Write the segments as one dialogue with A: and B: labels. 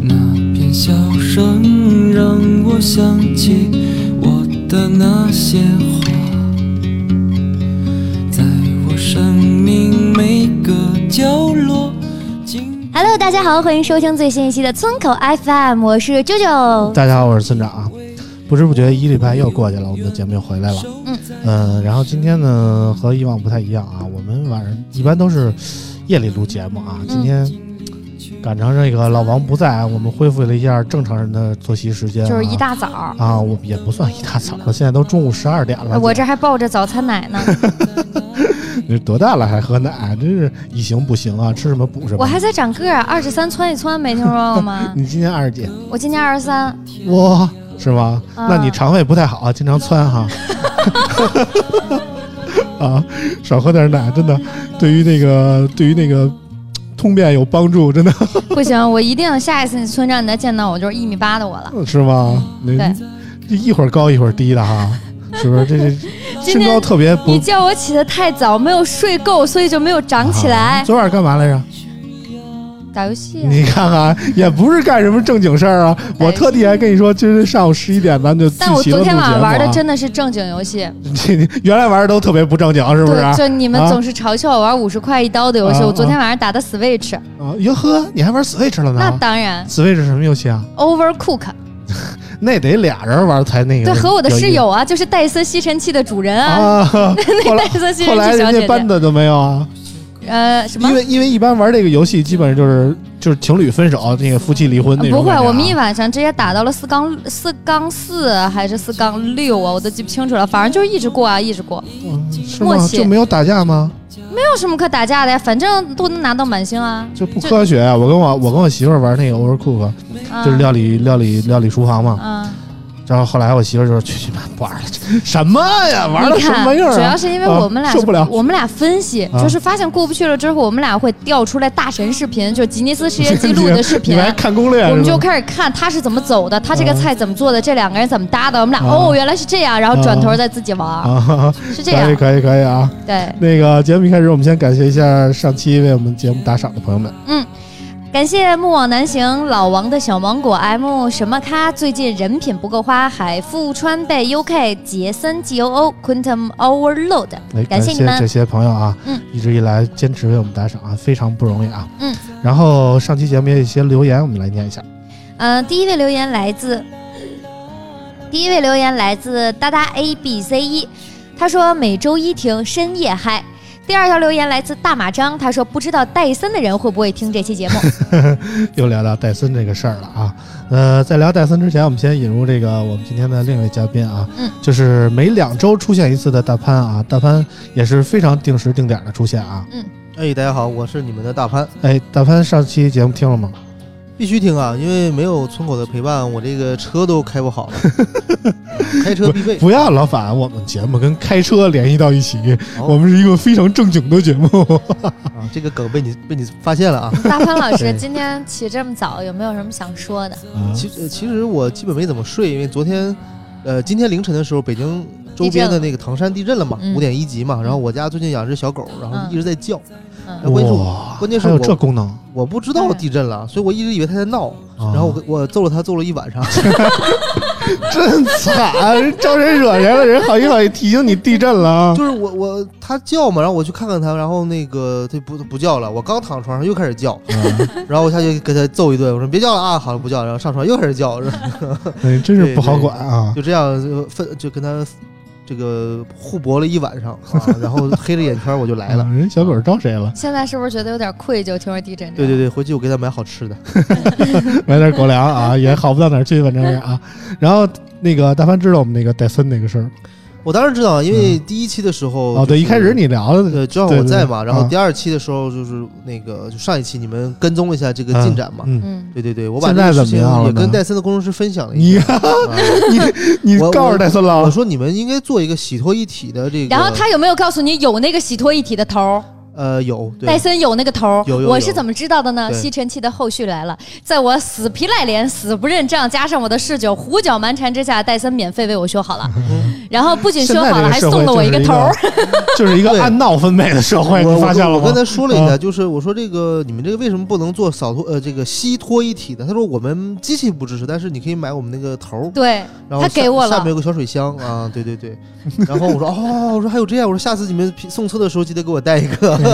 A: 那片笑声让我想起我的那些花，在我生命每个角落。静
B: Hello，大家好，欢迎收听最新一期的村口 FM，我是啾啾。
C: 大家好，我是村长啊。不知不觉一礼拜又过去了，我们的节目又回来了。
B: 嗯
C: 嗯，然后今天呢和以往不太一样啊，我们晚上一般都是夜里录节目啊，今天
D: 嗯
C: 赶上这个老王不在，我们恢复了一下正常人的作息时间、啊，
D: 就是一大早儿，
C: 啊，我也不算一大早了，现在都中午十二点了。
D: 我这还抱着早餐 奶呢，
C: 你多大了还喝奶，真是以形补形啊，吃什么补什么。
D: 我还在长个儿，二十
C: ？
D: 三窜一窜，没听说过吗
C: 你今年二十几？
D: 我今年二十三，
C: 哇，是吗？
D: 啊
C: 那你肠胃不太好，经常窜哈。 啊，少喝点奶，真的，对于那个对于那个通便有帮助，真的
D: 不行，我一定下一次你村长你再见到我就是一米八的我了。
C: 是吗？你
D: 对
C: 这一会儿高一会儿低的哈，是不是？ 这这
D: 今
C: 身
D: 天
C: 高特别不
D: 你叫我起得太早，没有睡够，所以就没有长起
C: 啊
D: 来。
C: 昨晚干嘛来着？
D: 打游戏， 啊
C: 你看看，也不是干什么正经事儿啊！我特地还跟你说，今儿上午十一点咱就自
D: 但我
C: 习了
D: 昨
C: 录节
D: 天
C: 目
D: 晚上玩的
C: 啊。
D: 真的是正经游戏，
C: 这原来玩的都特别不正经，是不是？
D: 对，
C: 啊，
D: 就你们总是嘲笑我玩五十块一刀的游戏，
C: 啊
D: 我昨天晚上打的 Switch，
C: 哟呵，你还玩 Switch 了
D: 那
C: 呢
D: 当然
C: ？Switch 是什么游戏啊？
D: Overcook，
C: 那得俩人玩才那个。
D: 对，和我的室
C: 有
D: 友啊，就是戴森吸尘器的主人
C: 意思
D: 啊，
C: 啊。后
D: 戴
C: 来
D: 森吸
C: 后
D: 尘
C: 来
D: 器小
C: 人家
D: 姐姐。
C: 班的都没有啊，
D: 呃，什么
C: 因？为因为一般玩这个游戏，基本上就是就是情侣分手，那个夫妻离婚那种
D: 呃不
C: 感觉
D: 会，
C: 啊。
D: 我们一晚上直接打到了四杠四杠四还是四杠六啊，我都记不清楚了。反正就是一直过啊，一直过，
C: 嗯是
D: 默
C: 吗？
D: 契
C: 就没有打架吗？
D: 没有什么可打架的呀，反正都能拿到满星啊。
C: 就不科学啊！我跟我我跟我媳妇儿玩那个 Overcook，
D: 啊
C: 就是料理料理料理厨房嘛。
D: 啊，
C: 然后后来我媳妇儿就说：“去去妈不玩了，这什么呀，玩的
D: 你
C: 什么
D: 看
C: 玩意儿、啊？”
D: 主要是因为我们俩、
C: 啊受不了
D: 我们俩分析，
C: 啊
D: 就是发现过不去了之后，我们俩会调出来大神视频，就是吉尼斯世界纪录的 视
C: 你
D: 频
C: 们。还看攻略是吗？
D: 我们就开始看他是怎么走的，他这个菜怎么做的，这两个人怎么搭的，我们俩
C: 啊
D: 哦原来是这样，然后转头再自己玩，
C: 啊，
D: 是这
C: 可以
D: 样，
C: 可以可以啊！
D: 对。
C: 那个节目一开始，我们先感谢一下上期为我们节目打赏的朋友们。
D: 感谢木往南行老王的小芒果 M 什么咖，最近人品不够花，海富川贝 UK 杰森 G O O Quantum Overload，
C: 哎，
D: 感谢
C: 谢
D: 你们
C: 这些朋友啊，
D: 嗯
C: 一直以来坚持为我们打赏啊，非常不容易啊。
D: 嗯，
C: 然后上期节目也有一些留言，我们来念一下。
D: 呃，第一位留言来自，第一位留言来自哒哒 A B C 一，他说每周一听深夜嗨。第二条留言来自大马张，他说不知道戴森的人会不会听这期节 目。
C: 又聊到戴森这个事儿了啊。呃，在聊戴森之前，我们先引入这个我们今天的另一位嘉宾啊，
D: 嗯
C: 就是每两周出现一次的大潘啊，大潘也是非常定时定点的出现啊。
E: 哎，大家好，我是你们的大潘，
C: 哎，大潘上期节目听了吗？
E: 必须听啊，因为没有村口的陪伴，我这个车都开不好了，开车必备。
C: 不要老把我们节目跟开车联系到一起，
E: 哦
C: 我们是一个非常正经的节目。
E: 啊，这个梗被你被你发现了啊。
D: 大潘老师
C: 对
D: 今天起这么早，有没有什么想说的？
C: 嗯
E: 其呃其实我基本没怎么睡，因为昨天，呃，今天凌晨的时候，北京周边的那个唐山地震了嘛
D: 嗯，
E: 五点一级嘛。然后我家最近养只小狗，然后
D: 嗯
E: 一直在叫，
D: 嗯
E: 关键是呃我
C: 哇，
E: 关键是
C: 啊还有
E: 我
C: 这啊功能。
E: 我不知道地震了，所以我一直以为它在闹。
C: 然
E: 然后我我揍了它，揍了一晚上。
C: 真惨，人招谁惹谁了？人好心好意提醒你地震了啊！
E: 就是我我它叫嘛，然后我去看看它，然后那个它不不叫了，我刚躺床上又开始叫， 然后我下去给它揍一顿，我说别叫了啊，好了不叫了， 然后上床又开始叫，然后
C: 哎，真是不好管啊！
E: 就这样就分就跟它呃这个互搏了一晚 上啊，然后黑着眼圈我就来了。
C: 嗯人小鬼招谁了？
D: 现在是不是觉得有点愧疚？听说地震，
E: 对对，对，回去我给他买好吃的。
C: 买点狗粮啊，也好不到哪儿去，反正是啊。然后那个大帆知道我们那个戴森那个事儿
E: 我当然知道，因为第一期的时候、
C: 嗯哦，对，一开始你聊的，
E: 对，正好我在
C: 对对对
E: 嘛，然后
C: 啊
E: 第二期的时候就是那个，就上一期你们跟踪了一下这个进展嘛。
C: 嗯，
D: 嗯，
E: 对对对，我把
C: 现在
E: 这个事
C: 怎么样
E: 情
C: 了
E: 也
C: 呢
E: 跟戴森的工程师分享了一
C: 你啊
E: 下。啊
C: 你你
E: 我
C: 告诉戴森
E: 我
C: 了，
E: 说你们应该做一个洗脱一体的这个。
D: 然后他有没有告诉你有那个洗脱一体的头儿？
E: 呃有对
D: 戴森有那个头儿，
E: 有有
D: 我
E: 有
D: 是怎么知道的呢？
E: 对
D: 吸尘器的后续来了，在我死皮赖脸、死不认账，加上我的嗜酒、胡搅蛮缠之下，戴森免费为我修好 了，然后不仅修好了，还送了我一个头儿。
C: 就是一个
E: 对
C: 按闹分配的社会，
E: 我
C: 你
E: 我
C: 发现了
E: 我
C: 吗
E: 跟？他说了一
C: 啊
E: 下，就是我说这个你们这个为什么不能做扫脱呃这个吸脱一体的？他说我们机器不支持，但是你可以买我们那个头儿，
D: 对，
E: 然后
D: 他
E: 下
D: 给我了
E: 下面有个小水箱啊，对对对。然后我说哦，我说还有这样，我说下次你们送车的时候记得给我带一
C: 哎
E: 个。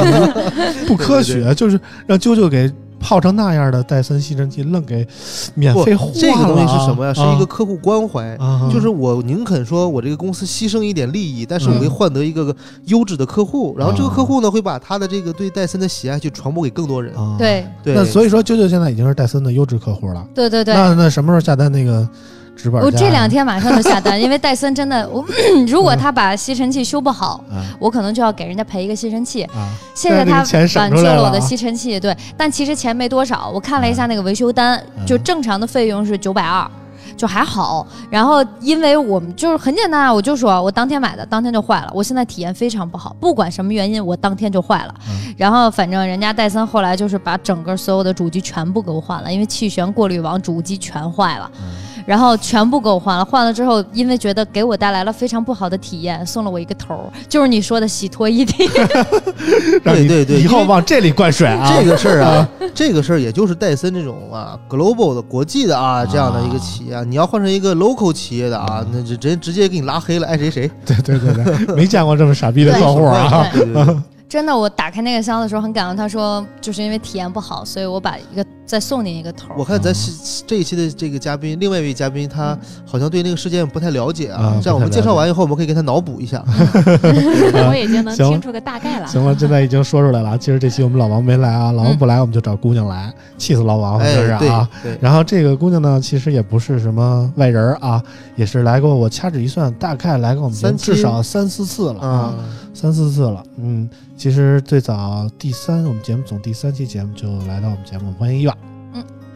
C: 不科学，就是让啾啾给泡成那样的戴森吸尘器愣给免
E: 不
C: 费化了啊。
E: 这个东西是什么呀？是一个客户关怀。
C: 啊，
E: 就是我宁肯说我这个公司牺牲一点利益，但是我
C: 嗯
E: 会换得一个优质的客户，然后这个
C: 啊
E: 客户呢会把他的这个对戴森的喜爱去传播给更多人。
C: 啊。
D: 对，
E: 对，
C: 那所以说，啾啾现在已经是戴森的优质客户了。
D: 对对对。
C: 那那什么时候下单那个直板？
D: 我
E: 啊
D: 这两天马上就下 单，因为戴森真的，我 如果他把吸尘器修不好，
C: 啊
D: 我可能就要给人家赔一个吸尘器。
C: 啊，
D: 谢谢他
C: 但是这个钱省
D: 挽
C: 出
D: 救
C: 来
D: 了
C: 了
D: 我
C: 啊
D: 的吸尘器，对，但其实钱没多少。我看了一下那个维修单，
C: 嗯
D: 就正常的费用是九百二，就还好。然后因为我们就是很简单啊，我就说我当天买的，当天就坏了。我现在体验非常不好，不管什么原因，我当天就坏了。
C: 嗯
D: 然后反正人家戴森后来就是把整个所有的主机全部给我换了，因为气旋、过滤网、主机全坏了，
C: 嗯
D: 然后全部给我换了。换了之后，因为觉得给我带来了非常不好的体验，送了我一个头儿，就是你说的洗脱一体。
C: 让你
E: 对对
C: 以后
E: 因为
C: 往这里灌水啊。
E: 这个事儿啊，这个事儿也就是戴森这种啊 global 的国际的啊这样的一个企业，啊、你要换成一个 local 企业的
C: 嗯
E: 啊，那直直直接给你拉黑了，爱谁谁。
C: 对对对对，没见过这么傻逼的客户 啊！
E: 对对对，
D: 真的，我打开那个箱子的时候很感动。他说，就是因为体验不好，所以我把一个再送您一个头
E: 我
D: 儿。
E: 看咱
C: 嗯
E: 是这一期的这个嘉宾，另外一位嘉宾他好像对那个事件不太了解啊
C: 啊，
E: 这样我
C: 不太了
E: 们
C: 解
E: 介绍完以后，我们可以给他脑补一下。
F: 我已经能
C: 行
F: 听出个大概 了。
C: 行了，现在已经说出来了啊。其实这期我们老王没来啊，老王不来我们就找姑娘来，气死老王
E: 哎，
C: 就是
E: 对
C: 啊。
E: 对，
C: 然后这个姑娘呢，其实也不是什么外人儿啊，也是来过我掐指一算，大概来过我们这
E: 三
C: 至
E: 期
C: 少三四次了啊，
E: 啊，
C: 三四次了。嗯，其实最早第三我们节目总第三期节目就来到我们节目，欢迎伊娃。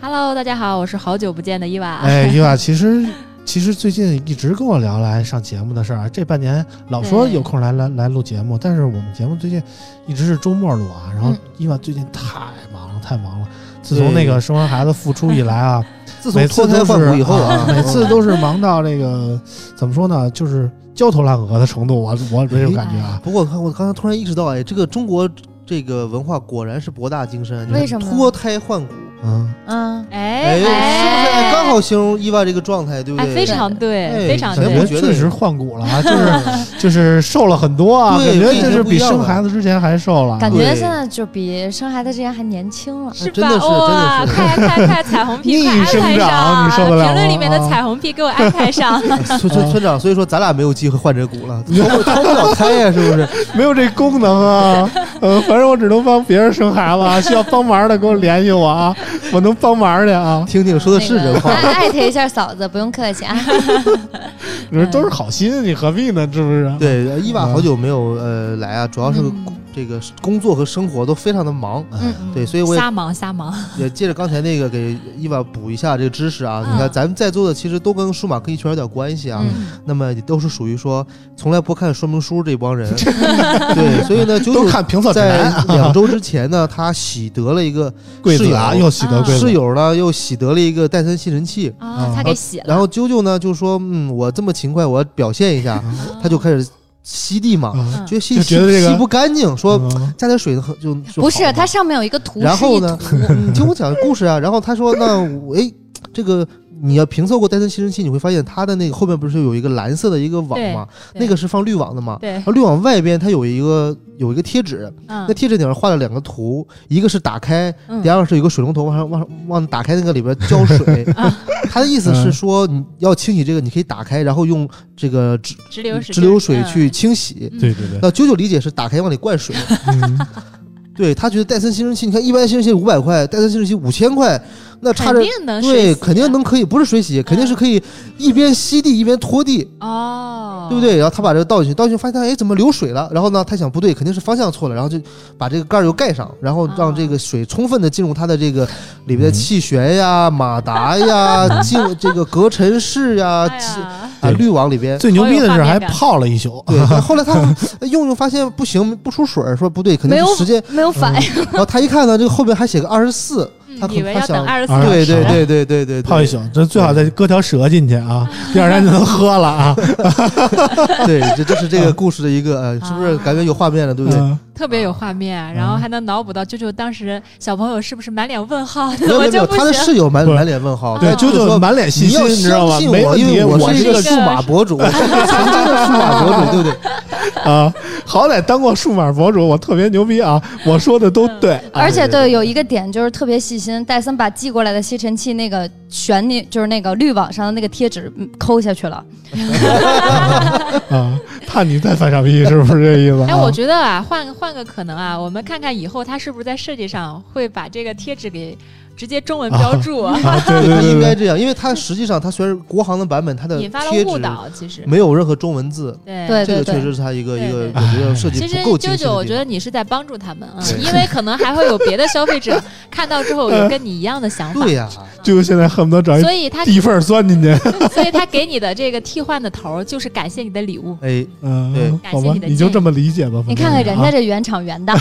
F: Hello，大家好，我是好久不见的伊
D: 啊
F: 娃。
C: 哎，伊娃，其实其实最近一直跟我聊来上节目的事儿，这半年老说
F: 对
C: 有空来来来录节目，但是我们节目最近一直是周末录啊。然后
D: 嗯
C: 伊娃最近太忙了，太忙了。自从那个生完孩子复出以来啊，
E: 自
C: 每
E: 从
C: 次
E: 脱
C: 都
E: 胎
C: 是
E: 换骨以后
C: 啊
E: 啊，，
C: 每 次都是忙到这个怎么说呢，就是焦头烂额的程度，我我这种感觉啊。
E: 不过我看我刚才突然意识到，哎，这个中国这个文化果然是博大精深，
D: 为什么呢
E: 脱胎换骨？
C: 嗯，
D: 嗯，
F: 哎
E: 哎，是不是哎
D: 哎
E: 刚好形容伊娃这个状态，对不
F: 哎，
E: 对？
F: 非常对，
E: 哎
F: 非常
C: 感
F: 啊对
C: 觉
E: 我。觉得
C: 确实换骨了啊，就是就是瘦了很多啊，感
E: 对
C: 觉
E: 跟以
C: 这
E: 前
C: 是
E: 不
C: 比
E: 一样
C: 生
E: 了
C: 孩子之前还瘦了啊。
D: 感觉
E: 对
D: 现在就比生孩子之前还年轻了。
F: 是
E: 真
F: 吧？哦
E: 的是
F: 哇，
E: 真的是
F: 快快快，彩虹屁，快
C: 逆
F: 安
C: 生
F: 排
C: 长
F: 上！
C: 你受得了吗
F: 评论里面的彩虹屁给我安 排上。
E: 村村
C: 啊
E: 村长，所以说咱俩没有机会换这股了，脱不脱不了胎呀、是不是？
C: 没有这功能 啊，呃，反正我只能帮别人生孩子啊，需要帮忙的给我联系我啊，我能帮忙去啊，
E: 听听说的是人话，嗯
D: 那个艾特一下嫂子，不用客气啊。
F: 嗯
C: 你说都是好心，你何必呢？是不是？
E: 对，伊娃好久没有呃来啊，主要是这个工作和生活都非常的忙。
D: 嗯，
E: 对，所以我也
F: 瞎忙瞎忙。
E: 也借着刚才那个给伊娃补一下这个知识啊。你看，
F: 嗯
E: 咱们在座的其实都跟数码科技圈有点关系啊。
D: 嗯
E: 那么也都是属于说从来不看说明书这帮人，对，所以 呢，九
C: 都
E: 九
C: 看评测指
E: 在
C: 南，
E: 两周之前呢，他喜得了一个
C: 柜子啊，
E: 室友
C: 又喜得柜
E: 室
C: 子，
E: 友呢又喜得了一个戴森吸尘器，
F: 啊，他给洗了。
E: 然后啾啾呢就说：“嗯，我这么勤快，我要表现一下。
C: 嗯
F: 啊
E: 他就开始吸地嘛，
C: 啊，
F: 嗯
E: 觉得吸
C: 就
E: 吸
C: 觉得这个
E: 吸不干净，说
C: 嗯
E: 加点水就很就就
D: 不是，
E: 好嘛
D: 它上面有一个图
E: 然
D: 示
E: 后
D: 意
E: 呢嗯
D: 图。
E: 你听我讲个故事啊。然后他说：“那我哎，这个你要评测过戴森吸尘器，你会发现它的那个后面不是有一个蓝色的一个网
F: 对
E: 吗？
F: 对
E: 那个是放滤网的嘛。
F: 对
E: 然，后滤网外边它有一个有一个贴纸，
F: 嗯
E: 那，贴纸顶上画了两个图，一个是打开，
F: 嗯
E: 第二个是有一个水龙头往上往上往上打开那个里边浇水。
F: 啊
E: 它的意思是说你要清洗这个，你可以打开，然后用这个直
F: 直流水嗯
E: 直流水去清洗。
C: 对对对，
E: 那啾啾理解是打开往里灌水，
C: 嗯
E: 对他觉得戴森吸尘器，你看一般吸尘器五百块，戴森吸尘器五千块，那差着
F: 肯定能水
E: 对，
F: 洗啊
E: 肯定能可以，不是水洗，肯定是可以一边吸地一边拖地，
F: 哦，
E: 对不？对？然后他把这个倒进去，倒进去发现哎怎么流水了？然后呢，他想不对，肯定是方向错了，然后就把这个盖儿又盖上，然后让这
F: 哦
E: 个水充分的进入它的这个里
C: 嗯
E: 边的气旋呀、马达 呀、进这个隔尘室呀、
F: 哎
E: 气
F: 呀，
E: 啊滤网里边。
C: 最牛逼的
F: 好
C: 是
F: 有画
C: 还
F: 面感
C: 泡了一宿，
E: 对，然后后来他 用用发现不行，不出水儿，说不对，肯定
B: 没
E: 是
B: 有
E: 时 间。
B: 没有反应，
E: 然后他一看呢，这个后边还写个二十四，
F: 嗯
E: 他可
F: 以为
E: 他
F: 要等
E: 想
F: 二十四
C: 啊
F: 小
E: 对
F: 时
E: 对对对对对，
C: 泡一宿，这最好再搁条蛇进去啊，
F: 嗯
C: 第二天就能喝了 啊，
E: 对，这这是这个故事的一个，呃，是不
F: 啊
E: 是感觉有画面了，对不对？
C: 嗯
F: 特别有画面，然
E: 嗯
F: 后还能脑补到啾啾当时小朋友是不是满脸问号， 怎
E: 没有没
F: 么
E: 有没
F: 就
E: 有，
F: 不
E: 他的
F: 行？
E: 室友满
C: 不是
E: 满脸问号，
C: 对，
E: 他就
C: 啾
E: 是
C: 啾
E: 说
C: 满脸信
E: 你要
C: 心，你知道
E: 相
C: 吗？
E: 信
C: 没
E: 我，
C: 问
E: 因
C: 题，
E: 为我
C: 是一
E: 是一
C: 个
E: 个数码 博主，我是一个曾经的数码博主，对不对？
C: 啊，好歹当过数码博主，我特别牛逼啊，我说的
F: 嗯
C: 都对，啊
E: 哎
B: 而且对有一个点就是特别细心，戴森把寄过来的吸尘器那个旋钮，就是那个滤网上的那个贴纸嗯抠下去了，
C: 啊，怕你再犯傻逼，是不是这意思啊？
F: 哎，我觉得啊，换换个可能啊，我们看看以后他是不是在设计上会把这个贴纸给直接中文 标注，
C: 啊，对对
E: 他
C: 对
E: 应该
C: 对，
E: 这样，因为他实际上他虽然国行的版本，它的
F: 引发了
E: 贴
F: 误
E: 纸
F: 导。其实，
E: 没有任何中文字，
F: 对
B: 对
E: 这个确实是他一个
F: 对
E: 一个
F: 对
E: 我觉得设计
F: 其实
E: 不够精
F: 舅
E: 细的
F: 舅，我觉
E: 地
F: 得你是在帮助他们啊，
E: 对
F: 因为可能还会有别的消 费者看到之后有跟你一样的想
E: 方
F: 法
E: 对， 呀，
C: 啾啾现在恨不得找一
F: 所以 他
C: 地缝儿钻进去，
F: 所以他给你的这个替换的头儿就是感谢你的礼物。
E: 哎，
C: 嗯，
F: 对
C: 好吧
F: 感谢你，的
C: 你就这么理解吧。
B: 你看看人家
E: 啊
C: 这，
B: 这原厂原 的，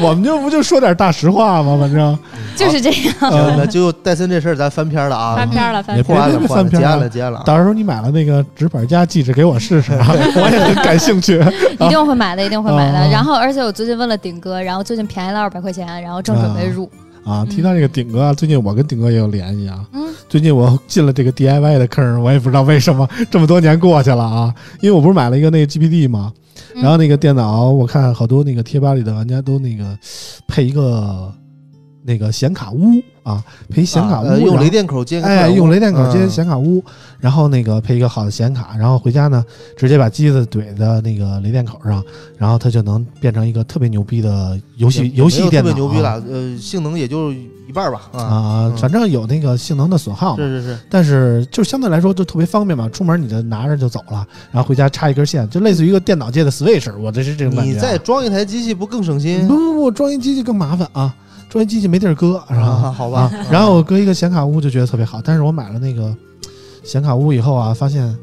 C: 我们就不就说点大实话吗？反正
B: 就是这样。
E: 行，那
C: 呃
E: 就戴森这事儿咱翻篇了啊
F: 翻，篇儿了，翻
C: 也
F: 篇
C: 别
E: 破
F: 儿了。
E: 案了，
C: 别
E: 破案
C: 翻
E: 了，
C: 篇
E: 结
C: 了
E: 案了，结案了啊。
C: 到时候你买了那个纸板夹寄纸给我试试啊，我也很感兴趣。
B: 一定会买的，一定会买的。
C: 哦
B: 然后，而且我最近问了顶哥，然后最近便宜了二百块钱，然后正准备入。
C: 啊，
F: 嗯
C: 提到这个顶哥啊，最近我跟顶哥也有联系啊。
B: 嗯，
C: 最近我进了这个 DIY 的坑，我也不知道为什么 这么多年过去了啊。因为我不是买了一个那个 GPD 嘛，
B: 嗯
C: 然后那个电脑我看好多那个贴吧里的玩家都那个配一个那个显卡屋啊，配一显卡屋，
E: 呃用
C: 然后
E: 雷电口接个快
C: 哎，
E: 网，
C: 用雷电口接
E: 嗯
C: 显卡坞，然后那个配一个好的显卡，然后回家呢，直接把机子怼到那个雷电口上，然后它就能变成一个特别牛逼的游
E: 也
C: 戏
E: 也
C: 游戏
E: 没有
C: 电
E: 特
C: 脑
E: 别
C: 啊。
E: 牛逼了，呃，性能也就一半儿吧，啊，
C: 啊
E: 嗯，
C: 反正有那个性能的损耗嘛，
E: 是是是，
C: 但是就相对来说就特别方便嘛，出门你就拿着就走了，然后回家插一根线，就类似于一个电脑界的 Switch，我这是这种感觉啊。
E: 你再装一台机器不更省心
C: 不？不不，装一机器更麻烦啊，装一机器没地儿搁，是吧？
E: 啊好吧
C: 啊然后我搁一个显卡坞就觉得特别好，但是我买了那个显卡坞以后啊，发现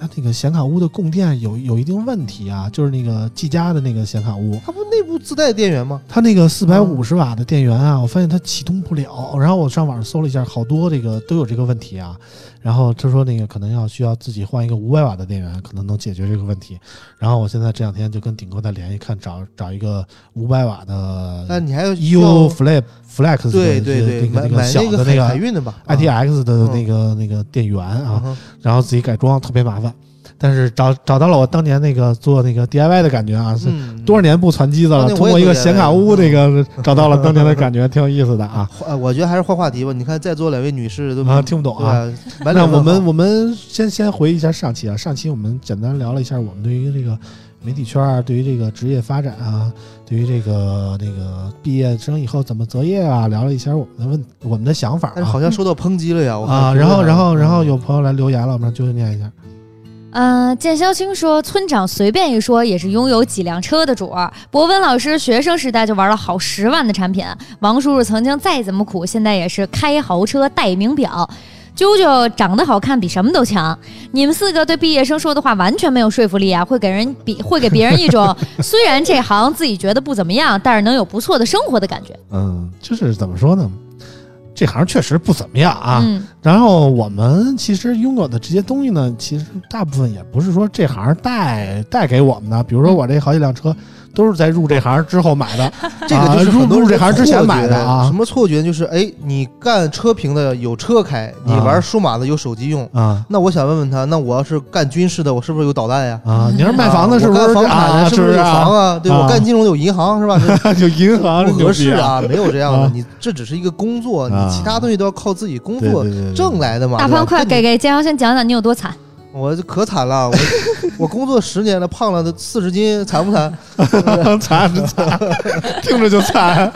C: 它那个显卡坞的供电有有一定问题啊，就是那个技嘉的那个显卡坞，
E: 它不内部自带电源吗？
C: 它那个四百五十瓦的电源啊，我发现它启动不了。然后我上网上搜了一下，好多这个都有这个问题啊。然后他说那个可能要需要自己换一个五百瓦的电源，可能能解决这个问题。然后我现在这两天就跟顶哥在联系，看找找一个五百瓦
E: 那
C: 的
E: 你还要
C: EU
E: 要
C: Flex Flex 的
E: 对对对，
C: 那个那
E: 买
C: 个
E: 买
C: 小的那
E: 海海
C: 个
E: 运的吧
C: ITX 的那
E: 嗯
C: 个那个电源啊。
E: 啊，
C: 然后自己改装，特别麻烦。但是找找到了我当年那个做那个 DIY 的感觉啊，是
E: 嗯
C: 多少？年不传机子
E: 当
C: 了，
E: 年
C: 通
E: 我也
C: 过一
E: 做
C: 个
E: DIY
C: 显卡屋，这个 找到了当年的感觉，挺有意思的啊
E: 呃，我觉得还是换话题吧。你看在座两位女士都
C: 啊，听不懂
E: 嗯对
C: 啊。
E: 吧？满
C: 那
E: 脸
C: 我
E: 问
C: 们
E: 号
C: 我们先先回忆一下上期啊，上期我们简单聊了一下我们对于这个媒体圈儿、对于这个职业发展啊、对于这个那个毕业生以后怎么择业啊，聊了一下我们的问我们的想法
E: 但是
C: 啊
E: 好像受到抨击了呀。我看
C: 啊。
E: 评论
C: 然后
E: 上
C: 然后然后
E: 嗯
C: 有朋友来留言了，我们让啾啾念一下。
B: 嗯、剑霄青说，村长随便一说也是拥有几辆车的主儿。博文老师学生时代就玩了好十万的产品，王叔叔曾经再怎么苦，现在也是开豪车戴名表。啾啾长得好看比什么都强，你们四个对毕业生说的话完全没有说服力啊，会给人比 会给别人一种虽然这行自己觉得不怎么样，但是能有不错的生活的感觉。
C: 嗯，就是怎么说呢？这行确实不怎么样啊，
B: 嗯，
C: 然后我们其实拥有的这些东西呢，其实大部分也不是说这行带带给我们的。比如说我这好几辆车，都是在入这行之后买的。
E: 这个就是
C: 啊入
E: 很多
C: 入
E: 人
C: 这行之前
E: 错觉
C: 买的啊
E: 什么错觉就是哎，你干车评的有车开，你
C: 啊
E: 玩数码的有手机用。
C: 啊
E: 那我想问问他，那我要是干军事的，我是不是有导弹呀？
C: 啊！你是 卖房
E: 啊
C: 子是不
E: 我
C: 是
E: 干房产
C: 啊？
E: 的？是
C: 是
E: 不
C: 不
E: 是有房
C: 啊？
E: 啊？对，我
C: 啊
E: 干金融的有银行是吧？ 这
C: 就银行
E: 不合适
C: 牛逼啊！
E: 啊，没有这样的
C: 啊。
E: 你这只是一个工作，
C: 啊
E: 你其他东西都要靠自己工
C: 对
E: 作
C: 对对对
E: 挣来的嘛。
B: 大
E: 对吧
B: 胖，快
E: 跟
B: 给
E: 你
B: 给建豪先讲讲你有多惨。
E: 我就可 惨了，我我工作十年了，胖了四十斤，惨 不惨？
C: 惨是惨，听着就惨。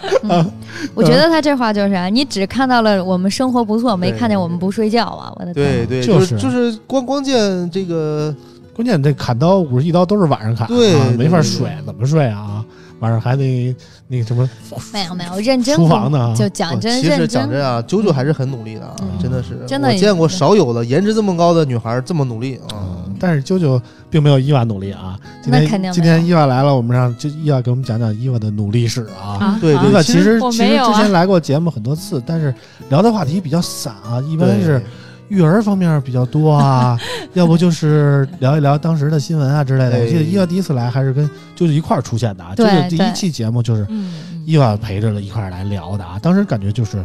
B: 我觉得他这话就是啊，你只看到了我们生活不错，没看见我们不睡觉啊！我的天，
E: 对对，
C: 就
E: 就是
C: 是
E: 就是光光见这个
C: 关键这砍刀五十一刀都是晚上砍，
E: 对
C: 啊，没法
E: 对对
C: 睡，怎么睡啊？晚上还得那个什么
B: 没有没有，认真
C: 厨房呢啊
B: 就讲
E: 哦
B: 真
E: 其实
B: 认
E: 讲
B: 真，
E: 真啊，九九还是很努力的啊，
B: 嗯
E: 真的是，
B: 真的
E: 我
B: 也
E: 见过
B: 是
E: 少有的颜值这么高的女孩这么努力啊。
C: 嗯，但是啾啾并没有伊娃努力啊。今
B: 那肯
C: 天
B: 定没有
C: 今天伊娃来了，我们让就伊娃给我们讲讲伊娃的努力史啊。
F: 啊
E: 对
F: 啊
E: 对
C: 伊娃
E: 其
C: 其实
F: 我
C: 其
F: 没
C: 实
F: 有
C: 之
F: 啊
C: 前来过节目很多次，但是聊的话题比较散啊，一般
E: 对
C: 是育儿方面比较多 啊，要不就是聊一聊当时的新闻啊之类的。
E: 哎
C: 我记得伊娃第一次来还是跟啾啾一块儿出现的啊，啾
B: 对
C: 啾第
B: 对
C: 一期节目就是
F: 嗯，
C: 伊娃陪着了一块儿来聊的啊，当时感觉就是。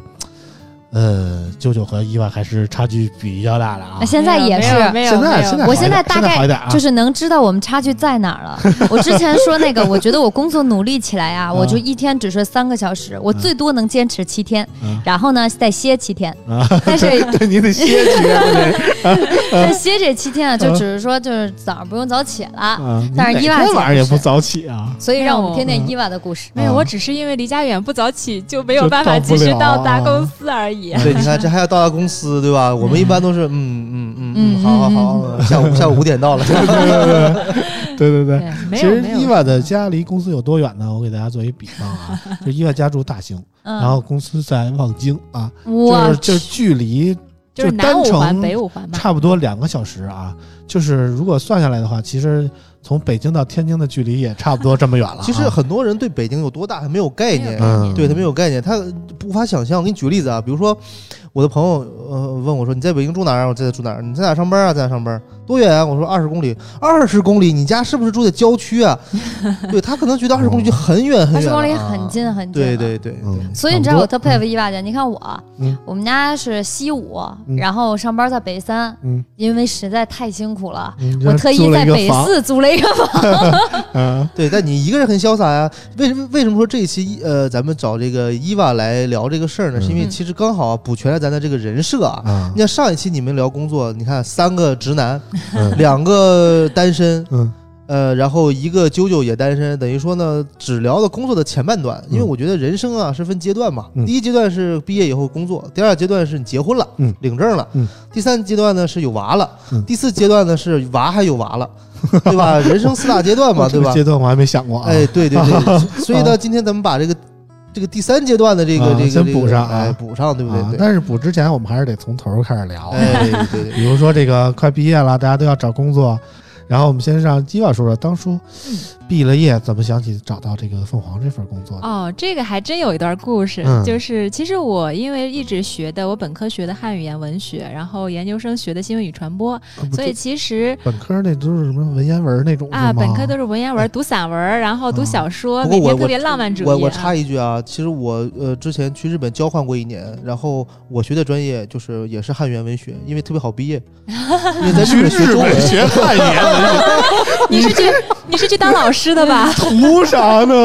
C: 呃，啾啾和伊娃还是差距比较大的啊
B: 啊。现在也是。
F: 没有，
C: 现在
F: 没有
C: 现在
B: 我
C: 好一
B: 现在
C: 点
B: 大
C: 现
B: 概
C: 好一点啊
B: 就是能知道我们差距在哪儿了。我之前说那个，我觉得我工作努力起来啊，我就一天只睡三个小时，我最多能坚持七天
C: 嗯，
B: 然后呢再歇七天
C: 啊。
B: 但是
C: 对你得歇几个 月得
B: 但歇这七天啊，就只是说就是早上不用早起了，
C: 啊，
B: 但是
C: 你
B: 伊
C: 哪
B: 娃
C: 天晚上
B: 姐
C: 也
B: 不
C: 不
B: 是
C: 早起 啊。
B: 所以让我们听听
C: 嗯
B: 伊娃的故事。
F: 没有，我只是因为离家远不早起，就没有
C: 就
F: 办法
C: 到不
F: 及时
C: 了
F: 到达
C: 啊
F: 公司而已。
E: 对，你看这还要到达公司，对吧？我们一般都是嗯嗯嗯嗯，
B: 嗯
E: 好好
B: 嗯
E: 好，下午下午五点到了，
C: 对对对。
F: 对，
C: 其
F: 没有
C: 实
F: 没
C: 伊
F: 有。
C: 娃的家离公司有多远呢？我给大家做一比方啊， 就伊娃家住大兴，
B: 嗯，
C: 然后公司在望京啊，就
B: 我
C: 是就是距离
F: 就是
C: 就
F: 南
C: 单
F: 五环、
C: 程
F: 北五环嘛，
C: 差不多两个小时啊。就是如果算下来的话，其实从北京到天津的距离也差不多这么远了啊。
E: 其实很多人对北京有多大还没有概念
F: 没有概，念
C: 嗯，
E: 对他没有概念，他无法想象。我给你举个例子啊，比如说我的朋友呃问我说你在北京住哪儿啊？我在住哪儿？你在哪儿上班啊？在哪儿上班？多远啊？我说二十公里。二十公里，你家是不是住在郊区啊？ 对他可能觉得二十公里就很远很
B: 二
E: 远
B: 十
E: 了啊，
B: 公里很近很近。
E: 对。对
F: 啊
E: 对，
C: 嗯，
B: 所以你知道我特佩
C: 服
B: 服伊娃姐，你看我
C: 嗯，
B: 我们家是西五
C: 嗯，
B: 然后上班在北三，
C: 嗯，
B: 因为实在太辛苦了，
C: 嗯
B: 我特意在北四租了一个房。
C: 嗯
E: 对，但你一个人很潇洒呀、为什么为什么说这一期呃，咱们找这个伊娃来聊这个事儿呢？是因为
B: 嗯
E: 其实刚好、啊、补全了咱的这个人设啊。
C: 啊
E: 你看上一期你们聊工作，你看三个 直男，
C: 嗯
E: 两个单身，
C: 嗯
E: 呃，然后一个啾啾也单身，等于说呢，只聊了工作的前半段。因为
C: 嗯
E: 我觉得人生啊是分阶段嘛，
C: 嗯
E: 第一阶段是毕业以后工作，第二阶段是你结婚了，
C: 嗯
E: 领证了，
C: 嗯
E: 第三阶段呢是有娃了，
C: 嗯
E: 第四阶段呢是娃还有娃了，对吧？人生四大阶段嘛，
C: 这
E: 对
C: 个
E: 吧？
C: 阶段我还没想过啊。
E: 哎，对对 对，所所以呢，今天咱们把这个这个第三阶段的这个
C: 啊
E: 这个
C: 先
E: 这个
C: 补上啊
E: 哎，补上，对不
C: 啊
E: 对？对，
C: 但是补之前我们还是得从头开始聊。啊
E: 哎，对对，
C: 比如说这个快毕业了，大家都要找工作，然后我们先让基瓦说说当初
F: 嗯
C: 毕了业怎么想起找到这个凤凰这份工作的。
F: 哦，这个还真有一段故事，
C: 嗯
F: 就是其实我因为一直学的，我本科学的汉语言文学，然后研究生学的新闻与传播，
C: 啊不
F: 所以其实
C: 本科那都是什么文言文那种
F: 啊，本科都
C: 是
F: 是文言文，读散文，然后读小说，
E: 嗯不过
F: 每
E: 我
F: 天特别浪漫主义。
E: 我我
F: 啊
E: 插一句啊，其实我呃之前去日本交换过一年，然后我学的专业就是也是汉语言文学，因为特别好毕 业，因为在日本学中文。
C: 学汉言，
F: 你是去你是去当老师的吧？
C: 图啥呢？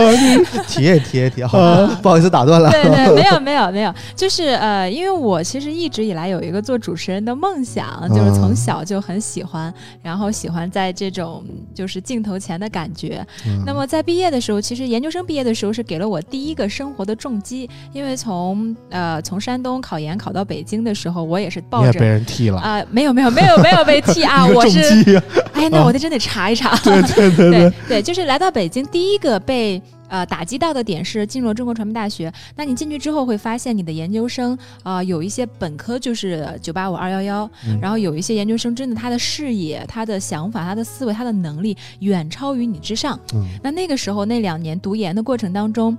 E: 体验体验体验， 好，
C: 啊
E: 不好意思打断了。
F: 对对，没有没有没有，就是呃，因为我其实一直以来有一个做主持人的梦想，就是从小就很喜欢，然后喜欢在这种就是镜头前的感觉。
C: 嗯
F: 那么在毕业的时候，其实研究生毕业的时候是给了我第一个生活的重击，因为从呃从山东考研考到北京的时候，我也是
C: 你
F: 抱
C: 也被
F: 着。
C: 人踢了，
F: 啊、没有没有没有没 有被踢啊！
C: 一个
F: 我
C: 重
F: 是
C: 击呀，
F: 哎，那我得真得查一查。
C: 对对对
F: 对，对，就是来到北京，第一个被呃打击到的点是进入了中国传媒大学。那你进去之后会发现，你的研究生啊、呃有一些本科就是九八五二幺幺
C: 嗯，
F: 然后有一些研究生真的他的视野、他的想法、他的思维、他的能力远超于你之上。
C: 嗯
F: 那那个时候那两年读研的过程当中。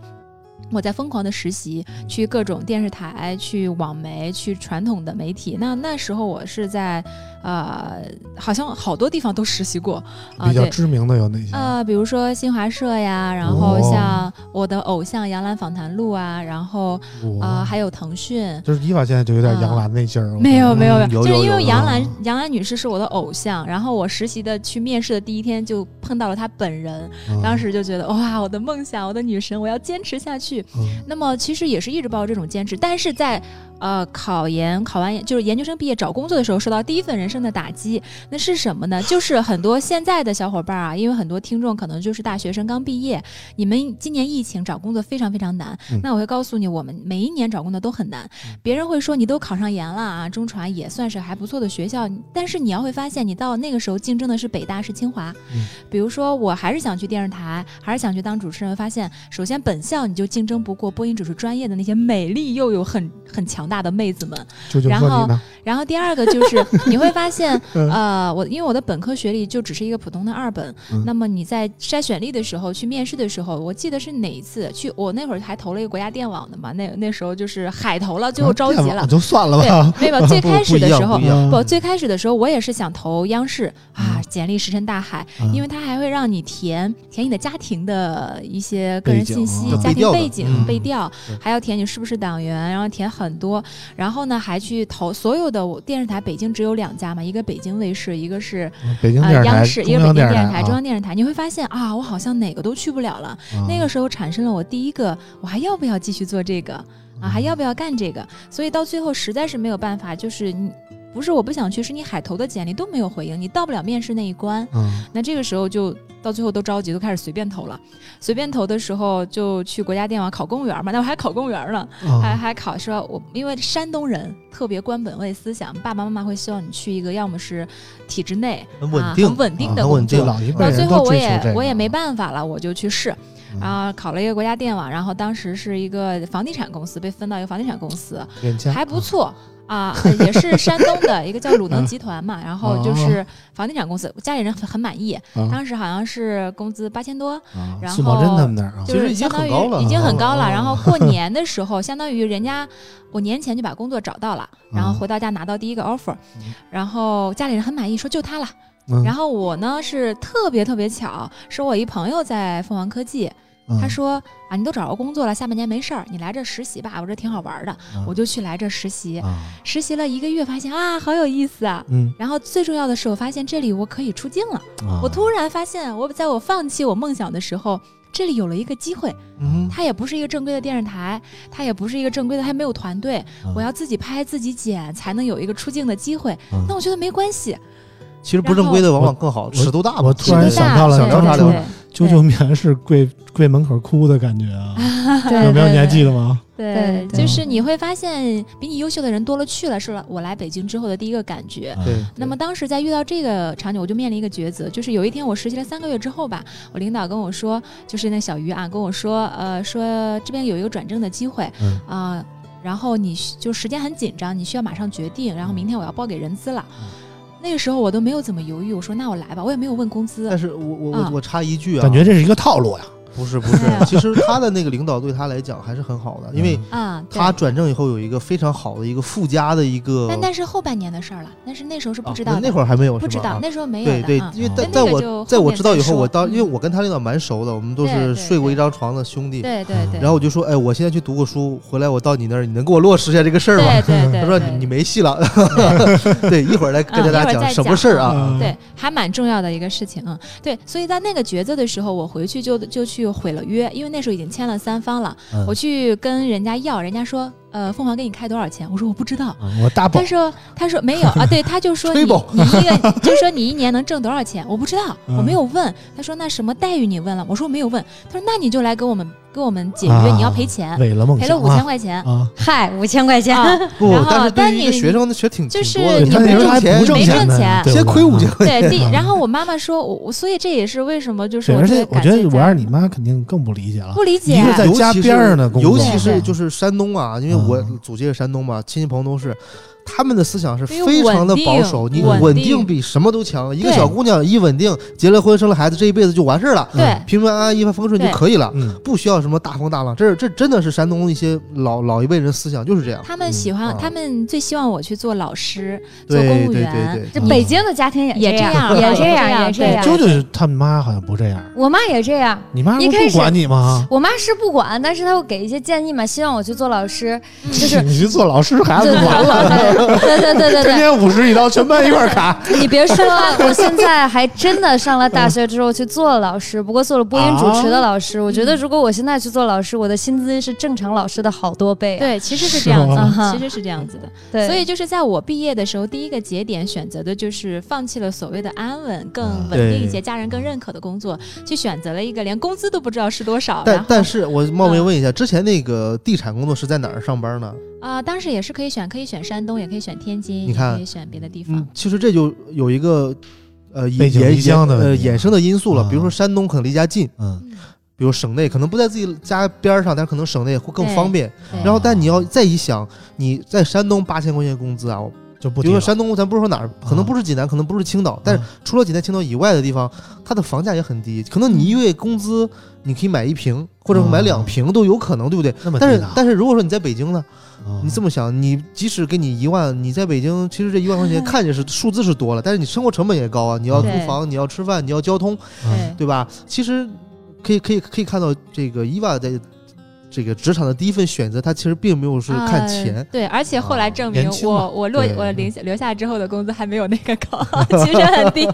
F: 我在疯狂的实习，去各种电视台、去网媒、去传统的媒体。那那时候我是在呃，好像好多地方都实习过啊、
C: 比较
F: 对。
C: 知名的有哪些？
F: 呃，比如说新华社呀，然
E: 哦
F: 后像我的偶像杨澜访谈录啊，然后啊、
C: 哇
F: 还有腾讯，
C: 就是伊娃现在就有点杨澜那劲儿，我
F: 嗯没有没有没
E: 嗯有
F: 就是
E: 有
F: 因
E: 有
F: 为杨澜
E: 啊
F: 杨澜女士是我的偶像，然后我实习的去面试的第一天就碰到了她本人，
C: 嗯
F: 当时就觉得哇，我的梦想，我的女神，我要坚持下去。
C: 嗯
F: 那么其实也是一直抱着这种坚持，但是在呃考研考完研就是研究生毕业找工作的时候，受到第一份人生的打击，那是什么呢？就是很多现在的小伙伴啊，因为很多听众可能就是大学生刚毕业，你们今年疫情找工作非常非常难。
C: 嗯
F: 那我会告诉你，我们每一年找工作都很难。别人会说你都考上研了啊，中传也算是还不错的学校，但是你要会发现，你到那个时候竞争的是北大是清华。
C: 嗯
F: 比如说，我还是想去电视台，还是想去当主持人，会发现首先本校你就竞争不过播音主持专业的那些美丽又有很很强大的妹子们。
C: 九九
F: 然
C: 说
F: 后
C: 你呢？
F: 然后第二个就是你会 发现，
C: 嗯
F: 呃，我因为我的本科学历就只是一个普通的二本，
C: 嗯
F: 那么你在筛选力的时候，去面试的时候，我记得是哪一次去，我那会儿还投了一个国家电网的嘛，那那时候就是海投了，最后着急
C: 电
F: 了
C: 网。就算了吧。 嗯
F: 对，没有，最
E: 不
F: 开始的时候
E: 不一，样嗯
F: 不，最开始的时候我也是想投央视啊，简历石沉大海，
C: 嗯
F: 因为它还会让你填填你的家庭的一些个
C: 背
F: 人
C: 景
F: 信息
C: 啊、
F: 家
E: 背调
F: 庭
E: 的
F: 背景
C: 嗯、
F: 背调
C: 对，
F: 还要填你是不是党员，然后填很多，然后呢还去投所有的我电视台，北京只有两家嘛，一个北京卫视，一个是
C: 嗯北京
F: 呃
C: 电视台、
F: 央视，
C: 中
F: 一个北
C: 央
F: 京
C: 电
F: 电视台、中
C: 啊
F: 央电视台，你会发现啊，我好像哪个都去不了了。
C: 嗯
F: 那个时候产生了我第一个，我还要不要继续做这个
C: 嗯
F: 啊？还要不要干这个？所以到最后实在是没有办法，就是你不是我不想去，是你海投的简历都没有回应，你到不了面试那一关。
C: 嗯
F: 那这个时候就到最后都着急，都开始随便投了。随便投的时候就去国家电网考公务员嘛，那我还考公务员呢，
C: 嗯
F: 还还考说我因为山东人特别官本位思想，爸爸妈妈会希望你去一个要么是体制内
E: 很
F: 啊
E: 稳定
F: 很稳定
E: 啊
F: 的
E: 很
F: 工
E: 稳
F: 作
E: 定。
C: 老一辈
F: 到最
C: 人
F: 后
C: 都
F: 我
C: 追求
F: 也
C: 这个，啊
F: 我也没办法了，我就去试，
C: 嗯
F: 然后考了一个国家电网，然后当时是一个房地产公司，被分到一个房地产公司，
C: 眼前
F: 还不错。啊，呃也是山东的一个叫鲁能集团嘛，然后就是房地产公司，家里人很很满意，
E: 嗯
C: 啊
F: 当时好像是工资八千多，
C: 啊
F: 然
C: 宋宝珍
F: 后
C: 他们那儿啊，
F: 就
E: 其实
F: 是
E: 已经
F: 相当
E: 很高了
F: 于已经很高了。
E: 哦
F: 然后过年的时候，相当于人家我年前就把工作找到了，然后
C: 嗯
F: 回到家拿到第一个 offer，
C: 嗯
F: 然后家里人很满意，说就他了。
C: 嗯
F: 然后我呢是特别特别巧，是我一朋友在凤凰科技，
C: 嗯
F: 他说啊，你都找着工作了，下半年没事儿，你来这儿实习吧，我这挺好玩的，
C: 嗯
F: 我就去来这儿实习。
C: 啊，
F: 实习了一个月，发现啊，好有意思啊。
C: 嗯，啊
F: 然后最重要的是，我发现这里我可以出镜了。我突然发现，我在我放弃我梦想的时候，这里有了一个机会。
C: 嗯
F: 它也不是一个正规的电视台，它也不是一个正规的，它也没有团队，我要自己拍自己剪，才能有一个出镜的机会。
C: 嗯
F: 那我觉得没关系，
E: 其实不正规的往往更好，尺度大嘛。
C: 我突然
F: 尺度大
C: 想到了
F: 对
C: 当
E: 啥
F: 对
E: 聊
C: 初
F: 对
C: 啾啾棉是跪跪门口哭的感觉啊，
B: 对
C: 有没有你还记
B: 得？
C: 得吗？
F: 对，
B: 对
F: 就是你会发现比你优秀的人多了去了，是我来北京之后的第一个感觉。
C: 嗯
E: 对，
F: 那么当时在遇到这个场景，我就面临一个抉择，就是有一天我实习了三个月之后吧，我领导跟我说，就是那小鱼啊跟我说，呃，说这边有一个转正的机会，啊、
C: 嗯
F: 然后你需就时间很紧张，你需要马上决定，然后明天我要报给人资了。
E: 嗯
F: 那个时候我都没有怎么犹豫，我说那我来吧，我也没有问工资
E: 但，是我我我
F: 啊
E: 我插一句啊，
C: 感觉这是一个套路呀，
E: 不 是不是
F: 哎呀，
E: 其实他的那个领导对他来讲还是很好的，因为
F: 啊，对
E: 他转正以后有一个非常好的一个附加的一个，
F: 但那是后半年的事儿了，但是那时候是不
E: 啊
F: 知道的，
E: 那那会儿还没有，
F: 不
E: 是
F: 知
E: 吧
F: 道
E: 啊，
F: 那时候没有
E: 对
F: 的，
E: 对
F: 啊，
E: 因为
C: 嗯
E: 在
F: 那
E: 在
F: 那个
E: 我
F: 就
E: 在
F: 后
E: 我
F: 面
E: 知道
F: 再
E: 以后，
F: 说
E: 我当因为
F: 嗯
E: 我跟他领导蛮熟的，我们都
F: 对
E: 是
F: 对
E: 睡过
F: 对
E: 一张床的兄弟。
F: 对对对，
E: 然后我就说，哎，我现在去读个书，回来我到你那儿，你能给我落实一下这个事儿吗？
F: 对对 对，
E: 他说
F: 对
E: 你你没戏了， 对，一会儿来跟
F: 嗯
E: 大
F: 一
E: 家
F: 会儿
E: 讲
F: 再
E: 什么
F: 讲
E: 事儿啊？
C: 嗯
F: 对，还蛮重要的一个事情啊。对，所以在那个抉择的时候，我回去就就去毁了约，因为那时候已经签了三方了。
C: 嗯
F: 我去跟人家要，人家说，呃，凤凰给你开多少钱？我说我不知道。
C: 嗯我大宝
F: 他，说，他说没有啊，对，他就说
E: 吹
F: 你
E: 爆
F: 你一个就说你一年能挣多少钱？我不知道，我
C: 嗯
F: 没有问。他说那什么待遇你问了？我说我没有问。他说那你就来给我们给我们解
C: 啊
F: 约，你要赔钱，
C: 为了梦
F: 赔
C: 想
F: 了五千
C: 啊
F: 块钱。
C: 啊，
B: 嗨，五千块钱，
F: 啊，
E: 不
F: 然，后
E: 但是对
F: 但
E: 于一个
F: 你
E: 学生的学挺
F: 就
E: 挺
F: 是
E: 多的，
F: 你
C: 他那时候还
E: 钱
C: 不挣
F: 没
C: 钱
F: 挣
C: 呢
F: 钱，
C: 对
E: 先
C: 我
E: 亏
C: 啊
E: 五千块
F: 对，
C: 啊
F: 第然后我妈妈说，我我所以这也是为什么就是
C: 对，
F: 我
C: 而
F: 这
C: 且我
F: 个感
C: 觉得我
F: 在
C: 让你妈肯定更不理解了
F: 不，理解
C: 一，个在
E: 尤
C: 家
E: 其
C: 边
E: 是
C: 儿呢工
E: 尤
C: 作
E: 其
F: 对
E: 是
F: 对
E: 就是山东啊，因为
C: 嗯
E: 我祖籍是山东嘛，亲戚朋友都是，他们的思想是非常的保守，
F: 因为
E: 你
F: 哎稳定
E: 稳
F: 稳
E: 定
F: 定
E: 比什么都强。一个
F: 对
E: 小姑娘一稳定，结了婚生了孩子，这一辈子就完事儿了，
F: 对
E: 平平安安、一帆风顺就
F: 对
E: 可以了，
C: 嗯，
E: 不需要什么大风大浪。这这真的是山东一些老老一辈人思想就是这样。
F: 他们喜欢，
E: 嗯
F: 他们最希望我去做老师，做
E: 对
F: 公
E: 对
F: 务
E: 对
F: 员。
E: 对
D: 这
E: 对，
D: 北京的家庭
F: 也
D: 也
F: 这样
D: 也这
F: 也这
D: 样，
F: 样
D: 也这
F: 对
D: 样。
C: 舅舅是他妈好像不这样，
D: 我妈也这样，
C: 你妈
D: 一
C: 不
D: 开始
C: 不管你吗？
D: 我妈是不管，但是她会给一些建议嘛，希望我去做老师，嗯就是。
C: 你去做老师，孩
D: 对
C: 子
D: 对
C: 不完了，
D: 对对对对
C: 天
D: 对
C: 天五十一刀，全班一块儿砍。
D: 对， 你别说，我现在还真的上了大学之后去做了老师，不过做了播音主持的老师。
F: 哦
D: 我觉得如果我现在去做老师，我的薪资是正常老师的好多倍、啊。
F: 对，其实是这样子
C: 是
D: 吗啊哈
F: 的，其实是这样子的。
D: 对，
F: 所以就是在我毕业的时候，第一个节点选择的就是放弃了所谓的安稳、更稳定一些、家人更认可的工作，去选择了一个连工资都不知道是多少，然
E: 但
F: 后嗯
E: 但是我冒昧问一下，之前那个地产工作是在哪儿上班呢？
F: 啊、当时也是可以选，可以选山东，也可以选天津，
E: 你
F: 也
E: 看
F: 可以选别的地方。
E: 嗯，其实这就有一个呃
C: 背井离
E: 衍
C: 乡的
E: 衍呃
C: 问题
E: 衍生的因素了，
C: 啊
E: 比如说山东可能离家近，
C: 嗯，
E: 比如省内可能不在自己家边儿上，但是可能省内会更
F: 对
E: 方便。
C: 嗯
F: 对
E: 然后，但你要再一想，你在山东八千块钱工资啊，我
C: 就不提
E: 比如说
C: 了
E: 山东，咱不是说哪儿，可能
C: 啊
E: 不是济南，可能不是青岛，但是
C: 啊
E: 除了济南、青岛以外的地方，它的房价也很低，可能你一个月工资你可以买一平或者买两平都有可能，对不对？
C: 那么低
E: 但是
C: 呢
E: 但是如果说你在北京呢，
C: 啊
E: 你这么想，你即使给你一万，你在北京其实这一万块钱看着是数字是多了，但是你生活成本也高啊，你要租
F: 对
E: 房，你要吃饭，你要交通，
C: 嗯
E: 对吧？其实可以可以可以看到这个伊娃在这个职场的第一份选择，她其实并没有是看钱
F: 呃，对，而且后来证明
C: 年轻嘛
F: 我我落
E: 对
F: 我留下留下之后的工资还没有那个 高，其实很低。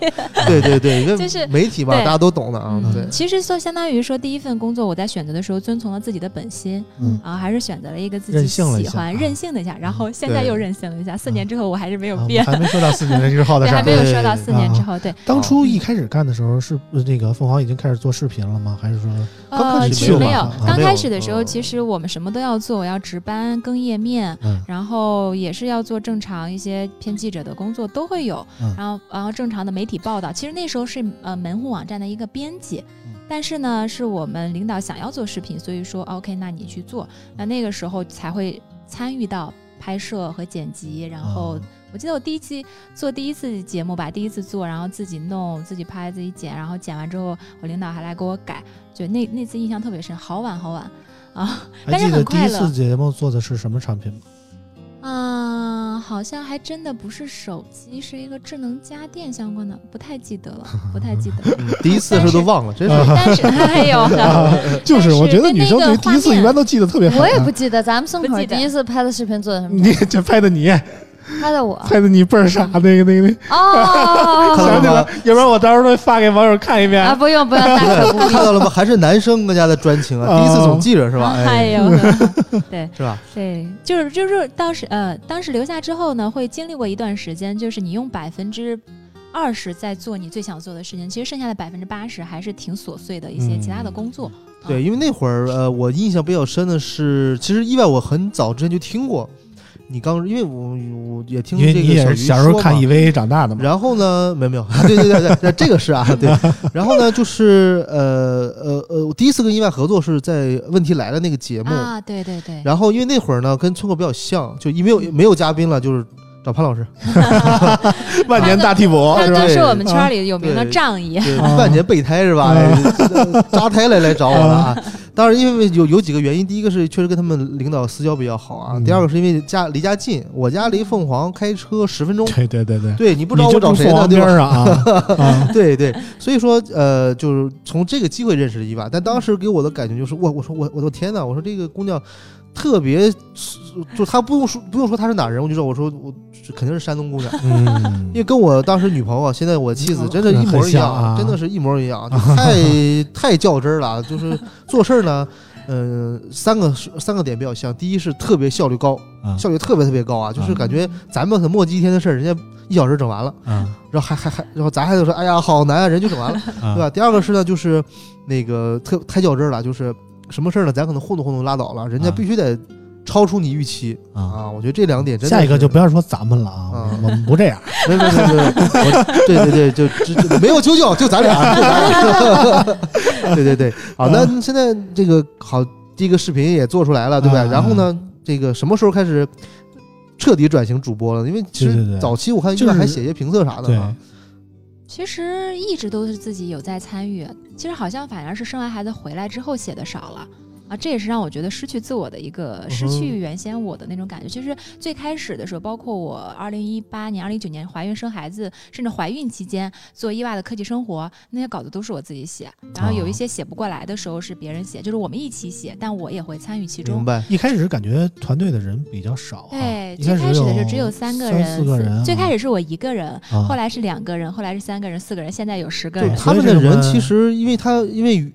E: 对对对，因为
F: 就是
E: 媒体嘛，
F: 对
E: 大家都懂的啊。
F: 嗯
E: 对，
F: 其实就相当于说，第一份工作我在选择的时候遵从了自己的本心，
C: 嗯
F: 然后还是选择了一个自己
C: 任性了一
F: 喜
C: 下
F: 欢、
C: 啊
F: 任性的一下，然后现在又任性了一下，四年之后我还是没有
C: 啊
F: 变，
C: 还没说到四年之后的
F: 对，
C: 事
F: 还
C: 儿
F: 没。有说到
E: 对
F: 四
C: 啊
F: 年之后，对，
C: 当初一开始干的时候，是呃那个凤凰已经开始做视频了吗？还是说
E: 刚开
F: 呃，
E: 始
F: 其
C: 没
F: 实
C: 有
F: 没
C: 吧
F: 有
C: 啊，
F: 刚
E: 没
F: 开
E: 有
F: 始的时候，
E: 嗯
F: 其实我们什么都要做，我要值班、更页面，
C: 嗯
F: 然后也是要做正常一些偏记者的工作都会有，
C: 嗯
F: 然后然后正常的媒体报道。其实那时候是呃门户网站的一个编辑，
C: 嗯
F: 但是呢是我们领导想要做视频，所以说啊 OK，那你去做。那那个时候才会参与到拍摄和剪辑，然后、
C: 哦
F: 我记得我第一期做第一次节目吧，第一次做，然后自己弄、自己拍、自己剪，然后剪完之后，我领导还来给我改，就那那次印象特别深，好晚好晚啊！
C: 还
F: 但是
C: 记得
F: 很
C: 第
F: 快
C: 一
F: 乐
C: 次节目做的是什么产品吗？
F: 嗯，好像还真的不是手机，是一个智能家电相关的，不太记得了，不太记得了。
E: 嗯第一次的时候都忘了，真是。
C: 嗯
F: 但是哎还有
C: 就是，我觉得女生
F: 但
C: 对
F: 是
C: 于第一次一般都记得特别啊好。
D: 我也不记得咱们宋
F: 不
D: 口
F: 记得
D: 第一次拍的视频做的什么，
C: 你这拍的你，
D: 拍的 我。啊
C: 拍的你倍儿傻，那个那个那个，
D: 哦，
C: 想起来， 要不然我到时候发给网友看一遍。
D: 啊，不用不用，大可 不必。
E: 看到了吗？还是男生更加的专情啊！
C: 啊
E: 第一次总记 着是吧？
F: 还
E: 哎，
F: 有，对
E: 是吧？
F: 对，就是就是当时呃，当时留下之后呢，会经历过一段时间，就是你用百分之。二十在做你最想做的事情，其实剩下的百分之八十还是挺琐碎的一些其他的工作。
E: 对，因为那会儿呃，我印象比较深的是，其实意外我很早之前就听过，你刚因为我我也听
C: 因为
E: 这
C: 你
E: 个
C: 也
E: 小
C: 是
E: 鱼
C: 小时候
E: 说
C: 看
E: 嘛
C: EVA 长大的 嘛。
E: 然 后呢，没有没 有，对对对对对，这个是啊，对。然后呢，就是呃呃呃，我第一次跟意外合作是在《问题来了》那个节目，
F: 啊，对对对，
E: 然后因为那会儿呢，跟村口比较像，就一没有没有嘉宾了，就是找潘老 师，
C: 万年大替补
F: 他
C: 是吧
F: 就？是
E: 对
F: 我们圈里有名的
E: 对
F: 仗义。
E: 对，
C: 啊
E: 万年备胎是吧？
C: 啊
E: 哎 扎胎来来找我了
C: 哦
E: 啊！当然，因为有有几个原因，第一个是确实跟他们领导私交比较好啊，
C: 嗯
E: 第二个是因为家离家近，我家离凤凰开车十分钟，
C: 对对对对，
E: 对你
C: 不
E: 不知道我找
C: 住
E: 谁
C: 凤
E: 呢，
C: 凰
E: 对
C: 边
E: 吧？
C: 上啊 啊，
E: 对对，所以说呃，就是从这个机会认识的伊娃，但当时给我的感觉就是，哇，我说我我的天呐，我说这个姑娘特别，就她不用说不用说她是哪人，我就知道，我说我肯定是山东姑娘，
C: 嗯
E: 因为跟我当时女朋友啊，现在我妻子真的，一模一样，真的是一模一样，就太太 较真儿了。就是做事儿呢，嗯、三个三个点比较像，第一是特别效率高，
C: 啊
F: 嗯
E: 效率特别特别高啊，就是感觉咱们很磨叽一天的事儿，人家一小时整完了，
F: 嗯
C: 啊
E: 然后还还还，然后咱还得说，哎呀，好难啊，人就整完了，
C: 啊
E: 对吧？第二个是呢，就是那个特太较真儿了，就是什么事儿呢，咱可能糊弄糊弄拉倒了，人家必须得超出你预期
C: 啊！
E: 啊。我觉得这两点真的
C: 下一个
E: 是
C: 就不要说咱们了啊
E: 啊，
C: 我们不这样。
E: 没没没没， 我对对对，就只只没有九九，就咱俩，就咱俩。 对对对，好，那
C: 啊
E: 现在这个好，这个视频也做出来了，对吧？
C: 嗯
E: 然后呢，这个什么时候开始彻底转型主播了，因为其
C: 对对
E: 实
C: 对
E: 早期我看
C: 就
E: 一般还
C: 是
E: 写些评测啥的
C: 对
E: 啊，
F: 其实一直都是自己有在参与，其实好像反而是生完孩子回来之后写的少了。啊，这也是让我觉得失去自我的一个失
E: 嗯
F: 去原先我的那种感觉。其实最开始的时候，包括我二零一八年、二零一九年怀孕生孩子，甚至怀孕期间做意外的科技生活，那些稿子都是我自己写。然后有
C: 啊
F: 一些写不过来的时候是别人写，就是我们一起写，但我也会参与其中
E: 明。白？
C: 一开始感觉团队的人比较少啊，
F: 对，
C: 一
F: 哎最开始的时
C: 有
F: 候只有三个
C: 三
F: 人，
C: 四个人啊，
F: 最开始是我一个人，
C: 啊
F: 后来是两个人，后来是三个人、四个人，现在有十个
E: 对
F: 人。
E: 他
C: 哎所以
E: 们
C: 这
E: 的
C: 个嘛
E: 人其实，因为他因为于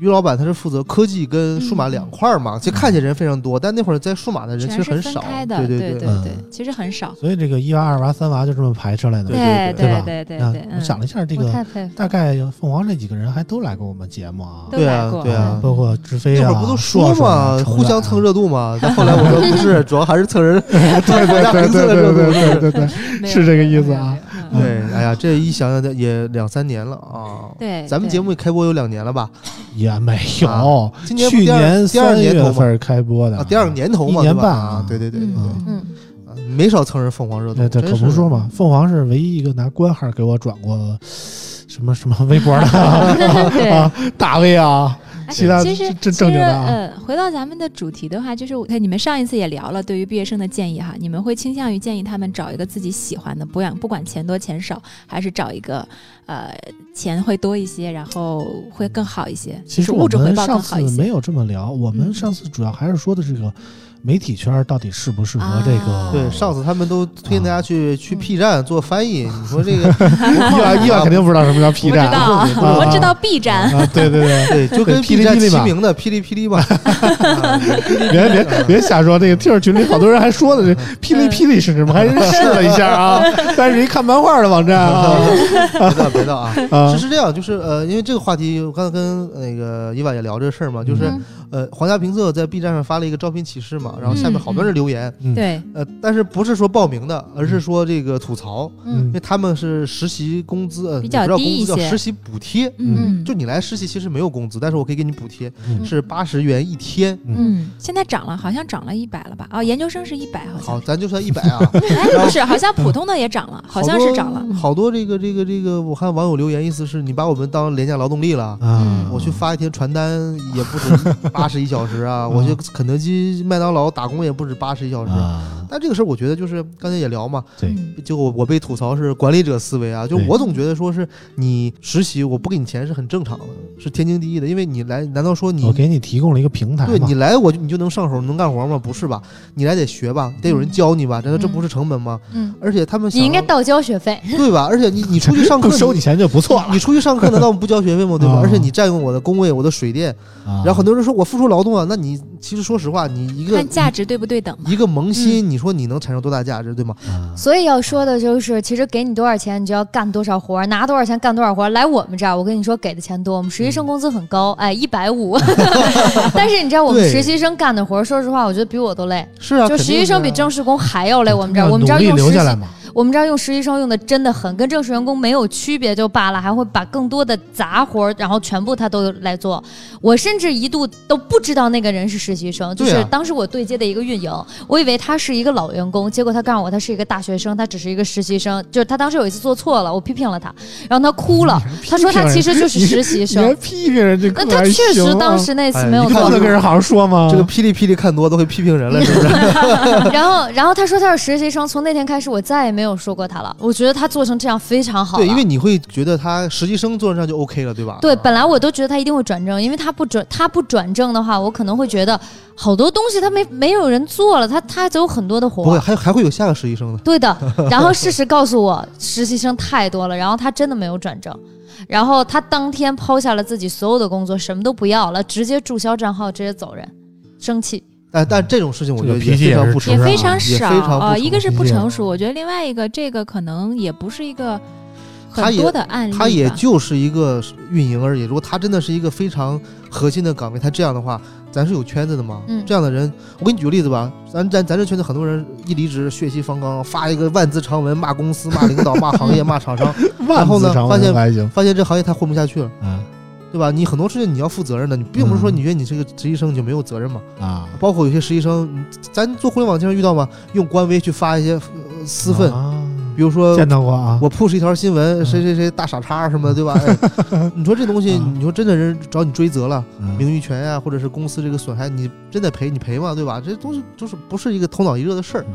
E: 于老板他是负责科技跟数
F: 嗯
E: 码两块儿嘛，其实看起来人非常多，但那会儿在数码的人其
F: 全
E: 实很
F: 是分
E: 少，
F: 开的，
E: 对
F: 对
E: 对
C: 嗯
F: 对，其实很少。
C: 所以这个一娃、二娃、三娃就这么排出来的嘛，
E: 对
C: 对吧
F: 对对对
C: 那
F: 对，
C: 我想了
F: 嗯
C: 一下，这
D: 我
C: 个
D: 太佩服。
C: 大概凤凰这几个人还都来过我们节目啊，
F: 都
E: 对
F: 来
E: 啊
F: 过，
E: 对啊
F: 嗯
C: 包括志飞
E: 那
C: 啊，
E: 会儿不都
C: 硕
E: 说
C: 硕啊
E: 嘛，
C: 程
E: 互
C: 冉
E: 相
C: 啊
E: 蹭热度嘛。但后来我说不是，主要还是蹭人，蹭国家评测的热度。
C: 对对对，
F: 没有
C: 是这个
F: 没有
C: 意思
F: 没有
C: 啊
F: 没有嗯
E: 对，哎呀，这一想想也两三年了啊。
F: 对，
E: 咱们
F: 对
E: 节目开播有两年了吧？
C: 也没有
E: 啊，今年不
C: 去
E: 第二
C: 年
E: 第二
C: 三
E: 年头
C: 月
E: 嘛
C: 份开播的
E: 啊，第二个年头嘛，
C: 一年
E: 对吧
C: 半
E: 啊
C: 啊，
E: 对对对对
C: 嗯
E: 对，
D: 嗯，
E: 啊没少蹭人凤凰热度
C: 那，这
E: 真
C: 可不
E: 是
C: 说嘛，凤凰是唯一一个拿官号给我转过什么什么微博的 啊，大 V 啊，
F: 哎
C: 其他
F: 其实
C: 这正经的啊
F: 其实呃，回到咱们的主题的话，就是我看你们上一次也聊了，对于毕业生的建议哈，你们会倾向于建议他们找一个自己喜欢的，不管不管钱多钱少，还是找一个呃钱会多一些，然后会更好一些，
C: 其实
F: 就
C: 我
F: 物质回
C: 们
F: 报
C: 上
F: 更
C: 次
F: 好一些。
C: 没有这么聊，我们
F: 嗯
C: 上次主要还是说的这个媒体圈到底适不适合这个
F: 啊。
E: 对，上次他们都推荐大家去去
F: 嗯
E: P 站做翻译，你说 这个
C: 伊娃伊娃肯定不知道什么叫 P
F: 不知
C: 站啊，
F: 道，
C: 啊
F: 我知道 B 站，
C: 啊对对对，
E: 对，就跟
C: 对
E: B 站
C: 霹雳霹雳
E: 齐
C: 嘛
E: 名的霹雳霹雳嘛，啊
C: 别别别瞎说，这个 T 恤群里好多人还说的
E: 嗯
C: 这霹雳霹雳是什么，还真试了一下啊，但是一看漫画的网站啊
E: 别闹别闹啊！
C: 啊
E: 是，是这样，就是呃，因为这个话题，我刚才跟那个伊娃也聊这事儿嘛，就是
C: 嗯
E: 呃，皇家评测在 B 站上发了一个招聘启事嘛，然后下面好多人留言，
F: 对，
E: 呃，但是不是说报名的，而是说这个吐槽，因
C: 嗯
E: 为他们是实习工资，呃，
F: 比较
E: 也不叫
F: 低
E: 工
F: 一
E: 资叫
F: 些
E: 实习补贴，
C: 嗯
F: 嗯，
E: 就你来实习其实没有工资，但是我可以给你补贴，
C: 嗯
E: 是八十元一天。
F: 嗯，现在涨了，好像涨了一百了吧？哦，研究生是一百，好像
E: 好，咱就算一百啊，
F: 哎， 不是，好像普通的也涨了，好像是涨了。
E: 好多这个这个这个，我看网友留言，意思是你把我们当廉价劳动力
F: 嗯
E: 了。
C: 啊，
E: 嗯我去发一天传单也不 止八十一小时
F: 嗯
E: 啊，我去肯德基、麦当劳打工也不止八十一小时。
C: 啊，
E: 但这个事儿，我觉得就是刚才也聊嘛，
C: 对
F: 嗯
E: 就我我被吐槽是管理者思维啊，就
C: 对
E: 我总觉得说是你实习我不给你钱是很正常的，是天经地义的，因为你来难道说你
C: 我给你提供了一个平台
E: 对
C: 嘛
E: 你，来我就你就能上手能干活吗？不是吧？你来得学吧，得有人教你吧？难道这不是成本吗？
D: 嗯，
E: 而且他们
D: 你应该
E: 到
D: 倒交学费。
E: 对吧？而且你你出去上课
C: 不 收你钱就不错了
E: 你。出去上课难道不交学费吗？对吧
C: 啊？
E: 而且你占用我的工位、我的水电，
C: 然
E: 然后很多人说我付出劳动啊，那你其实说实话，你一个
F: 看价值对嗯不对等嘛
E: 一个萌新，你说你能产生多大价值，对吗？
D: 所以要说的就是，其实给你多少钱，你就要干多少活，拿多少钱干多少活。来我们这儿，我跟你说，给的钱多，我们实习生工资很高，
C: 嗯
D: 哎，一 百五。 但是你知道，我们
E: 对
D: 实习生干的活，说实话，我觉得比我都累。
E: 是啊，
D: 就实习生比正
E: 正
D: 式工还要累。我们这儿，我们这儿
C: 努力
D: 用
C: 留
D: 实
C: 下
D: 习
C: 来嘛，
D: 我们这儿用实习生用的真的很，跟正式员工没有区别就罢了，还会把更多的杂活儿，然后全部他都来做。我甚至一度都不知道那个人是实习生，就
E: 对
D: 是
E: 啊
D: 当时我对接的一个运营，我以为他是一个老员工，结果他告诉我他是一个大学生，他只是一个实习生。就是他当时有一次做错了，我批评了他，然后他哭 了，他说他其实就是实习
C: 你还
D: 生。
C: 批评人这可
D: 那他
C: 还
D: 确实
C: 行啊
D: 当时那次
E: 哎
D: 没有
E: 你
D: 做
C: 不
D: 好
E: 看
C: 能跟人好好说吗？
E: 这个霹雳霹雳看多都会批评人了，是 不是？
D: 然后，然后他说他是实习生，从那天开始我再也没有说过他了。我觉得他做成这样非常好了。
E: 对，因为你会觉得他实习生做上就 OK 了，对吧？
D: 对，本来我都觉得他一定会转正，因为他不转，他不转正的话，我可能会觉得好多东西他没没有人做了，他他有很多的
E: 不会，
D: 活。
E: 还还会有下个实习生的。
D: 对的，然后事实告诉我，实习生太多了，然后他真的没有转正，然后他当天抛下了自己所有的工作，什么都不要了，直接注销账号，直接走人，生气。
E: 但但这种事情我觉得
C: 这个脾气
E: 非
C: 也
E: 常
C: 是直啊
E: 不成熟，也非
F: 也非常少
E: 常不
F: 啊、
E: 成
F: 一个是
C: 熟
F: 不
C: 是
F: 成熟，我觉得另外一个这个可能也不是一个
E: 他
F: 很
E: 也
F: 多的案例吧，
E: 他也就是一个运营而已。如果他真的是一个非常核心的岗位，他这样的话，咱是有圈子的嘛。
D: 嗯
E: 这样的人，我给你举个例子吧，咱咱咱这圈子很多人一离职血气方刚，发一个万字长文骂公司、骂领导、骂行业、骂厂商，
C: 万
E: 然后
C: 字
E: 呢
C: 长
E: 发
C: 文
E: 现
C: 还行
E: 发现这行业他混不下去了。
C: 啊，
E: 对吧？你很多事情你要负责任的，你并不是说你觉得你是个实习生你就没有责任嘛。
C: 啊，
E: 包括有些实习生，嗯咱做互联网经常遇到嘛，用官微去发一些呃私愤，
C: 啊
E: 比如说
C: 见到过啊，
E: 我 push 一条新闻，谁谁谁大傻叉什么，对吧？哎你说这东西，
C: 啊
E: 你说真的人找你追责了，
C: 嗯
E: 名誉权呀、或者是公司这个损害，你真得赔，你赔嘛，对吧？这东西就是不是一个头脑一热的事儿。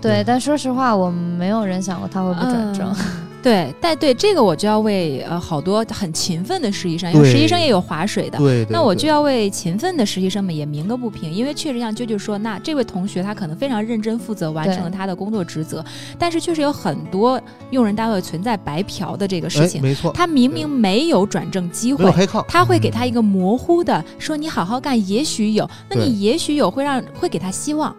D: 对，但说实话，我没有人想过他
F: 哦
D: 会不转正。
F: 嗯对，但对这个我就要为呃好多很勤奋的实习生，因为
E: 对
F: 实习生也有划水的。
E: 对，对
F: 那我就
E: 对
F: 要为勤奋的实习生们也鸣个不平，因为确实像啾啾说，那这位同学他可能非常认真负责完成了他的工作职责，但是确实有很多用人单位存在白嫖的这个事
E: 哎，
F: 情，
E: 没错，
F: 他明明没有转正机
E: 没有
F: 会。
E: 黑抗，
F: 他会给他一个模糊的，说你好好干，也许有，那
E: 对
F: 你也许有会让会给他希望，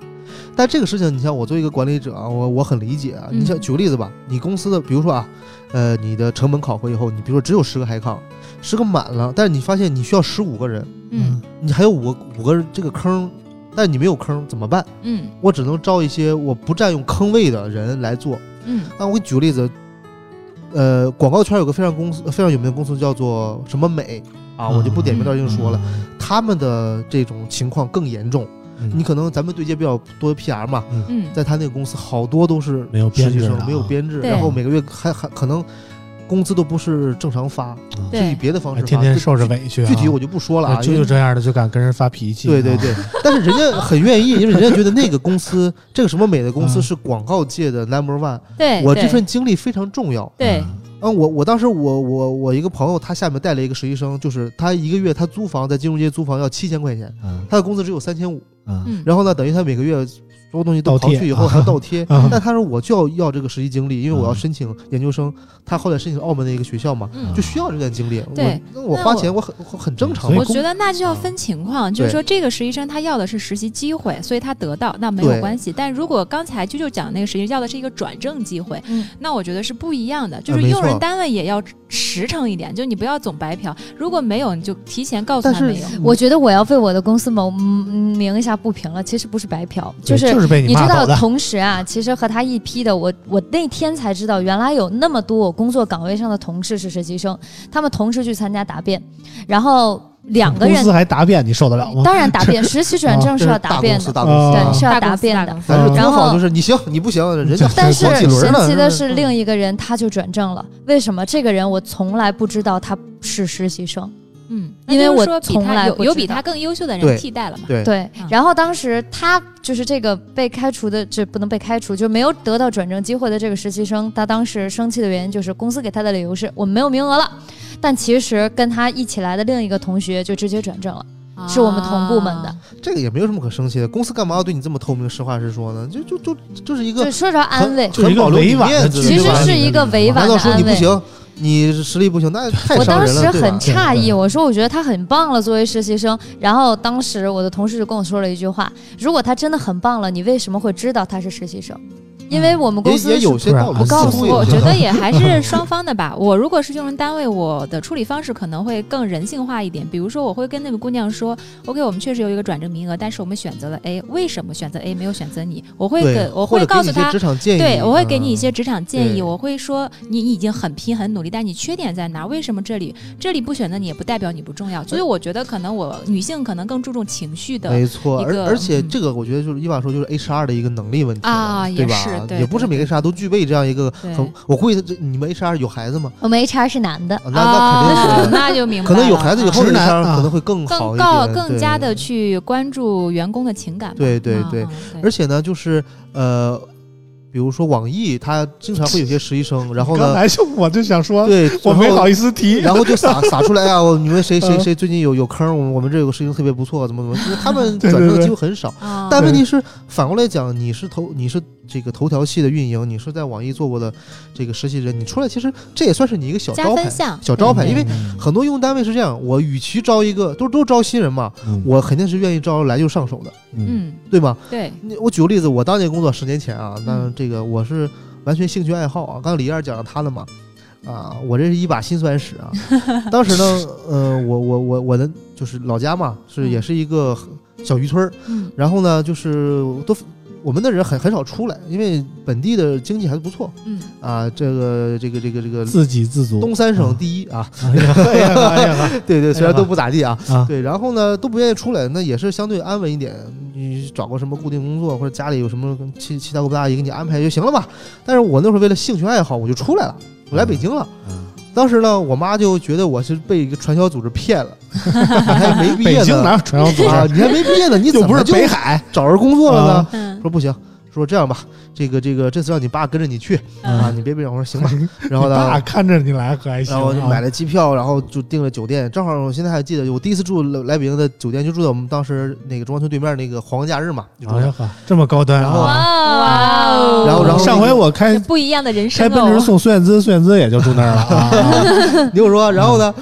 E: 但这个事情，你像我作为一个管理者啊，我我很理解啊。
F: 嗯
E: 你像举个例子吧，你公司的，比如说啊，呃，你的成本考核以后，你比如说只有十个海康，十个满了，但是你发现你需要十五个人，
F: 嗯
E: 你还有五个五个人这个坑，但你没有坑怎么办？
F: 嗯
E: 我只能招一些我不占用坑位的人来做。
F: 嗯
E: 那我给你举个例子，呃，广告圈有个非常公司呃非常有名的公司叫做什么美啊，
C: 嗯
E: 我就不点名道姓说了，他们的这种情况更严重。
C: 嗯
E: 你可能咱们对接比较多 PR 嘛，
F: 嗯，
E: 在他那个公司好多都是
C: 没有
E: 实
C: 编
E: 习
C: 制
E: 生
C: 的，啊
E: 没有编制，
F: 对
E: 然后每个月还还可能工资都不是正常发，是以
F: 对，
E: 别的方式
C: 哎
E: 发，
C: 天天
E: 具
C: 受着委屈啊，
E: 具体我就不说了啊，
C: 哎
E: 因
C: 就
E: 为
C: 就这样的就敢跟人发脾气，
E: 对对
C: 啊，
E: 对，但是人 家很愿意，因为人家觉得那个公司，这个什么美的公司
C: 嗯
E: 是广告界的 number one，
F: 对，
E: 我
F: 哎对
E: 这份经历非常重要。
F: 对，
E: 嗯，我我当时我我我一个朋友，他下面带了一个实习生，就是他一个月他租房在金融街租房要七千块钱，
C: 嗯
E: 他的工资只有三千五，
C: 嗯
F: 嗯，
E: 然后呢，等于他每个月所有东西都
C: 倒
E: 刨
C: 贴
E: 去以后还要倒贴。
C: 啊
E: 但他说我就要要这个实习经历，因为我要
C: 嗯
E: 申请研究生。他后来申请澳门的一个学校嘛，
F: 嗯
E: 就需要这段经历。我
F: 对
E: 那我
F: 那
E: 花
F: 我
E: 钱我很我很正常
C: 所以
E: 嘛
F: 我。觉得那就要分情况，就
E: 哎
F: 是
E: 对
F: 说这个实习生他要的是实习机会，所以他得到那没
E: 对
F: 有关系。但如果刚才啾啾讲的那个实习要的是一个转正机会，
D: 嗯
F: 那我觉得是不一样的。就
E: 呃
F: 是
E: 没
F: 用
E: 错
F: 人单位也要实诚一点，就你不要总白嫖。如果没有，你就提前告诉
E: 但
F: 他
E: 是嗯
F: 没有。
D: 我觉得我要为我的公司谋嗯鸣一下不平了，其实不是白嫖，
C: 对
D: 是
C: 就是被你
D: 你
C: 骂
D: 知
C: 走
D: 道
C: 的，
D: 同时啊，其实和他一批的，我我那天才知道，原来有那么多我工作岗位上的同事是实习生，他们同时去参加答辩，然后两个
C: 公
D: 人
C: 司还答辩，你受得了吗？
D: 当然 答辩，实习转正是
E: 这是
D: 要
E: 大
D: 答
E: 公
D: 辩
E: 司
D: 的，
E: 哦大公司
C: 啊
D: 对，是要
F: 大
D: 答
F: 公司
D: 辩
F: 大
D: 的
F: 公。司
E: 咱这
C: 啊
E: 专
D: 然后
E: 访就是你行你不行，人 家
D: 但是
E: 好几轮
D: 神
E: 呢
D: 奇的是，另一个人他就转正了。为什么？这个人我从来不知道他是实习生。
F: 嗯，
D: 因为
F: 那就是
D: 我
F: 说比
D: 从
F: 他
D: 来
F: 有
D: 不
F: 有
D: 知
F: 比
D: 道
F: 他更优秀的
E: 对
F: 人替代了嘛。
E: 对
D: 对
F: 嗯，
D: 然后当时他就是这个被开除的，这不能被开除，就没有得到转正机会的这个实习生，他当时生气的原因就是公司给他的理由是我们没有名额了，但其实跟他一起来的另一个同学就直接转正了。是我们同部门的
F: 啊
E: 这个也没有什么可生气的。公司干嘛要对你这么透明实话实说呢？就就就就是一
D: 就
E: 个
D: 说着安慰，
C: 就是一个委婉的拒绝，
D: 其实是一个委婉
E: 难
D: 的
E: 道说你
D: 安
E: 不
D: 慰。
E: 行，你实力不行，那太
D: 我
E: 伤
D: 当
E: 人了，
D: 时
E: 对吧
D: 很诧
C: 对
D: 异，
C: 对
D: 我说我觉得他很棒了，作为实习生。然后当时我的同事就跟我说了一句话：“如果他真的很棒了，你为什么会知道他是实习生？因为我们公
E: 也
D: 司
E: 也
D: 是
E: 有些道理，
C: 我告
E: 似
C: 诉
E: 乎
C: 你
E: 有
F: 我
E: 些
F: 觉
E: 道
F: 得
E: 理
F: 也还 是双方的吧。我如果是用人单位，我的处理方式可能会更人性化一点。比如说，我会跟那个姑娘说：“OK，我们确实有一个转正名额，但是我们选择了 A，为什么选择 A 没有选择你？”我会
E: 对
F: 给我
E: 或
F: 会
E: 者给
F: 告
E: 你
F: 诉
E: 一些
F: 她，
E: 职场建议，
F: 对，我会给你一
E: 嗯
F: 些职场建
E: 对
F: 议，我会说你你已经很拼很努力，但你缺点在哪？为什么这里这里不选择你，也不代表你不重要。所以我觉得可能我女性可能更注重情绪的
E: 没错，
F: 一
E: 而
F: 个
E: 而且
F: 嗯
E: 这个我觉得就是伊娃说，就是 HR 的一个能力问题了
F: 啊
E: 对
F: 也
E: 吧？
F: 是对
E: 也不是每个 HR 都具备这样一个
F: 对
E: 很，我估计他这你们 HR 有孩子吗？
D: 我们 HR 是男的。
E: 啊那那肯定是，
F: 那就明白
E: 可
F: 了，
E: 能有孩子以后
C: 直
E: 的
C: 男
E: HR
C: 啊
E: 可能会更好
F: 更
E: 一
F: 高
E: 点，
F: 更
E: 对
F: 加的去关注员工的情感吧。
E: 对对
F: 啊
E: 对
F: 啊，
E: 而且呢，就是呃，比如说网易，它经常会有些实习生，然后
C: 刚
E: 呢，
C: 才就我就想说，
E: 对，
C: 我
E: 然
C: 没
E: 后
C: 好意思提，
E: 然后就撒撒出来啊！我你 们谁谁
C: 嗯
E: 谁最近有有坑，我们我们这有个事情特别不错，怎么怎么，就是他们
C: 对对
E: 转正的
C: 对
E: 机会很少。
F: 啊，
E: 但
C: 对
E: 问题是，反过来讲，你是头你是这个头条系的运营，你是在网易做过的这个实习人，你出来其实这也算是你一个小
F: 加
E: 招牌
F: 分，项，嗯
E: 小招
C: 嗯
E: 牌，
F: 对
E: 因为
F: 对
E: 很多用户单位是这样，我与其招一个都都招新人嘛，
C: 嗯
E: 我肯定是愿意招来就上手的，
F: 嗯，
E: 对吗？
F: 对，
E: 你我举个例子，我当年工作十年前啊，那
F: 嗯
E: 这个我是完全兴趣爱好啊，刚才李燕讲了他的嘛，啊，我这是一把辛酸史 啊。当时呢，呃，我我我我的就是老家嘛，是
F: 嗯
E: 也是一个小渔村儿，
F: 嗯
E: 然后呢，就是都我们的人很很少出来，因为本地的经济还不错
F: 嗯，
E: 啊。这个这个这个这个
C: 自给自足。
E: 东啊三
F: 嗯
E: 省第一啊，
C: 哎呀哎呀哎呀
E: 对对，虽然都不咋地啊，
C: 啊！
E: 对，然后呢都不愿意出来，那也是相对安稳一点。你找个什么固定工作，或者家里有什么七七大姑八大姨给你安排就行了吧。但是我那时候为了兴趣爱好，我就出来了，我来北京了。
C: 嗯
E: 当时呢，我妈就觉得我是被一个传销组 织骗了，你还没毕
C: 北
E: 业呢，
C: 京哪有传销组
E: 啊，
C: 织？
E: 你还没毕业呢，你怎
C: 又
E: 么
C: 不是
E: 就
C: 北海，啊
E: 找着工作了呢？
F: 嗯
E: 说不行，说这样吧，这个这个这次让你爸跟着你去啊，
F: 嗯
E: 你别别，我说行吧。 然后
C: 大
E: 呢，
C: 看着你来可还行
E: 然
C: 啊。
E: 后我就买了机票，然后就订了酒店。正好我现在还记得，我第一次住来北京的酒店就住在我们当时那个中关村对面那个皇家假日嘛，就住
C: 哎
E: 在
C: 呀呵，这么高端
E: 然后
C: 啊！
F: 哇哦
E: 然后然后
C: 上回我开
F: 不一样的人
C: 开
F: 生
C: 奔驰
F: 哦，
C: 送孙燕姿，孙燕姿也就住那儿了 啊。
E: 你听我 说，然后呢，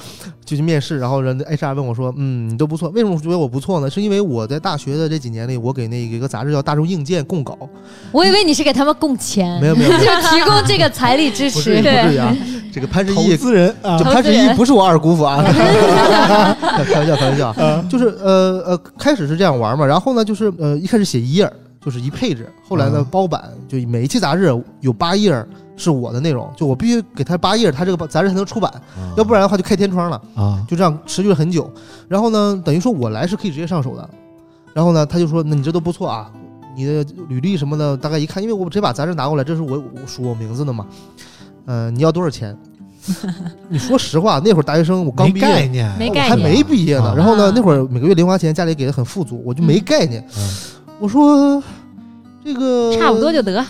E: 就去面试，然后人家 HR 问我说，嗯，你都不错，为什么觉得我不错呢？是因为我在大学的这几年里，我给那个一个杂志叫《大众硬件》供稿，
D: 我以为你是给他们供钱，
E: 没有没有，没
D: 就
E: 有
D: 是提供这个财力支
C: 不是
D: 持。
E: 不
F: 对
E: 对啊，这个潘石
C: 投
E: 屹
C: 资人啊
E: 这，潘石屹不是我二姑父 啊，开玩笑，开玩笑啊，就是呃呃，开始是这样玩嘛，然后呢，就是呃一开始写一页儿，就是一配置，后来呢
C: 嗯
E: 包版，就每一期杂志有八页儿是我的内容，就我必须给他八页儿，他这个杂志才能出版，要不然的话就开天窗了，
C: 啊，
E: 就这样持续了很久。然后呢，等于说我来是可以直接上手的，然后呢，他就说，那你这都不错啊。你的履历什么的，大概一看，因为我直接把杂志拿过来，这是我我署我名字的嘛。呃，你要多少 钱？你说实话，那会儿大学生，我刚
C: 没
E: 毕业，
C: 概念，
F: 没
E: 我
F: 概
E: 还
F: 念
E: 没毕业呢
C: 啊。
E: 然后呢，那会儿每个月零花钱家里给的很富足，我就没概念
C: 嗯。
E: 我说这个
F: 差不多就得，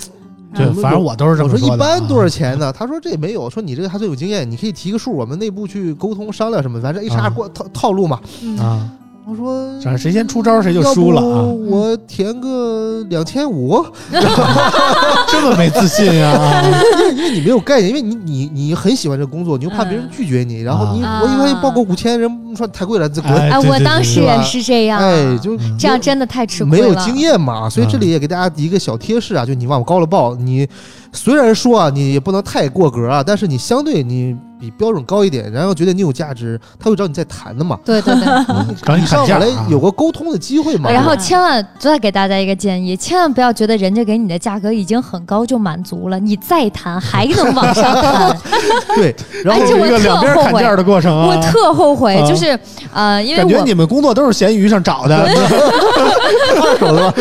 C: 对，反正我都是这
E: 我
C: 么
E: 说一
C: 的
E: 般
C: 啊
E: 多少钱呢？他说这也没有，说你这个还算有经验，你可以提个数，我们内部去沟通商量什么，反正
C: 啊
E: HR 过套套路嘛。
F: 嗯，
C: 啊？
E: 我说
C: 反正谁先出招谁就输了
E: 要
C: 啊，
E: 不我填个两千五，
C: 这么没自信呀？啊
E: 因为你没有概念，因为你你你很喜欢这个工作，你又怕别人
F: 嗯
E: 拒绝你，然后你
D: 啊
E: 我一般报个五千，人说太贵了，这滚，
C: 哎
D: 啊，
C: 对
D: 我
C: 对
D: 当
C: 对
D: 时
C: 对
D: 也是这样，啊
E: 哎，就
C: 嗯
D: 这样真的太吃亏
E: 没
D: 了。
E: 有经验嘛，所以这里也给大家一个小贴士啊，就你往高了报，你虽然说啊，你也不能太过格啊，但是你相对你比标准高一点，然后觉得你有价值，他会找你再谈的嘛，
D: 对 对对，
C: 找你
E: 你上
C: 砍价
E: 我来
C: 啊
E: 有个沟通的机会嘛。
D: 然后千万再给大家一个建议，千万不要觉得人家给你的价格已经很高就满足了，你再谈还能往上 谈。
E: 啊对，然后
D: 哎这我
C: 一个两边砍价的过程啊，
D: 我特后悔，
C: 啊
D: 就是呃，因为
C: 感觉
D: 我
C: 你们工作都是闲鱼上找的，
E: 二手的吧，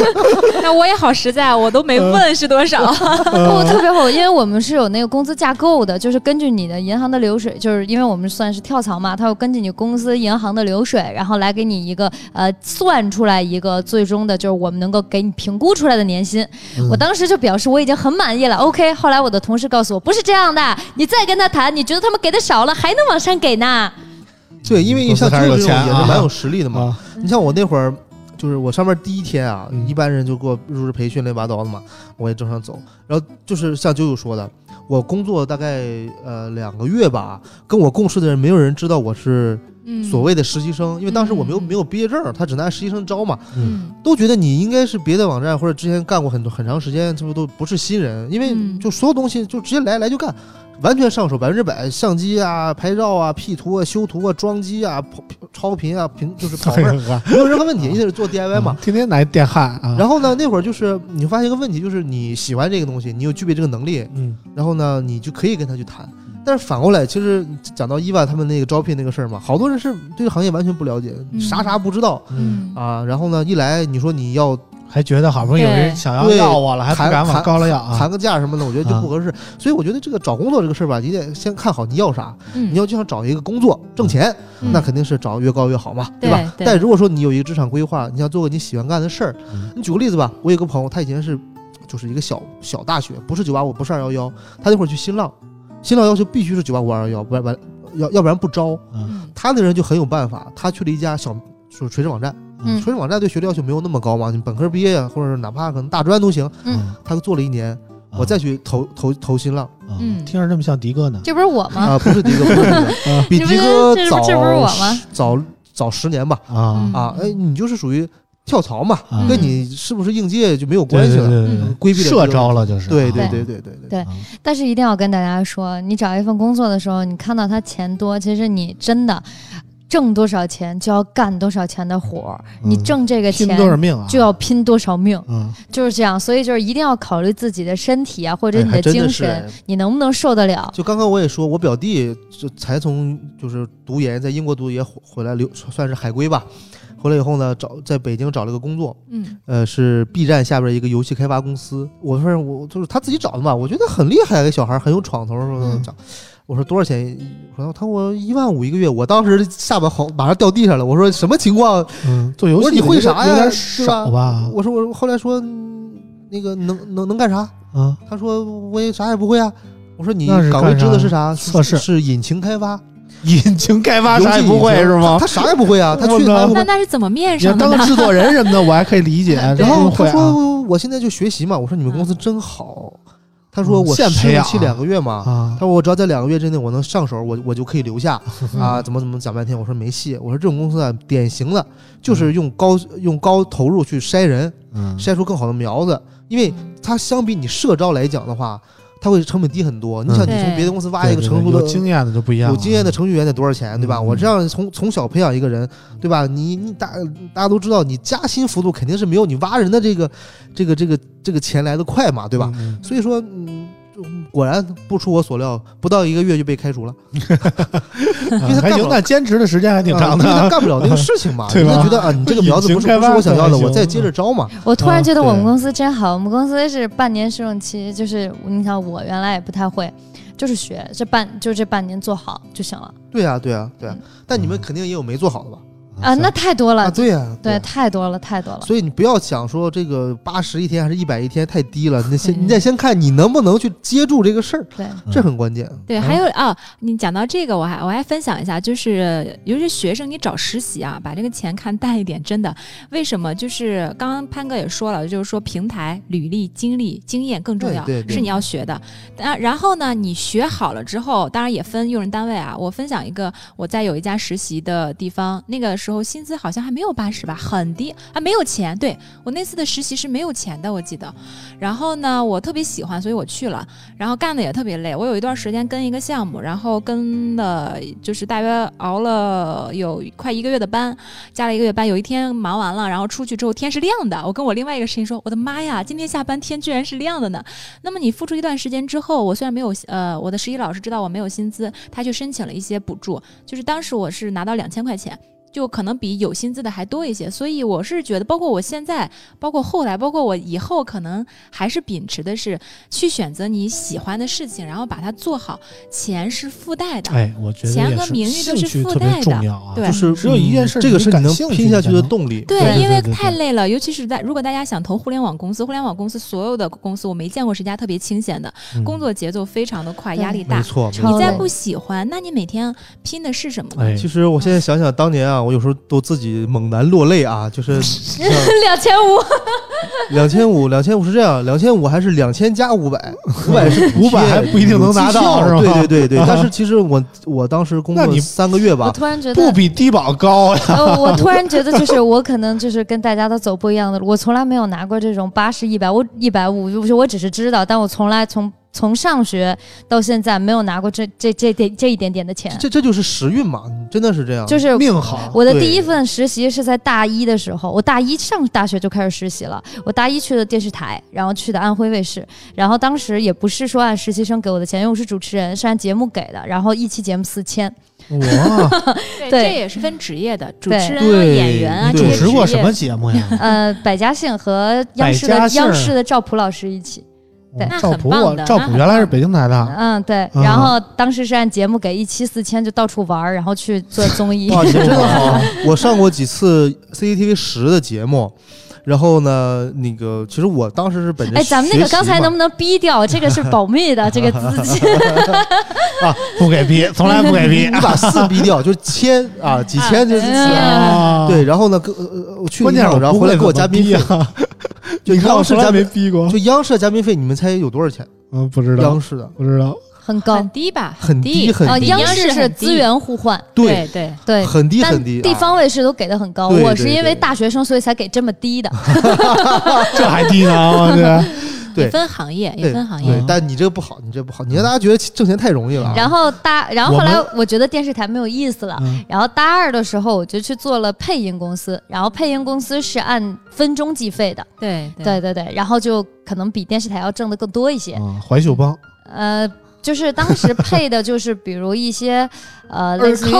F: 那我也好实在，我都没
E: 嗯
F: 问是多少，
D: 我哦特别后悔，因为我们是有那个工资架构的，就是根据你的银行的流水，就是因为我们算是跳槽嘛，它要根据你公司银行的流水，然后来给你一个呃算出来一个最终的，就是我们能够给你评估出来的年薪。我当时就表示我已经很满意了，OK。后来我的同事告诉我，不是这样的，你再跟他谈，你觉得他们给的少了，还能往上给呢。
E: 对，因为
C: 公司
E: 像
C: 还是有
E: 这种
C: 钱啊
E: 也是蛮有实力的嘛。
C: 啊
E: 你像我那会儿，就是我上班第一天啊，
C: 嗯
E: 一般人就给我入职培训乱七八糟的嘛，我也正常走。然后就是像九九说的，我工作大概呃两个月吧，跟我共事的人没有人知道我是
F: 嗯
E: 所谓的实习生，因为当时我没有
F: 嗯
E: 没有毕业证，他只拿实习生招嘛，
F: 嗯
E: 都觉得你应该是别的网站或者之前干过很多很长时间，这不都不是新人，因为
F: 嗯
E: 就所有东西就直接来来就干。完全上手，百分之百，相机啊、拍照啊、P 图啊、修图啊、装机啊、跑超频啊、频就 是跑分儿没有任何问题，
C: 啊
E: 你得是做 DIY 嘛。
C: 天天来电焊啊，
E: 然后呢，那会儿就是你发现一个问题，就是你喜欢这个东西，你有具备这个能力，
C: 嗯，
E: 然后呢，你就可以跟他去谈。但是反过来，其实讲到伊万他们那个招聘那个事儿嘛，好多人是对这个行业完全不了解，
F: 嗯
E: 啥啥不知道
C: 嗯，
F: 嗯
E: 啊。然后呢，一来你说你要
C: 还觉得好不容易有人
F: 对
C: 想要
E: 对
C: 要我了，还不
E: 谈
C: 敢往
E: 谈
C: 高了要啊
E: 谈，个价什么的，我觉得就不合适。所以我觉得这个找工作这个事儿吧，你得先看好你要啥。
F: 嗯
E: 你要就想找一个工作挣钱，
F: 嗯
E: 那肯定是找越高越好嘛，
F: 对
E: 吧？
F: 对
E: 但如果说你有一个职场规划，你想做个你喜欢干的事儿
C: 嗯，
E: 你举个例子吧，我有个朋友，他以前是就是一个小小大学，不是九八五，不是二幺幺，他那会儿去新浪，新浪要求必须是九八五二幺幺，不然完要要不然不招。
F: 嗯
E: 他那人就很有办法，他去了一家小就是垂直网站，
D: 嗯
E: 垂直网站对学历要求没有那么高嘛，你本科毕业啊，或者哪怕可能大专都行。
D: 嗯
E: 他做了一年，嗯我再去投投投新浪
C: 啊
F: 嗯
C: 听着这么像迪哥呢，
D: 这不是我吗？
E: 啊，不是迪哥，不是迪哥，比
D: 这不
E: 迪
D: 是
E: 哥
D: 这
E: 早
D: 不这不是我吗
E: 十早早十年吧。
C: 啊
F: 嗯
E: 啊，哎，你就是属于跳槽嘛，
C: 啊
E: 跟你是不是应届就没有
C: 对
E: 关系
C: 对
E: 了，
C: 对对对
F: 嗯
E: 规避了
C: 社招了就是，
E: 对
C: 啊
E: 对对对对对。
D: 对但是一定要跟大家说，你找一份工作的时候，你看到他钱多，其实你真的挣多少钱就要干多少钱的活儿，你
E: 嗯
D: 挣这个
C: 拼
D: 钱
C: 多少命啊？
D: 就要拼多少命，
E: 嗯，
D: 就是这样。所以就是一定要考虑自己的身体啊，或者
E: 哎
D: 你
E: 还真的
D: 精
E: 是
D: 神，你能不能受得了？
E: 就刚刚我也说，我表弟就才从就是读研，在英国读研回回来留算是海归吧。回来以后呢，找在北京找了个工作，
F: 嗯，
E: 呃，是 B 站下边一个游戏开发公司。我说我就是他自己找的嘛，我觉得很厉害，个小孩很有闯头，说
D: 嗯
E: 找。我说多少钱？我说他我一万五一个月，我当时下巴好马上掉地上了。我说什么情况？
C: 嗯，做游戏
E: 我说你会啥呀
C: 有点
E: 是吧
C: 少吧？
E: 我说我后来说嗯那个能能能干啥？
C: 啊，
E: 他说我也啥也不会啊。我说你
C: 那是
E: 岗
C: 干
E: 位
C: 啥
E: 职责是啥？
C: 测试
E: 是引擎开发，
C: 引擎开发啥也不会
E: 游戏引
C: 是
E: 擎
C: 吗
E: 他？啥也不会啊，他
C: 我
E: 去
C: 呢
E: 他
F: 那那是怎么面
C: 你要
F: 上的
C: 当
F: 呢
C: 个？制作人什么的，我还可以 理解。
E: 然
C: 这
E: 后
C: 不会
E: 他
C: 啊
E: 说我现在就学习嘛，我说你们公司真好。他说我
C: 嗯现
E: 试
C: 培
E: 用
C: 养
E: 期两个月嘛，
C: 啊
E: 他，说我只要在两个月之内我能上手，我我就可以 留下啊，怎么怎么讲半天，我说没戏，我说这种公司啊，典型的就是用高用高投入去筛人，
C: 嗯
E: 筛出更好的苗子，因为它相比你社招来讲的话，它会成本低很多。你想你
F: 对
E: 从别的公司挖
C: 对
E: 一个
C: 对
E: 成熟
C: 对
E: 的
C: 有经验的就不一样了，
E: 有经验的程序员得多少钱，对吧？
C: 嗯
E: 我这样从从小培养一个人，对吧？你你大大家都知道，你加薪幅度肯定是没有你挖人的这个这个这个这个钱来的快嘛，对吧？
C: 嗯？嗯
E: 所以说，嗯，就果然不出我所料，不到一个月就被开除了，
C: 嗯还
E: 因为他干不
C: 行，
E: 了
C: 那。坚持的时间还挺长
E: 啊因为他
C: 的。
E: 干不了那个事情嘛，
C: 对吧
E: 人家觉得啊，你这个苗子不
C: 引
E: 是
C: 擎开
E: 不是
C: 发
E: 我想要的，
C: 还行
E: 我再接着招嘛。
D: 我突
C: 啊
D: 然觉得我们
E: 对
D: 公司真好，我们公司是半年试用期，就是你想我原来也不太会，就是学这半就这半年做好就行了
E: 对啊，对啊，对啊
D: 嗯。
E: 但你们肯定也有没做好的吧？
C: 嗯
D: 啊，那太多
E: 啊，
D: 了，
E: 对啊，
D: 对，
E: 啊。
D: 太多了，太多了。
E: 所以你不要想说这个八十一天还是一百一天太低了，你先
D: 嗯
E: 你得先看你能不能去接住这个事儿，
D: 对，
C: 嗯
E: 这很关键。
F: 对，还有啊、你讲到这个，我还我还分享一下，就是尤其是学生，你找实习啊，把这个钱看淡一点，真的。为什么？就是刚刚潘哥也说了，就是说平台、履历、经历、经验更重
E: 对
F: 要，
E: 对对
F: 是你要学的。啊，然后呢，你学好了之后，当然也分用人单位啊。我分享一个，我在有一家实习的地方，那个时候薪资好像还没有八十吧，很低，还没有钱。对我那次的实习是没有钱的，我记得。然后呢，我特别喜欢，所以我去了。然后干的也特别累。我有一段时间跟一个项目，然后跟了就是大约熬了有快一个月的班，加了一个月班。有一天忙完了，然后出去之后天是亮的。我跟我另外一个实习说：“我的妈呀，今天下班天居然是亮的呢！”那么你付出一段时间之后，我虽然没有呃，我的实习老师知道我没有薪资，他去申请了一些补助，就是当时我是拿到两千块钱。就可能比有薪资的还多一些，所以我是觉得，包括我现在，包括后来，包括我以后，可能还是秉持的是去选择你喜欢的事情，然后把它做好。钱是附带的，
C: 哎，我觉得
F: 钱
C: 也
F: 和
C: 是
F: 名誉
C: 兴
F: 都是
C: 趣
F: 附
C: 特别
F: 带的
C: 重要啊。
F: 对
E: 就是
C: 只有一件事
E: 嗯这个是
C: 你
E: 能
C: 感兴趣
E: 拼下去的
C: 才能
E: 动力。
F: 对，
C: 对
F: 因为
C: 对对
F: 太累了，尤其是在如果大家想投互联网公司，互联网公司所有的公司我没见过谁家特别清闲的，
C: 嗯
F: 工作节奏非常的快，
D: 对
F: 压力
E: 没
F: 大。
E: 错，没
D: 超
E: 错
F: 你
D: 累
F: 再不喜欢，那你每天拼的是什 么呢？
C: 哎，
E: 其实我现在想想，当年啊，我有时候都自己猛然落泪啊，就是
D: 两千五，
E: 两千五，两千五是这样，两千五还是两千加五百，五百是
C: 500还不一定能拿到
E: 有绩效
C: 是吧
E: 对对对对。但是 其实我我当时工
C: 那你
E: 作三个月
D: 我
E: 吧，
D: 突然觉
C: 不
D: 得，
C: 比低保高呀。
D: 呃，我突然觉得 就是我可能就是跟大家都走不一样的路，我从来没有拿过这种八十、一百、我一百五，就是我只是知道，但我从来从从上学到现在没有拿过这这这这这一点点的钱，
E: 这这就是时运嘛，真的是这样。
D: 就是
C: 命好，
D: 我的
E: 对
D: 第一份实习是在大一的时候，我大一上大学就开始实习了。我大一去的电视台，然后去的安徽卫视，然后当时也不是说按实习生给我的钱，因为我是主持人，是按节目给的，然后一期节目四千。
C: 我
D: 对
F: 这也是分职业的，主
D: 对
F: 持人啊、
C: 对
F: 演员啊，
C: 你
F: 这
C: 主
F: 些
C: 持过
F: 职业
C: 什么？节 目呀？
D: 呃，百家姓和央视的
C: 百家姓
D: 央视的赵普老师一起，对
C: 哦
F: 那
C: 赵
F: 很
C: 普，
F: 棒
C: 我
F: 的
C: 赵
F: 那
C: 普
F: 很
C: 原来是
F: 棒
C: 北京台的。
D: 嗯，对。
E: 啊
C: 嗯
D: 然后当时是按节目给，一期四千就到处玩儿，然后去做综艺。
E: 哇，你们真的好！我上过几次 CCTV 十的节目，然后呢，那个其实我当时是本着
D: 哎，咱们那个
E: 学习
D: 刚才
E: 嘛
D: 能不能逼掉？这个是保密的，这个资金。
C: 啊，不给逼，从来不给 逼。
E: 你把 四逼掉，就是千啊，几千就是
D: 啊
E: 千。
F: 嗯
C: 啊，
E: 对，，然后呢，跟呃呃我去了
C: 关
E: 一
C: 键
E: 趟
C: 是
E: 然后回来给我嘉宾费，
C: 啊，
E: 就
C: 你看我
E: 央视
C: 从来
E: 嘉
C: 没
E: 宾，
C: 逼过
E: 就。央视的嘉宾费，你们猜有多少钱？
C: 嗯，不知道
E: 央，视的
C: 不知 道。
D: 很高
F: 很低吧，
E: 很低
F: 低，
E: 很
D: 啊！
E: 低
D: 央
F: 央视
D: 视是
F: 很低
D: 资源互换，
F: 对对，
D: 对，
E: 很低
D: 但
E: 很低，
D: 地
E: 啊
D: 方卫视都给的很高。
E: 对
D: 我
E: 对
D: 是因为
E: 对
D: 大学生，所以才给这么低的。
C: 啊这还低呢，我去，
E: 对
F: 也分行业，也
E: 对
F: 分行业。
E: 对，但你这个不好，你这个不好，你让大家觉得挣钱太容易了啊。
D: 然后大，然后后来
C: 我
D: 我觉得电视台没有意思了。
C: 嗯
D: 然后大二的时候，我就去做了配音公司，然后配音公司是按分钟计费的，
F: 对嗯对
D: 对对对，然后就可能比电视台要挣的更多一些。
C: 啊，怀秀帮
D: 呃，就是当时配的就是比如一些呃类似于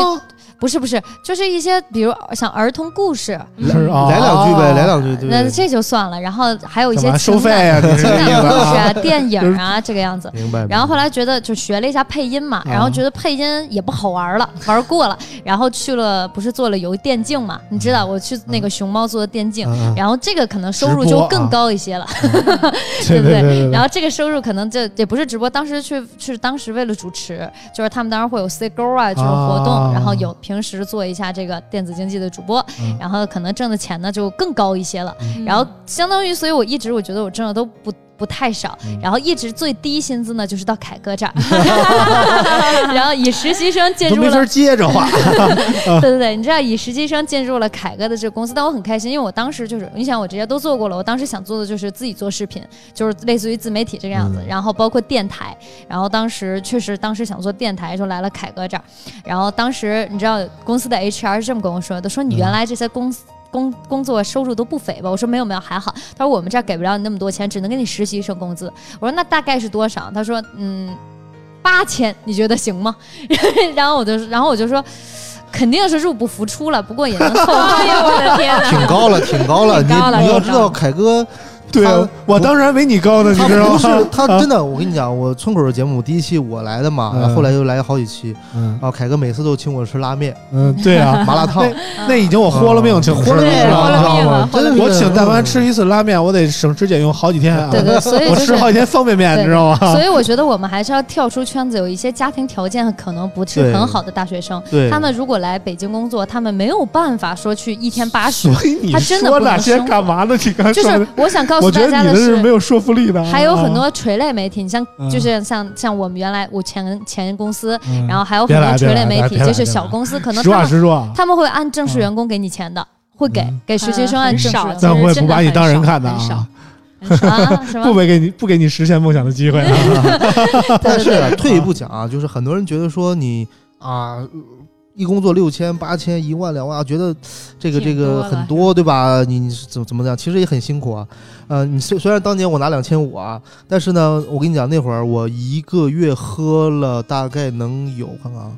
D: 不是不是，就是一些比如像儿童故事，
C: 是啊，
E: 来两句呗，来两
F: 哦
E: 句，对
D: 那
E: 不对？
D: 这就算了。然后还有一
C: 干
D: 些
C: 嘛收
D: 情
C: 费啊？
D: 感
C: 你
D: 情
C: 是
D: 感
C: 这
D: 故
C: 个
D: 事啊、电影啊这个样
C: 嗯
D: 子。
E: 明白。
D: 然后后来觉得就学了一下配音
C: 啊
D: 嘛，然后觉得配音也不好玩了，玩过了，然后去了不是做了游电竞嘛？你
C: 嗯
D: 知道我去那个熊猫做的电竞，
E: 嗯嗯
D: 然后这个可能收入
C: 直播
D: 就
C: 啊
D: 更高一些了，
C: 对
D: 不对
C: 对
D: 然后这个收入可能就也不是直播，当时去是当时为了主持，就是他们当时会有 C 勾啊，就是活动，
C: 啊
D: 然后有平时做一下这个电子竞技的主播，
C: 嗯
D: 然后可能挣的钱呢就更高一些了。
F: 嗯
D: 然后相当于，所以我一直我觉得我挣的都不不太少，
C: 嗯
D: 然后一直最低薪资呢就是到凯哥 这儿，然后以实习生进
C: 都
D: 入
C: 没法
D: 了，
C: 接着 话，
D: 对对对，你知道以实习生进入了凯哥的这个公司，但我很开心，因为我当时就是你想我这些都做过了，我当时想做的就是自己做视频，就是类似于自媒体这个样子，
C: 嗯
D: 然后包括电台，然后当时确实当时想做电台，就来了凯哥这儿，然后当时你知道公司的 HR 是这么跟我说的，说你
C: 嗯
D: 原来这些公司。工工作收入都不菲吧？我说没有没有还好。他说我们这儿给不了你那么多钱，只能给你实习生工资。我说那大概是多少？他说嗯，八千，你觉得行吗？ 然后我就然后我就说肯定是入不敷出了，不过也能 凑合。
F: 哎呦我的天哪！
E: 挺高了，挺高了。你
F: 挺高了
E: 你要
F: 挺
E: 知
F: 高
E: 道，凯哥
C: 对啊，我当时还没你高呢，你
E: 他
C: 知道
E: 不
C: 吗？
E: 是他
C: 啊
E: 真的，我跟你讲，我村口的节目第一期我来的嘛，
C: 嗯
E: 然后后来又来好几期，
C: 嗯
E: 然后凯哥每次都请我吃拉面、
C: 嗯，对 啊，
E: 麻辣烫，
C: 那已经我豁了命请
E: 豁了
C: 吃
E: 命
F: 对
E: 了，
F: 豁了
E: 你知道
F: 命
E: 吗
F: 了？
E: 真的嗯
C: 我
E: 是
C: 请但凡吃一次拉面，我得省吃俭用好几天啊，
D: 对对，所以
C: 我
D: 就
C: 吃
D: 是。
C: 好几天方便面，
D: 对
C: 你知道吗？
D: 所以我觉得我们还是要跳出圈子，有一些家庭条件可能不是
E: 对
D: 很好的大学生，
E: 对
D: 他们如果来北京工作，他们没有办法说去一天八十。
C: 所以你
D: 他真的
C: 说
D: 不
C: 那
D: 能
C: 些
D: 生
C: 干嘛呢？你刚
D: 就
C: 说
D: 是
C: 的，
D: 我想告诉
C: 我觉
D: 大
C: 得
D: 家
C: 你的
D: 是
C: 是没，有说服力的啊。
D: 还有很
C: 啊，
D: 多垂类媒体，你像
C: 嗯
D: 就是像像我们原来我前前公司，
C: 嗯
D: 然后还有
C: 别
D: 很
C: 来
D: 多垂
C: 别
D: 类
C: 来
D: 媒体，
C: 别来
D: 就是
C: 别来
D: 小公司，可能
C: 实
D: 他
C: 话
D: 们
C: 实说啊，
D: 他们会按正式员工给你钱的，会给
C: 嗯
D: 给实习生按
F: 很
D: 正式
F: 少
D: 员工
C: 但
F: 其实
C: 我也
F: 真
C: 不
F: 的
C: 把你
F: 很
C: 当人
F: 少
C: 看的
F: 很
C: 啊
F: 少，
D: 啊， 什
C: 不
D: 么？
C: 给你不给你实现梦想的机会啊。
E: 但是啊退一步讲啊，就是很多人觉得说你啊。一工作六千、八千、一万、两万，啊觉得这个这
F: 挺多
E: 个
F: 了
E: 很多，对吧？你你是怎么怎么讲？其实也很辛苦啊。呃，你虽虽然当年我拿两千五啊，但是呢，我跟你讲，那会儿我一个月喝了大概能有看看啊，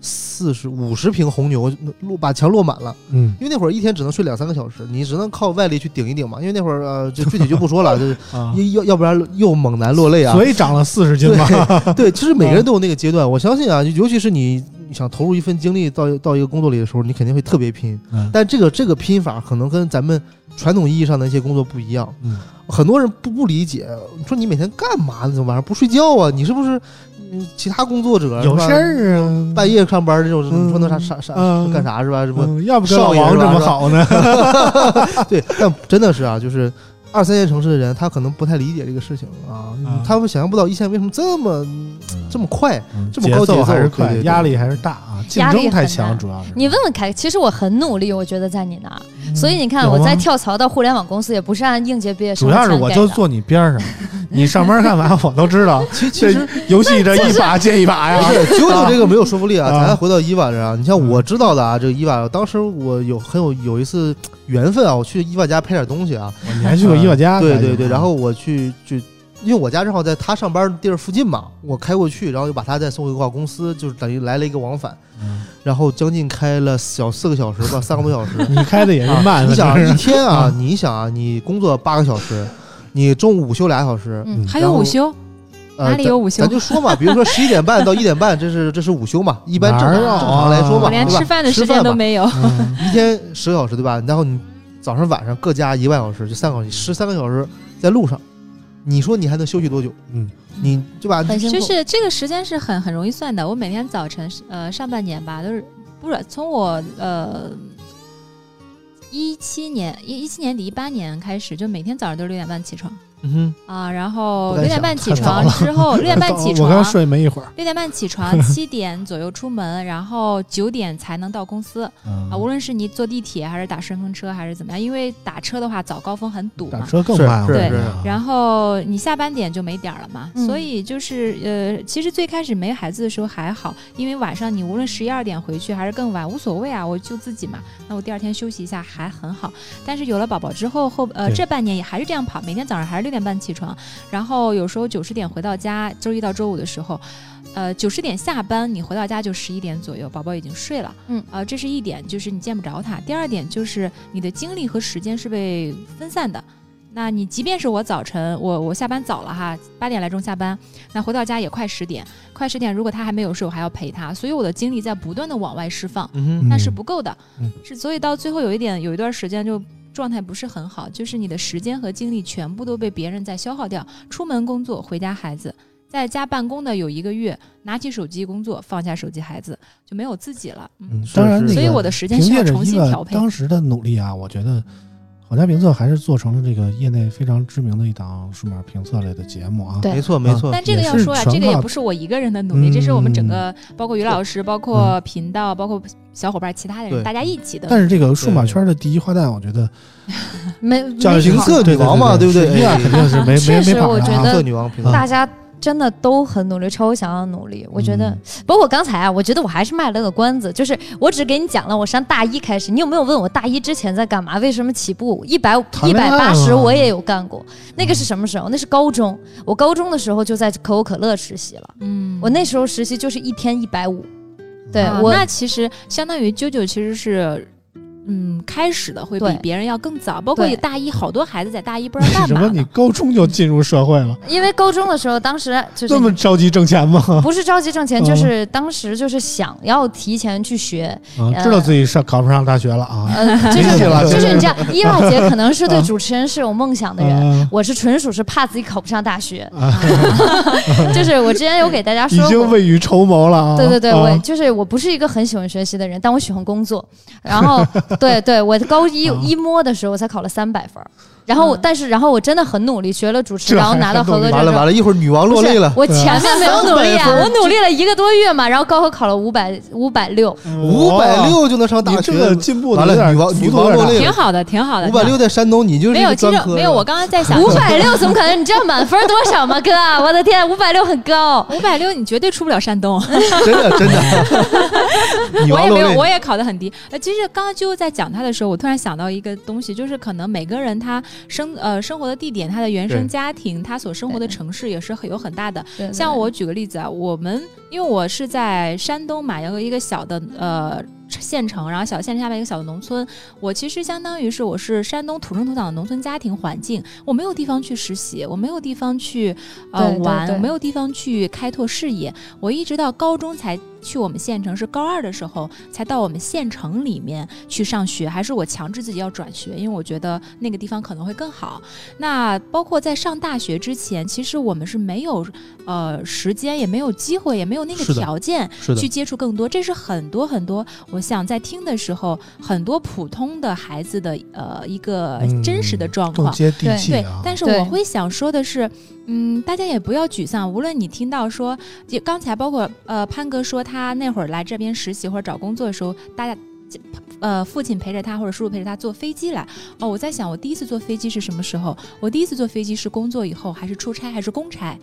E: 四十五十瓶红牛，落把墙落满了。
C: 嗯，
E: 因为那会儿一天只能睡两三个小时，你只能靠外力去顶一顶嘛。因为那会儿呃，就具体就不说了，就是
C: 啊
E: 要要要不然又猛男落泪啊。
C: 所以长了四十斤嘛。
E: 对，其实
C: 嗯
E: 每个人都有那个阶段。我相信啊，尤其是你想投入一份精力到到一个工作里的时候，你肯定会特别拼。
C: 嗯
E: 但这个这个拼法可能跟咱们传统意义上的一些工作不一样。
C: 嗯
E: 很多人不不理解，说你每天干嘛呢？怎么晚上不睡觉啊？你是不是嗯其他工作 者
C: 有
E: 是吧
C: 事儿啊，
E: 半夜上班这种，你说那啥
C: 嗯
E: 啥啥
C: 嗯
E: 干啥是吧？是不？
C: 嗯要不跟老王这么好呢？嗯
E: 对，但真的是啊，就是二三线城市的人，他可能不太理解这个事情啊，
C: 啊
E: 他们想象不到一线为什么这么
C: 嗯
E: 这么快。 这么高
C: 节
E: 嗯节奏
C: 还是
E: 对
C: 快，
E: 对对
C: 压力还是大啊，竞
D: 压力
C: 争太
D: 很
C: 强，
D: 大
C: 主要是。
D: 你问问凯，其实我很努力，我觉得在你那儿，
C: 嗯
D: 所以你看
C: 有
D: 我
C: 吗
D: 在跳槽到互联网公司，也不是按应届毕业生
C: 主
D: 的
C: 要
D: 钱
C: 是
D: 给的。
C: 我就坐你边 上，你上班干嘛我都知道。
E: 其其
C: 这
E: 实
C: 游戏这一把接一把
E: 不
C: 呀，
F: 啊
E: 是九九这个没有说服力啊，
C: 啊嗯
E: 咱回到伊娃这儿啊，你像我知道的啊，这个伊娃，当时我有很有有一次缘分啊，我去伊娃家配点东西啊，
C: 你还去过伊娃家？
E: 对对对，然后我去就。因为我家正好在他上班的地儿附近嘛，我开过去，然后又把他再送回挂公司，就是等于来了一个往返，
C: 嗯
E: 然后将近开了小四个小时吧，三个 多小时。
C: 你开的也是慢
E: 啊
C: 的，
E: 你想啊
C: 哎真是
E: 一天啊
C: 啊，
E: 你想啊，你工作八个小时，你中午午休俩小时，
D: 嗯
F: 还有午休，
E: 呃
F: 哪里有午休
E: 咱咱就说嘛，比如说十一点半到一点半，这是这是午休嘛，一般正
C: 哪
E: 常
C: 儿有啊
E: 正常来说嘛，
F: 我连
E: 对吧
F: 吃饭的时间都
E: 嘛
F: 没有。
C: 嗯
E: 一天十个小时对吧？然后你早上晚上各加一万小时，就三个小时，十三个小时在路上，你说你还能休息多久？
C: 嗯，
E: 你对吧？
D: 很辛苦。
F: 就是这个时间是很很容易算的。我每天早晨，呃，上半年吧，都是不是从我呃一七年一一七年底一八年开始，就每天早上都是六点半起床，
E: 嗯
F: 啊，然后
E: 不敢
F: 六点半
E: 想
F: 起
E: 太早
F: 床 之后，六点半起
C: 我刚
F: 床，
C: 睡没一会儿。
F: 六点半起床，七点左右出门，然后九点才能到公司啊。无论是你坐地铁还是打顺风车还是怎么样，因为打车的话早高峰很堵
C: 打
F: 嘛。
C: 车更
E: 是
C: 慢了，啊
E: 是
F: 对
E: 是
F: 然后你下班点就没点儿了嘛，
D: 嗯
F: 所以就是呃，其实最开始没孩子的时候还好，因为晚上你无论十一二点回去还是更晚无所谓啊，我就自己嘛，那我第二天休息一下还很好。但是有了宝宝之后后呃
C: 对
F: 这半年也还是这样跑，每天早上还是六点半起床，然后有时候九十点回到家，周一到周五的时候。呃，九十点下班，你回到家就十一点左右，宝宝已经睡了。
D: 嗯
F: 啊、这是一点，就是你见不着他。第二点就是你的精力和时间是被分散的。那你即便是我早晨，我我下班早了哈，八点来钟下班，那回到家也快十点，快十点，如果他还没有睡，我还要陪他，所以我的精力在不断的往外释放，
E: 嗯
F: 那是不够的，
C: 嗯
F: 是所以到最后有一点有一段时间就。状态不是很好，就是你的时间和精力全部都被别人在消耗掉。出门工作，回家孩子，在家办公的有一个月，拿起手机工作，放下手机孩子，就没有自己了。嗯，
C: 嗯当然那个，
F: 所以我的时间
C: 凭
F: 需要
C: 借着
F: 重
C: 一
F: 新
C: 个
F: 调配。
C: 当时的努力啊，我觉得好家评测还是做成了这个业内非常知名的一档数码评测类的节目啊。
D: 对
E: 没错没错，
F: 但这个
C: 也
F: 要
C: 是
F: 说啊，
C: 全
F: 这个也
C: 靠
F: 不是我一个人的努力，这是我们整
E: 嗯
F: 个包括于老师、包括频道、包括小伙伴其他的人，
E: 对
F: 大家一起的。
C: 但是这个数码圈的第一花旦，我觉得
D: 没
C: 教育
D: 没
C: 评
E: 评
D: 考
E: 测
C: 对
E: 女王嘛，对
C: 对
E: 不对？
C: 那
E: 哎
C: 肯定是没
D: 确
C: 没
D: 实
C: 没跑
D: 我觉
C: 上
D: 得
C: 啊。
E: 评测女王评测，
D: 大家真的都很努力，超想要努力。我觉得，
C: 嗯
D: 包括刚才啊，我觉得我还是卖了个关子，就是我只给你讲了我上大一开始，你有没有问我大一之前在干嘛？为什么起步一百
C: 谈
D: 一
C: 恋爱嗯
D: 百八
C: 啊
D: 十我也有干过，那个是什么时候？那是高中，我高中的时候就在可口可乐实习了，
F: 嗯，
D: 我那时候实习就是一天一百五，对、
F: 啊
D: 我。
F: 那其实相当于啾啾其实是。嗯，开始的会
D: 对
F: 比别人要更早，包括
D: 对
F: 有大一，好多孩子在大一不知道
C: 为
F: 干
C: 什
F: 嘛
C: 么你
F: 呢。
C: 高中就进入社会了？
D: 因为高中的时候，当时就是
C: 这么着急挣钱吗？
D: 不是着急挣钱，
C: 嗯
D: 就是当时就是想要提前去学，
C: 啊，知道自己上考不上大学了啊。
D: 呃，
C: 理
D: 就是
C: 解了
D: 就
C: 就是是
D: 你这样，伊娃姐可能是对
C: 啊
D: 主持人是有梦想的人，
C: 啊
D: 我是纯属是怕自己考不上 大学，
C: 啊，
D: 就是我之前有给大家
C: 已
D: 说
C: 经
D: 过。
C: 未雨绸缪了啊。
D: 对对对，
C: 啊
D: 我就是我不是一个很喜欢学习的人，但我喜欢工作。然后，对对，我高一
C: 啊
D: 一摸的时候我才考了三百分儿，然后我
F: 嗯
D: 但是然后我真的很努力，学了主持，
C: 这
D: 然后
C: 还
D: 拿到
C: 很
D: 合格
C: 努力
D: 证
E: 完了
D: 之后
E: 完。了，一会儿女王
D: 不
E: 落
D: 是
E: 泪了，
D: 我前面没有努力啊，
E: 300分
D: 我努力了一个多月嘛，然后高考考了五百五百六，
E: 五百，六就能上
C: 你
E: 大
C: 这，
E: 学
C: 个进步的
E: 完
C: 有
E: 了
C: 点
E: 女王女王落泪
F: 挺
E: 了，
F: 好的，挺好的。
E: 五百六在山东你就是
F: 没
E: 一
F: 有，
E: 个
F: 其
E: 专
F: 实
E: 科，
F: 没有。我刚刚在想，
D: 五百六怎么可能？你知道满分多少吗，哥？我的天，五百六很高。
F: 五百六，你绝对出不了山东。
E: 真的真的， 女
F: 我
E: 王
F: 也
E: 落
F: 没有，
E: 泪
F: 我。也考得很低。呃，其实刚刚就在讲他的时候，我突然想到一个东西，就是可能每个人他生呃生活的地点、他的原
E: 对
F: 生家庭、他所生活的
D: 对
F: 城市也是很有很大的。
D: 对对
F: 像我举个例子啊，我们因为我是在山东嘛，有一个小的呃。县城，然后小县城下面一个小的农村，我其实相当于是我是山东土生土长的农村家庭环境，我没有地方去实习，我没有地方去呃
D: 对对
F: 玩，
D: 对
F: 我没有地方去开拓视野，我一直到高中才去我们县城，是高二的时候才到我们县城里面去上学，还是我强制自己要转学，因为我觉得那个地方可能会更好。那包括在上大学之前，其实我们是没有呃时间，也没有机会，也没有那个
E: 是的
F: 条件
E: 是
F: 去，接触更多。这是很多很多，我想在听的时候，很多普通的孩子的呃一个
C: 嗯
F: 真实的状
C: 更
F: 况。
C: 接地
D: 对
C: 气
F: 对
C: 啊，。
F: 但是
D: 对
F: 我会想说的是，嗯，大家也不要沮丧。无论你听到说，就刚才包括呃潘哥说他那会儿来这边实习或者找工作的时候，大家。呃，父亲陪着他，或者叔叔陪着他坐飞机来。哦，我在想，我第一次坐飞机是什么时候？我第一次坐飞机是工作以后，还是出差，还是公差？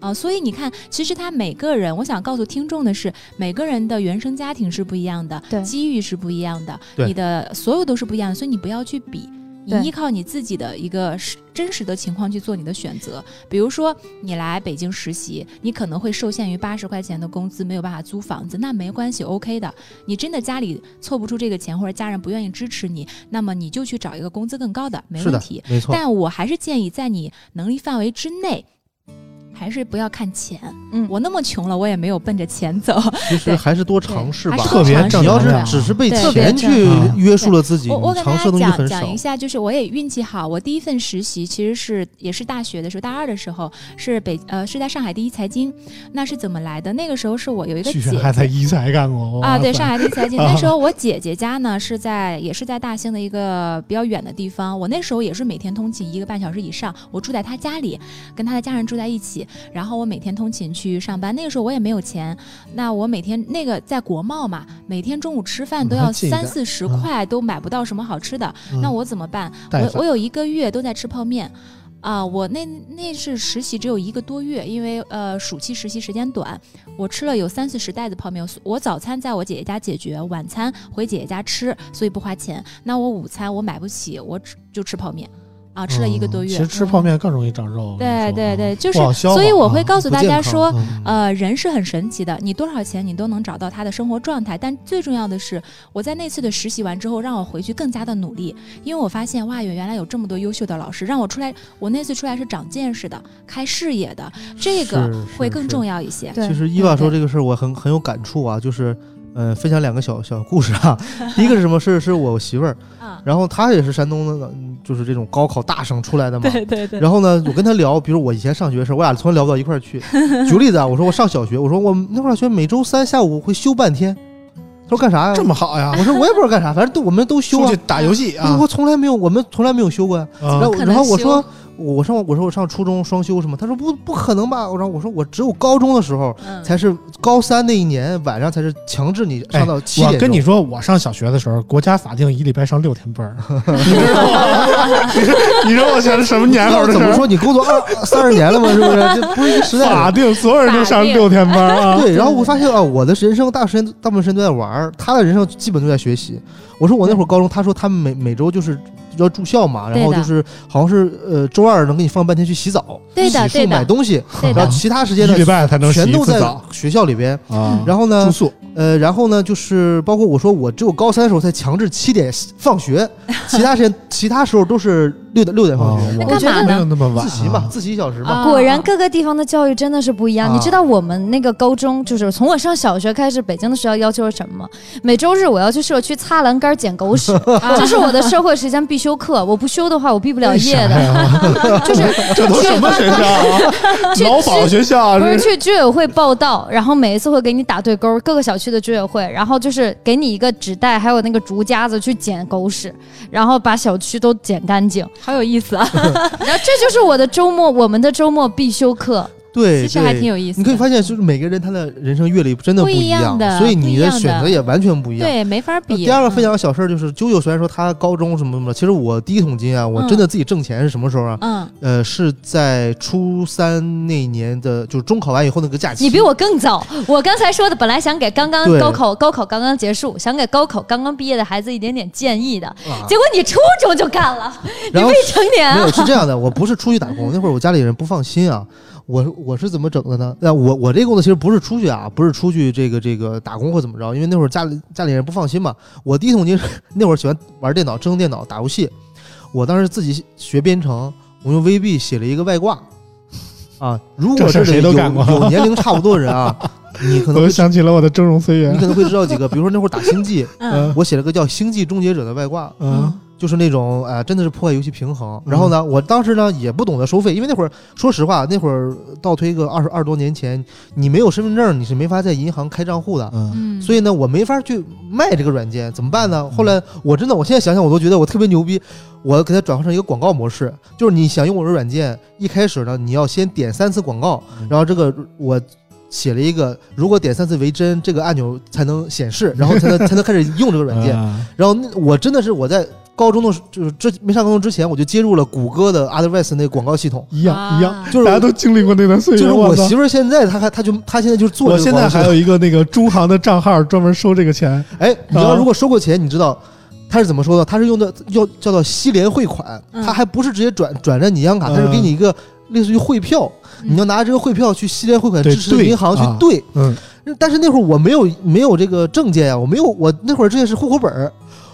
F: 啊、所以你看，其实他每个人，我想告诉听众的是，每个人的原生家庭是不一样的，
D: 对
F: 机遇是不一样的，
E: 对
F: 你的所有都是不一样的，所以你不要去比。你
D: 对
F: 依靠你自己的一个实真实的情况去做你的选择，比如说你来北京实习，你可能会受限于八十块钱的工资，没有办法租房子，那没关系，OK 的。你真的家里凑不出这个钱，或者家人不愿意支持你，那么你就去找一个工资更高的，没
E: 是
F: 问
E: 的
F: 题。，
E: 没错。
F: 但我还是建议在你能力范围之内。还是不要看钱。
G: 嗯
F: 我那么穷了，我也没有奔着钱走。
E: 其实
F: 对
E: 还是多尝试吧
F: 还。是
C: 特别
F: 尝试
C: 正
E: 你要
C: 能
E: 是
C: 量
E: 只是被
F: 对
E: 钱去
C: 嗯
E: 约束了自己，
F: 我我
E: 你
F: 跟
E: 尝
F: 大
E: 试的
F: 家
E: 东西很
F: 讲
E: 少
F: 讲一。下，就是我也运气好，我第一份实习其实是也是大学的时候，大二的时候是北呃是在上海第一财经，那是怎么来的？那个时候是我有一个
C: 居
F: 姐
C: 然还在一财干过
E: 哦
F: 啊，对，
C: 上
F: 上海第一 财经。
C: 啊
F: 那时候我姐姐家呢是在也是在大兴的一个比较远的地方，我那时候也是每天通勤一个半小时以上，我住在她家里，跟她的家人住在一起，然后我每天通勤去上班。那个时候我也没有钱，那我每天那个在国贸嘛，每天中午吃饭都
E: 嗯还
F: 要
E: 近一点
F: 三四十
E: 嗯
F: 块，都买不到什么好吃的，
E: 嗯
F: 那我怎么办？
E: 带
F: 我
E: 饭
F: 我有一个月都在吃泡面。啊，我那那是实习只有一个多月，因为呃暑期实习时间短，我吃了有三四十袋子泡面。我早餐在我姐姐家解决，晚餐回姐姐家吃，所以不花钱。那我午餐我买不起，我只就吃泡面，啊，吃了一个多
C: 嗯
F: 月。嗯
C: 其实吃泡面更容易长肉。
F: 对
C: 我跟你说
F: 对对，就是
C: 啊不啊好，消化
F: 所以我会告诉
E: 不
F: 大
E: 健
F: 家
E: 康
F: 说，
E: 嗯
F: 呃，人是很神奇的，你多少钱你都能找到他的生活状态。但最重要的是，我在那次的实习完之后，让我回去更加的努力，因为我发现哇，原原来有这么多优秀的老师，让我出来，我那次出来是长见识的，开视野的，这个
E: 是
F: 会
E: 是
F: 更
E: 是
F: 重要一些。
E: 其实伊娃说这个事儿，我很很有感触啊，就是。呃，分享两个小小故事啊。第一个是什么？是是我媳妇儿，
F: 啊，
E: 然后她也是山东的，嗯就是这种高考大省出来的嘛。
F: 对对
E: 然后呢，我跟她聊，比如我以前上学的时候，我俩从来聊不到一块儿去。举个例子啊，我说我上小学，我说我那会儿上学每周三下午会休半天。她说干啥呀？
C: 这么好呀，
E: 我说我也不知道干啥，反正都我们都休
C: 出
E: 啊
C: 去。打游戏
E: 我说
C: 啊
E: 我，从来没有，我们从来没有休过呀。
C: 啊
E: 然后
G: 可能
E: 然后我
G: 休
E: 说我我上我说我上初中双休是吗？她说不不可能吧。我然后我说我只有高中的时候
F: 嗯，
E: 才是高三那一年晚上才是强制你上到七点
C: 我
E: 钟。
C: 哎跟你说，我上小学的时候，国家法定一礼拜上六天班儿， 你知道吗？ 你说我想的什么年头
E: 要
C: 的
E: 怎
C: 事
E: 么
C: 儿？
E: 说你工作 二三十年了吗？是不是？这不是一个时代
C: 法
E: 的。
C: 定所有人都上六天班儿啊！
E: 对，然后我发现啊，我的人生大时间大部分时间都在玩儿，他的人生基本都在学习。我说我那会儿高中，他说他们每每周就是要住校嘛，然后
F: 对的
E: 就是好像是呃周二能给你放半天去洗澡、
F: 对的
E: 洗
F: 对
E: 漱、买
F: 的
E: 东西，
F: 对
E: 然
F: 的
E: 后，其他时
C: 一
E: 间呢
C: 礼拜才能洗
E: 全
C: 一
E: 都
C: 次
E: 在
C: 澡
E: 学校里边。
C: 啊，
E: 然后
C: 住
E: 呢，
C: 宿
E: 呃，然后呢，就是包括我说我只有高三的时候才强制七点放 学，其他时间其他时候都是六点六点放学。
C: 啊
D: 那
C: 我
D: 干嘛
C: 没
D: 呢
C: 有？那么晚啊
E: 自习嘛，自习一小时嘛。
F: 啊
D: 果然各个地方的教育真的是不一样。
E: 啊
D: 你知道我们那个高中，就是从我上小学开始，北京的学校要求是什么吗？每周日我要去社区擦栏杆、捡狗 屎，这是我的社会时间必修课。我不修的话，我毕不了业的。就是
C: 这都什么学校 啊？
D: 去
C: 劳保学校啊
D: 不是
C: 这是
D: 去居委会报到，然后每一次会给你打对勾，各个小区的居委会，然后就是给你一个纸袋，还有那个竹夹子去捡狗屎，然后把小区都捡干 净。
F: 好有意思啊，
D: 然后这就是我的周末，我们的周末必修课。
E: 对，
F: 其实还
E: 对
F: 挺有意思
E: 你
F: 的。
E: 可以发现，就是每个人他的人生阅历真的
F: 不一
E: 一
F: 样的
E: 所以
F: 不
E: 你
F: 一样的
E: 选择也完全不一样。
F: 对，没法
E: 那
F: 比。
E: 第二个分享的小事儿就是，啾啾虽然说他高中什么什么的，其实我第一桶金啊，我真的自己挣钱是什么时候啊？
F: 嗯，
E: 呃，是在初三那年的，就是中考完以后那个假期。
D: 你比我更早，我刚才说的本来想给刚刚
E: 对
D: 高考高考刚刚结束，想给高考刚刚毕业的孩子一点点建议的，
E: 啊，
D: 结果你初中就干 了，你
E: 然后
D: 未成年
E: 没
D: 啊
E: 有，是这样的，我不是出去打工，那会儿我家里人不放心啊。我我是怎么整的呢？那我我这个工作其实不是出去啊，不是出去这个这个打工或怎么着，因为那会儿家里家里人不放心嘛。我第一桶金是 那会儿喜欢玩电脑、智能电脑、打游戏，我当时自己学编程，我用 VB 写了一个外挂。啊，如
C: 这
E: 果
C: 事儿
E: 是
C: 谁都
E: 有
C: 干过
E: 有年龄差不多的人啊，你可
C: 我
E: 能
C: 又
E: 会
C: 想起了我的峥嵘岁
E: 你
C: 月。
E: 可能会知道几个，比如说那会儿打星际，
C: 嗯
E: 我写了个叫《星际终结者》的外挂，
C: 嗯
E: 就是那种啊、呃真的是破坏游戏平衡。然后呢，我当时呢也不懂得收费，因为那会儿说实话，那会儿倒推个二十二十多年前，你没有身份证，你是没法在银行开账户的。
C: 嗯，
F: 嗯，
E: 所以呢，我没法去卖这个软件，怎么办呢？后来
C: 嗯
E: 我真的，我现在想想，我都觉得我特别牛逼。我给它转化成一个广告模式，就是你想用我的软件，一开始呢，你要先点三次广告，
C: 嗯
E: 然后这个我写了一个，如果点三次为真，这个按钮才能显示，然后才能才能开始用这个软 件。
C: 嗯
E: 然后那我真的是我在高中的时候，就是之没上高中之前，我就接入了谷歌的 Otherwise 那个广告系统，
C: 一样一样，
F: 啊
E: 就是
C: 大家都经历过那段岁月。
E: 就是我
C: 操
E: 媳妇儿现在她还她就她现在就是做
C: 我
E: 这个
C: 现
E: 广
C: 在
E: 告系
C: 还
E: 统。
C: 有一个那个中行的账号专门收这个钱，
E: 哎，你要
C: 啊
E: 如果收过钱，你知道。他是怎么说的？他是用的要叫做西联汇款，
F: 嗯
E: 他还不是直接转转在你央行
C: 嗯
E: 卡，他是给你一个类似于汇票，
F: 嗯
E: 你要拿这个汇票去西联汇款
C: 对
E: 支持的
C: 对
E: 银行去
C: 啊
E: 兑。
C: 嗯，
E: 但是那会儿我没有没有这个证件啊，我没有我那会儿之前是户口本儿，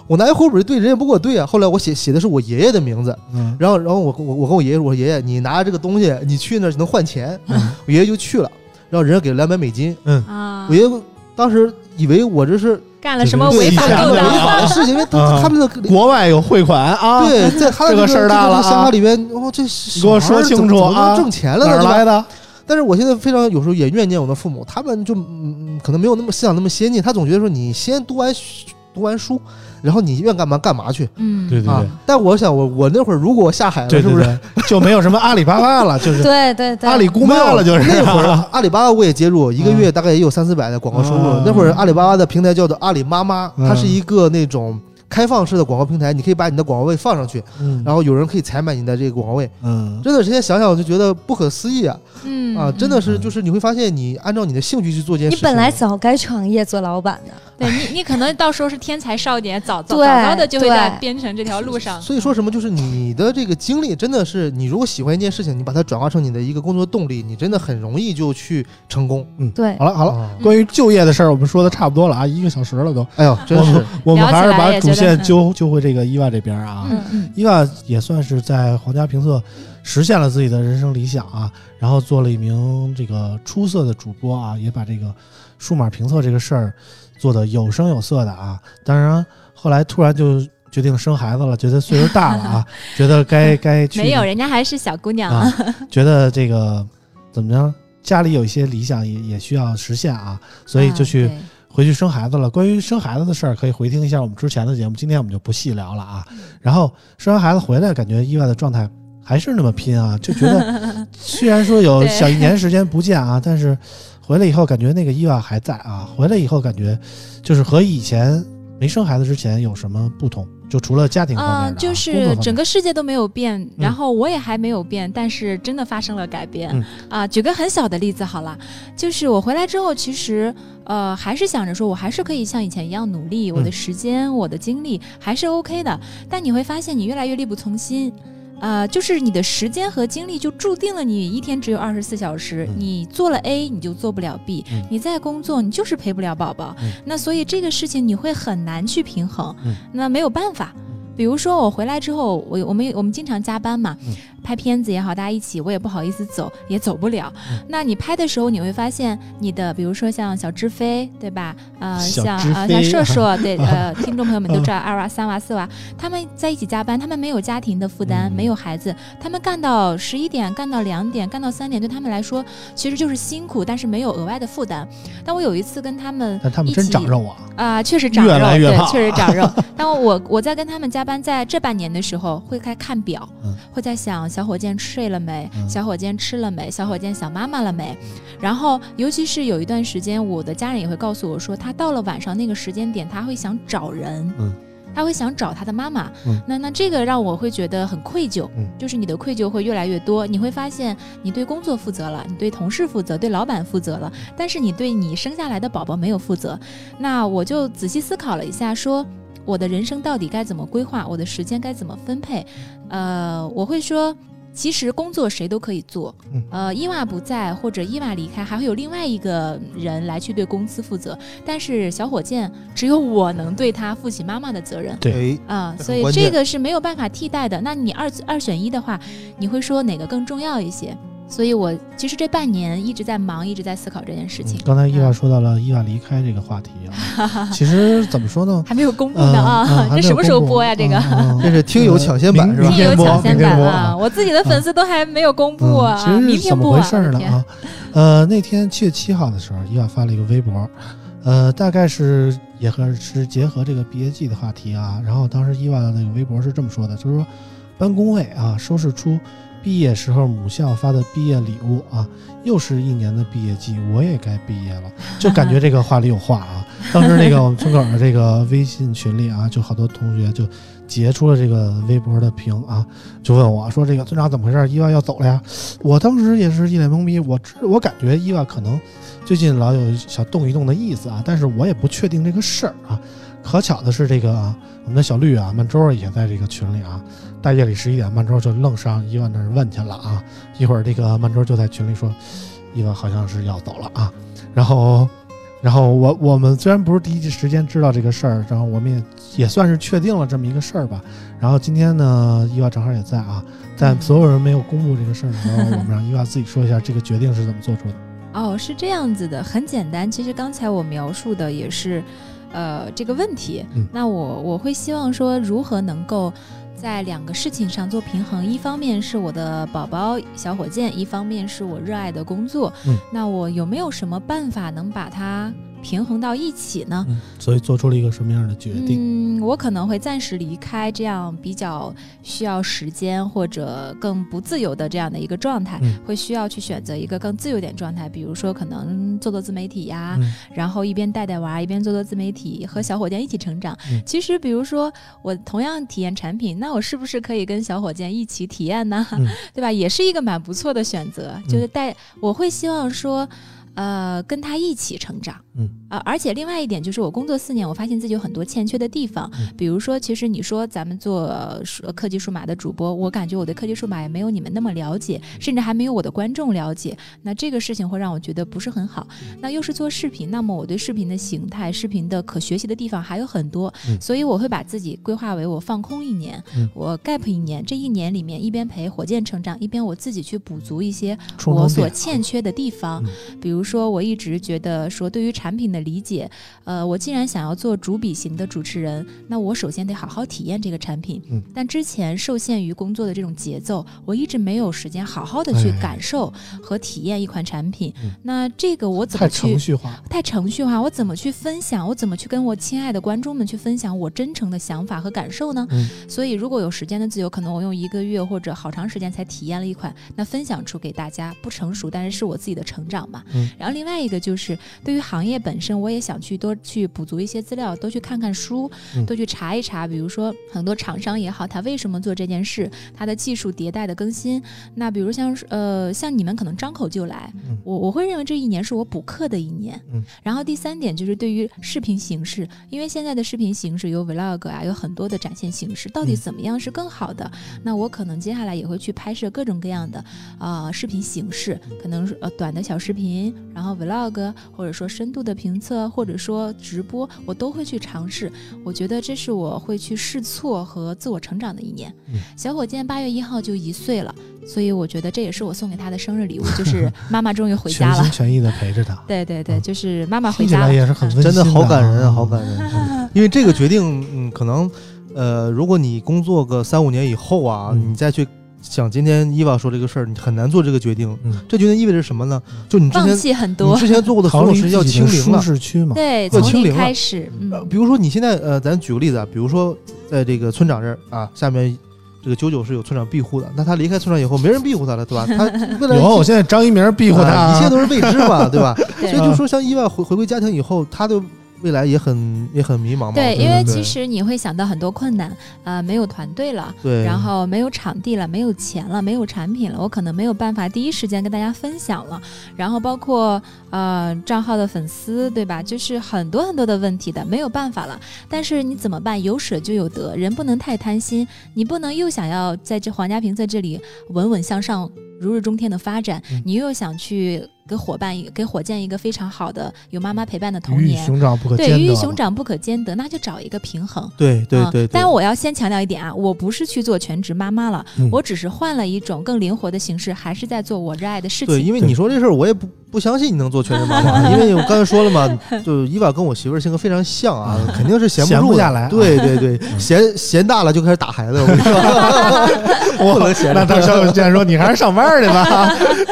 E: 我拿一壶水兑，人也不给我兑啊。后来我写写的是我爷爷的名字，
C: 嗯
E: 然后然后我我我跟我爷爷说，我说爷爷，你拿着这个东西，你去那儿能换钱。
C: 嗯
E: 我爷爷就去了，然后人家给了两百美金，
H: 啊
E: 我，爷爷当时以为我这是
H: 干了什么违
C: 洗
H: 法
C: 钱
H: 勾
C: 的
H: 当？
E: 违法的事情，因为他
C: 啊
E: 他们的
C: 国外有汇款啊，
E: 对，在他的
C: 这个事儿大了啊
E: 这个想法里面，哦，这是
C: 你给我
E: 什么玩意儿
C: 说清楚
E: 怎么怎么
C: 啊
E: 能挣钱了
C: 哪
E: 呢？
C: 儿
E: 对吧
C: 来的？
E: 但是我现在非常有时候也怨念我的父母，他们就嗯可能没有那么思想那么先进，他总觉得说你先读完书读完书，然后你愿干嘛干嘛去
F: 嗯，
C: 对对
E: 啊
C: 对。
E: 但我想我我那会儿如果我下海了，
C: 对
E: 是
C: 对
E: 不是？
C: 对， 就没有什么阿里巴巴了，就是
D: 对对对，
C: 阿里姑妈了，就是
E: 那会儿阿里巴巴我也接触，一个月大概也有三四百的广告收入。
C: 嗯
E: 那会儿阿里巴巴的平台叫做阿里妈妈，
C: 嗯
E: 它是一个那种开放式的广告平台，你可以把你的广告位放上去，
C: 嗯
E: 然后有人可以采买你的这个广告位。
C: 嗯，
E: 真的，现在想想我就觉得不可思议啊！
F: 嗯
E: 啊，真的是，就是你会发现，你按照你的兴趣去做一件
D: 你
E: 事情，
D: 本来早该创业做老板的，
F: 对你，你可能到时候是天才少年，早早
D: 对
F: 早早的就会在
D: 对
F: 编程这条路上。
E: 所以说什么就是你的这个经历，真的是你如果喜欢一件事情，你把它转化成你的一个工作动力，你真的很容易就去成功。
D: 对
C: 嗯
D: 嗯
C: 好，了好了，
E: 了，
C: 关于就业的事儿我们说的差不多了啊，一个小时了都，
E: 哎呦，真是
C: 我们
F: 聊起
C: 还是
F: 来
C: 把
F: 也
C: 主
F: 觉得
C: 线
F: 嗯
C: 揪揪回这个伊娃这边儿啊。
F: 嗯嗯，
C: 伊娃也算是在皇家评测实现了自己的人生理想啊，然后做了一名这个出色的主播啊，也把这个数码评测这个事儿做得有声有色的啊。当然，后来突然就决定生孩子了，觉得岁数大了 啊，觉得该该去
F: 没有，人家还是小姑娘。
C: 啊，觉得这个怎么样，家里有一些理想也也需要实现啊，所以就去、
F: 啊
C: 回去生孩子了。关于生孩子的事儿，可以回听一下我们之前的节目，今天我们就不细聊了啊。然后生完孩子回来，感觉意外的状态还是那么拼啊，就觉得 虽然说有小一年时间不见啊，但是回来以后感觉那个意外还在啊。回来以后感觉就是和以前没生孩子之前有什么不同？就除了家庭方面的啊、
F: 嗯，就
C: 工作
F: 是
C: 方面嗯
F: 整个世界都没有变，然后我也还没有变，但是真的发生了改变。
C: 嗯
F: 啊，举个很小的例子好了，就是我回来之后，其实呃还是想着说我还是可以像以前一样努力，我的时间、我的精力还是 OK 的，但你会发现你越来越力不从心。啊、就是你的时间和精力就注定了你一天只有二十四小时，
C: 嗯
F: 你做了 A 你就做不了 B，、
C: 嗯
F: 你在工作你就是陪不了宝宝，
C: 嗯
F: 那所以这个事情你会很难去平衡，
C: 嗯
F: 那没有办法，比如说我回来之后，我我们我们经常加班嘛，
C: 嗯
F: 拍片子也好，大家一起，我也不好意思走，也走不了。
C: 嗯
F: 那你拍的时候，你会发现你的，比如说像小志飞，对吧？呃，
C: 小
F: 像
C: 志
F: 呃
C: 飞
F: 像硕硕，对，呃，听众朋友们都知道二娃、三娃、四娃，他们在一起加班，他们没有家庭的负担，
C: 嗯
F: 没有孩子，他们干到十一点，干到两点，干到三点，对他们来说其实就是辛苦，但是没有额外的负担。但我有一次跟他们
C: 但他们
F: 一
C: 真
F: 起
C: 长肉啊，
F: 啊、确实长肉，
C: 越来越胖
F: 对，确实 长肉。但我我在跟他们加班，在这半年的时候，会在看表，
C: 嗯
F: 会在想小火箭睡了没，
C: 嗯
F: 小火箭吃了没，小火箭想妈妈了没。然后，尤其是有一段时间，我的家人也会告诉我说，他到了晚上那个时间点，他会想找人，
C: 嗯
F: 他会想找他的妈妈。
C: 嗯
F: 那那这个让我会觉得很愧疚，
C: 嗯
F: 就是你的愧疚会越来越多。你会发现，你对工作负责了，你对同事负责，对老板负责了，但是你对你生下来的宝宝没有负责。那我就仔细思考了一下，说我的人生到底该怎么规划，我的时间该怎么分配？呃，我会说。其实工作谁都可以做，
C: 嗯
F: 呃，伊娃不在或者伊娃离开，还会有另外一个人来去对公司负责。但是小火箭只有我能对他负起妈妈的责任
C: 对
E: 哎，
F: 啊、
E: 这很
F: 所以
E: 关键
F: 这个是没有办法替代的。那你二二选一的话，你会说哪个更重要一些？所以我其实这半年一直在忙，一直在思考这件事情
C: 嗯，刚才伊娃说到了伊娃离开这个话题 啊，其实怎么说呢？
F: 还没有公布呢啊，
C: 嗯嗯还没
F: 这什
C: 有
F: 么时候
C: 公布
F: 播呀？这个。
C: 嗯嗯
E: 这是听友抢先版
C: 呃
E: 是吧
C: 明？
F: 听友
C: 天播
F: 抢先
C: 明天
F: 版
C: 播
F: 啊！
C: 啊
F: 我自己的粉丝都还没有公布啊，
C: 嗯
F: 明
C: 其实怎
F: 天播
C: 么
F: 啊
C: 回事儿呢？
F: 我的天
C: 啊？呃，那天七月七号的时候，伊娃发了一个微博，呃，大概是也和是结合这个毕业季的话题啊。然后当时伊娃的那个微博是这么说的，就是说班工委啊收拾出毕业时候母校发的毕业礼物啊，又是一年的毕业季，我也该毕业了，就感觉这个话里有话啊。当时那个我们村口的这个微信群里啊，就好多同学就截出了这个微博的屏啊，就问我说：“这个村长怎么回事？伊娃要走了呀？”我当时也是一脸懵逼，我知我感觉伊娃可能最近老有小动一动的意思啊，但是我也不确定这个事儿啊。可巧的是，这个啊，我们的小绿啊，曼周儿也在这个群里啊。大夜里十一点，曼周儿就愣上伊娃那儿问去了啊。一会儿这个曼周儿就在群里说，伊娃好像是要走了啊。然后然后我我们虽然不是第一时间知道这个事儿，然后我们也也算是确定了这么一个事儿吧。然后今天呢，伊娃正好也在啊，在所有人没有公布这个事儿的时候，我们让伊娃自己说一下这个决定是怎么做出的。
F: 哦，是这样子的，很简单。其实刚才我描述的也是，呃，这个问题。
C: 嗯
F: 那我我会希望说，如何能够在两个事情上做平衡？一方面是我的宝宝小火箭，一方面是我热爱的工作。
C: 嗯
F: 那我有没有什么办法能把它平衡到一起呢？
C: 嗯，所以做出了一个什么样的决定？
F: 嗯，我可能会暂时离开这样比较需要时间或者更不自由的这样的一个状态，
C: 嗯
F: 会需要去选择一个更自由点状态，比如说可能做做自媒体呀、
C: 嗯
F: 然后一边带带娃儿，一边做做自媒体，和小火箭一起成长。
C: 嗯
F: 其实，比如说我同样体验产品，那我是不是可以跟小火箭一起体验呢？
C: 嗯
F: 对吧？也是一个蛮不错的选择，就是带我会希望说。呃，跟他一起成长，
C: 嗯
F: 啊、而且另外一点就是，我工作四年，我发现自己有很多欠缺的地方，
C: 嗯
F: 比如说，其实你说咱们做呃数科技数码的主播，我感觉我对科技数码也没有你们那么了解，甚至还没有我的观众了解，那这个事情会让我觉得不是很好。
C: 嗯
F: 那又是做视频，那么我对视频的形态、视频的可学习的地方还有很多，
C: 嗯
F: 所以我会把自己规划为我放空一年，
C: 嗯
F: 我 gap 一年，这一年里面一边陪火箭成长，一边我自己去补足一些
C: 充
F: 嗯我
C: 能
F: 所
C: 点。啊
F: 欠缺的地方
C: 嗯。
F: 比如说，我一直觉得说对于产品的理解，呃，我既然想要做主笔型的主持人，那我首先得好好体验这个产品
C: 嗯。
F: 但之前受限于工作的这种节奏，我一直没有时间好好的去
C: 哎
F: 感受和体验一款产品
C: 嗯。
F: 那这个我怎
C: 太
F: 么去
C: 程？序化了，
F: 太程序化，我怎么去分享？我怎么去跟我亲爱的观众们去分享我真诚的想法和感受呢？
C: 嗯
F: 所以，如果有时间的自由，可能我用一个月或者好长时间才体验了一款，那分享出给大家不成熟，但是是我自己的成长嘛。
C: 嗯
F: 然后另外一个就是，对于行业本身，我也想去多去补足一些资料，多去看看书，
C: 嗯
F: 多去查一查，比如说很多厂商也好，他为什么做这件事，他的技术迭代的更新。那比如像是呃，像你们可能张口就来，
C: 嗯
F: 我我会认为这一年是我补课的一年。
C: 嗯
F: 然后第三点就是对于视频形式，因为现在的视频形式有 vlog 啊，有很多的展现形式，到底
C: 嗯
F: 怎么样是更好的？那我可能接下来也会去拍摄各种各样的呃视频形式，可能是呃短的小视频，然后 vlog，或者说深度的评测，或者说直播，我都会去尝试。我觉得这是我会去试错和自我成长的一年。
C: 嗯
F: 小火箭八月一号就一岁了，所以我觉得这也是我送给他的生日礼物，就是妈妈终于回
C: 全
F: 家了
C: 心。全意的陪着他，
F: 对对对，
C: 嗯
F: 就是妈妈回
C: 听起
F: 家
C: 来
F: 了。
C: 也是很温馨
E: 真
C: 的
E: 的
C: 啊
E: 好感人啊，好感人。因为这个决定，嗯，可能，呃，如果你工作个三五年以后啊，
C: 嗯
E: 你再去想今天伊娃说这个事儿，你很难做这个决定。
C: 嗯
E: 这决定意味着什么呢？就你之
F: 放
E: 前
F: 弃很
E: 你
F: 多，
E: 之前做 过的所
C: 逃
E: 有
C: 离
E: 事情
C: 自
E: 要
C: 己
E: 清
C: 的
E: 零
C: 舒
E: 了。
C: 适区嘛。
F: 对，
E: 要
F: 从
E: 清
F: 零
E: 零了
F: 开始，
E: 呃
F: 嗯，
E: 比如说你现在，呃，咱举个例子啊，比如说在这个村长这儿啊，下面这个九九是有村长庇护的，那他离开村长以后，没人庇护他了，对吧？ 他未来
C: 有，啊我现在张一鸣庇护他
E: 啊一切
C: 啊，
E: 都是未知嘛，对吧？
F: 对
E: 所以就说，像意外回回归家庭以后，他的未来也很也很迷茫嘛。
F: 对，
E: 我觉
F: 因
E: 得
F: 为其实你会想到很多困难，呃，没有团队了，
E: 对，
F: 然后没有场地了，没有钱了，没有产品了，我可能没有办法第一时间跟大家分享了。然后包括呃账号的粉丝，对吧？就是很多很多的问题的，没有办法了。但是你怎么办？有舍就有得，人不能太贪心，你不能又想要在这皇家评测这里稳稳向上。如日中天的发展
C: 嗯，
F: 你又想去给伙伴一个、给火箭一个非常好的有妈妈陪伴的童
C: 鱼与
F: 年，
C: 熊掌不可兼
F: 对，
C: 得。
F: 鱼与熊，掌不可兼得，那就找一个平衡。
E: 对对对对，
F: 嗯，但我要先强调一点啊，我不是去做全职妈妈了，
C: 嗯
F: 我只是换了一种更灵活的形式，还是在做我热爱的事
E: 对，
F: 情。
E: 因为你说这事儿，我也不不相信你能做全职妈妈，因为我刚才说了嘛，就伊娃跟我媳妇儿性格非常像啊，肯定是闲
C: 闲
E: 住
C: 不
E: 的
C: 下来啊
E: 对对 对，闲闲大了就开始打孩子，我跟你说，我不能闲
C: 那
E: 着。
C: 到时 候这样说，你还是上班去吧，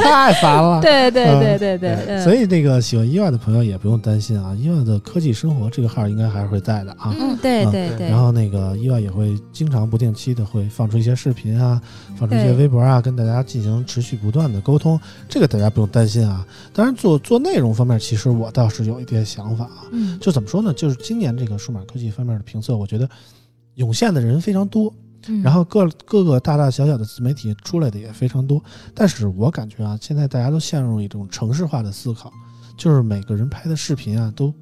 C: 太烦了。
F: 对对对对对，
C: 对
F: 嗯
C: 所以这个喜欢伊万的朋友也不用担心啊，伊万的科技生活这个号应该还是会在的啊。
F: 嗯，对
C: 嗯
F: 对对
C: 然，后那个伊万也会经常不定期的会放出一些视频啊，放出一些
F: 对
C: 微博啊，跟大家进行持续不断的沟通，这个大家不用担心啊。当然做做内容方面，其实我倒是有一点想法啊，
F: 嗯
C: 就怎么说呢？就是今年这个数码科技方面的评测，我觉得涌现的人非常多，
F: 嗯，
C: 然后各各个大大小小的自媒体出来的也非常多，但是我感觉啊，现在大家都陷入一种城市化的思考，就是每个人拍的视频啊都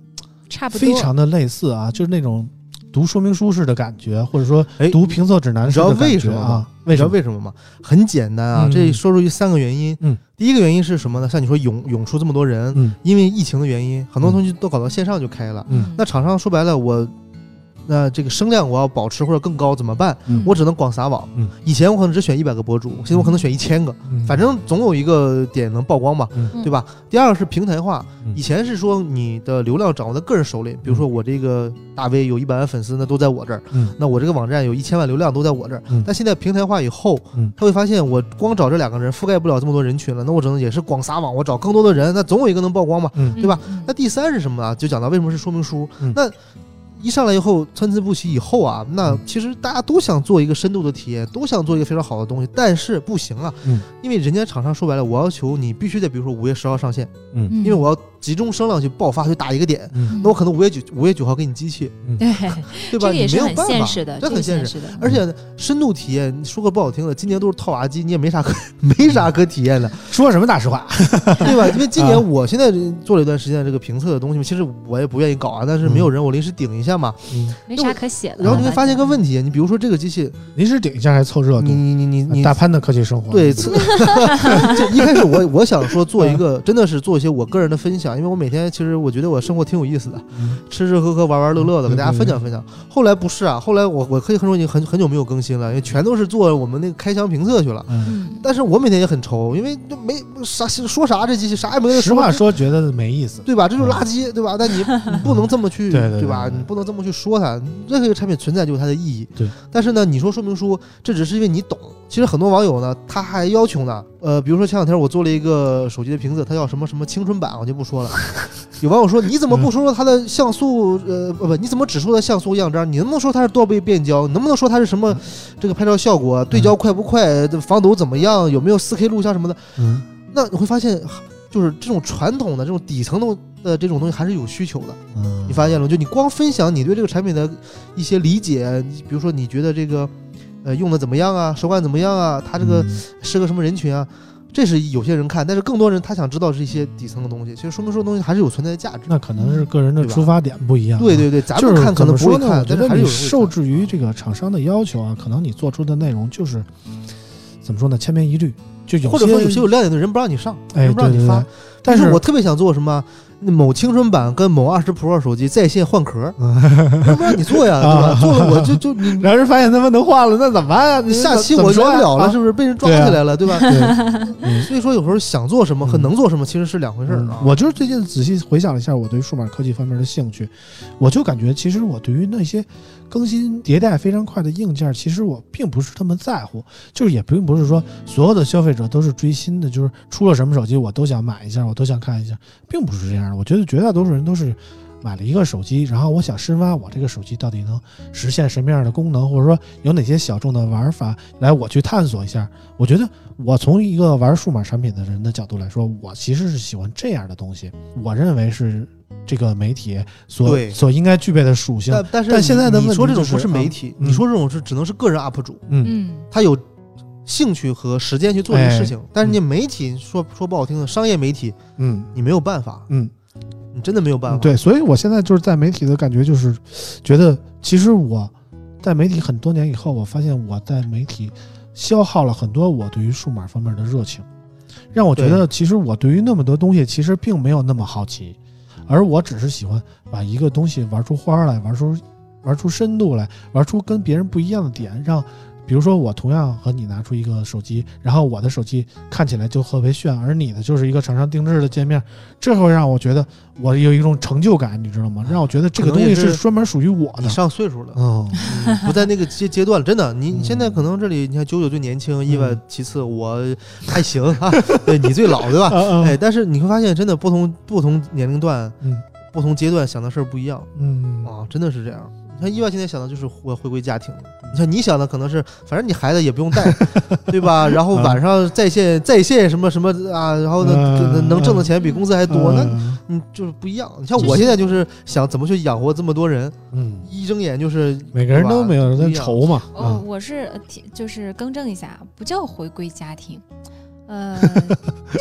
F: 差不多
C: 非常的类似啊，就是那种读说明书似的感觉，或者说
E: 哎
C: 读评测指南似的感觉
E: 你知道为什么
C: 啊
E: 吗？
C: 为
E: 你知
C: 什
E: 道
C: 么？
E: 为什么吗？很简单啊，
C: 嗯
E: 这说出去三个原因。
C: 嗯，
E: 第一个原因是什么呢？像你说涌涌出这么多人，
C: 嗯
E: 因为疫情的原因，很多东西都搞到线上就开了。
C: 嗯
E: 那厂商说白了，我那这个声量我要保持或者更高怎么办？
C: 嗯
E: 我只能广撒网。
C: 嗯
E: 以前我可能只选一百个博主，现在我可能选一千个，
C: 嗯
E: 反正总有一个点能曝光吧，
C: 嗯
E: 对吧？第二个是平台化
C: 嗯，
E: 以前是说你的流量掌握在个人手里，比如说我这个大 V 有一百万粉丝，那都在我这儿
C: 嗯，
E: 那我这个网站有一千万流量都在我这儿
C: 嗯。
E: 但现在平台化以后
C: 嗯，
E: 他会发现我光找这两个人覆盖不了这么多人群了，那我只能也是广撒网，我找更多的人，那总有一个能曝光嘛。
C: 嗯
E: 对吧？那第三是什么呢？就讲到为什么是说明书。
C: 嗯
E: 那一上来以后参差不齐以后啊，那
C: 嗯
E: 其实大家都想做一个深度的体验，都想做一个非常好的东西，但是不行啊，
C: 嗯
E: 因为人家厂商说白了，我要求你必须得，比如说五月十号上线，
C: 嗯
E: 因为我要集中声量去爆发，去打一个点。
C: 嗯
E: 那我可能五月九五月九号给你机器，
I: 对，
E: 对
I: 这
E: 吧？
I: 个也
E: 你
I: 是
E: 没有
I: 很
E: 办
I: 现
E: 法，
I: 实的，
E: 这很
I: 现
E: 现实。
I: 实的。
E: 而且深度体验，说个不好听的，今年都是套娃机，你也没啥可 没啥可体验的。
C: 说什么大实话？
E: 对吧？因为今
C: 啊
E: 年我现在做了一段时间的这个评测的东西嘛，其实我也不愿意搞啊，但是没有人，我临时顶一下嘛。
C: 嗯，
I: 没啥可写的。
E: 然后你会
I: 我
E: 发现个问
I: 题，
E: 题，你比如说这个机器，
C: 临时顶一下还凑热
E: 你
C: 度。啊
E: 你你嗯你你
C: 大，潘的科技生活，嗯
E: 对，测 就一开始我我想说做一
C: 嗯
E: 个，真的是做一些我个人的分享，因为我每天其实我觉得我生活挺有意思的，
C: 嗯
E: 吃吃喝喝玩玩乐乐的，给大家分享分享。后来不是啊，后来我我可以很久已经很很久没有更新了，因为全都是做我们那个开箱评测去了。
C: 嗯，
I: 嗯，
E: 但是我每天也很愁，因为就没啥说啥这机器啥也没跟他
C: 实话
E: 就
C: 说嗯觉得没意思。
E: 对吧？这就是垃圾，对吧？但你你不能这么去，
C: 对对对
E: 吧？
C: 对对
E: 你不能这么去说它。任何一个产品存在就有它的意义。
C: 对。
E: 但是呢，你说说明书，这只是因为你懂。其实很多网友呢，他还要求呢，呃，比如说前两天我做了一个手机的评测，它叫什么什么青春版，我就 不说了。有网友说，你怎么不说说它的像素？呃，不不，你怎么只说它像素样张？你能不能说它是多倍变焦？能不能说它是什
C: 嗯
E: 么这个拍照效果？对焦快不快？这防抖怎么样？有没有 4K 录像什么的？
C: 嗯
E: 那你会发现，就是这种传统的这种底层的呃这种东西还是有需求的。
C: 嗯
E: 你发现了吗，就你光分享你对这个产品的一些理解，你比如说你觉得这个呃用的怎么样啊，手感怎么样啊，它这
C: 嗯
E: 个适合什么人群啊，这是有些人看，但是更多人他想知道是一些底层的东西。其实说明这个东西还是有存在的价值。
C: 那可能是个人的
E: 对吧
C: 出发点不一样啊。
E: 对对对，咱
C: 就
E: 们
C: 是
E: 看可
C: 怎
E: 能
C: 么
E: 不会
C: 说呢？
E: 看
C: 我，觉
E: 但是
C: 得
E: 还是
C: 你
E: 有人会
C: 受
E: 看
C: 制于这个厂商的要求啊，可能你做出的内容就是怎么说呢，千篇一律，就有
E: 或者说有些有亮点的人不让你上，
C: 哎，
E: 人不
C: 对
E: 让
C: 对
E: 你发
C: 对。，但
E: 就是我特别想做什么。某青春版跟某二十 Pro 手机在线换壳 儿，要不让你做呀，对吧？
C: 啊
E: 做了我就 就你
C: 让人发现他们能换了，那怎么办啊？
E: 你
C: 你
E: 下期
C: 怎么
E: 我
C: 说
E: 聊
C: 呀
E: 不了了，
C: 啊
E: 是不是被人抓起来了，对吧？
C: 嗯
E: 所以说有时候想做什么和能做什么其实是两回事儿
C: 嗯
E: 啊。
C: 我就是最近仔细回想了一下我对数码科技方面的兴趣，我就感觉其实我对于那些更新迭代非常快的硬件，其实我并不是特么在乎，就是也并不是说所有的消费者都是追新的，就是出了什么手机我都想买一下，我都想看一下，并不是这样的。我觉得绝大多数人都是。买了一个手机，然后我想深挖我这个手机到底能实现什么样的功能，或者说有哪些小众的玩法，来我去探索一下。我觉得我从一个玩数码产品的人的角度来说，我其实是喜欢这样的东西。我认为是这个媒体所
E: 对
C: 所应该具备的属性。嗯
E: 但但是
C: 但现在的
E: 你
C: 问
E: 你
C: 题
E: 说这种
C: 就是
E: 不是媒体，
C: 嗯
E: 你说这种是只能是个人 UP 主，
C: 嗯，
I: 嗯，
E: 他有兴趣和时间去做这个事情。但是
C: 嗯
E: 你媒体说说不好听的，商业媒体
C: 嗯
E: 你没有办法，
C: 嗯
E: 你真的没有办
C: 嗯，
E: 法。
C: 对，所以我现在就是在媒体的感觉就是，觉得其实我在媒体很多年以后，我发现我在媒体消耗了很多我对于数码方面的热情，让我觉得其实我对于那么多东西其实并没有那么好奇，而我只是喜欢把一个东西玩出花儿来，玩出玩出深度来，玩出跟别人不一样的点，让。比如说，我同样和你拿出一个手机，然后我的手机看起来就特别炫，而你的就是一个厂商定制的界面，这会让我觉得我有一种成就感，你知道吗？让我觉得这个
E: 啊可
C: 东
E: 能也
C: 西
E: 是
C: 是专门属于我
E: 啊你
C: 的。
E: 上岁数了，
C: 嗯，
E: 嗯不在那个阶阶段了，真的，你
C: 嗯
E: 现在可能这里你看九九最年轻，意外
C: 嗯
E: 其次，我还行啊， 对你最老对吧？
C: 嗯
E: 哎，但是你会发现，真的不同不同年龄段、
C: 嗯
E: 不同阶段想的事儿不一样
C: 嗯
E: 啊，真的是这样。你看意外现在想的就是回回归家庭，你看你想的可能是，反正你孩子也不用 带，对吧？然后晚上在线在线什么什么啊，然后呢
C: 嗯
E: 能能挣的钱比工资还多，那
C: 嗯
E: 你就是不一样。你像我现在就是想怎么去养活这么多人，
C: 嗯，
E: 一睁眼就是
C: 每个人都
E: 嗯
C: 没有
E: 对吧嗯
C: 在愁嘛。
I: 哦，
C: 啊，
I: 我是呃提就是更正一下，不叫回归家庭，
F: 呃，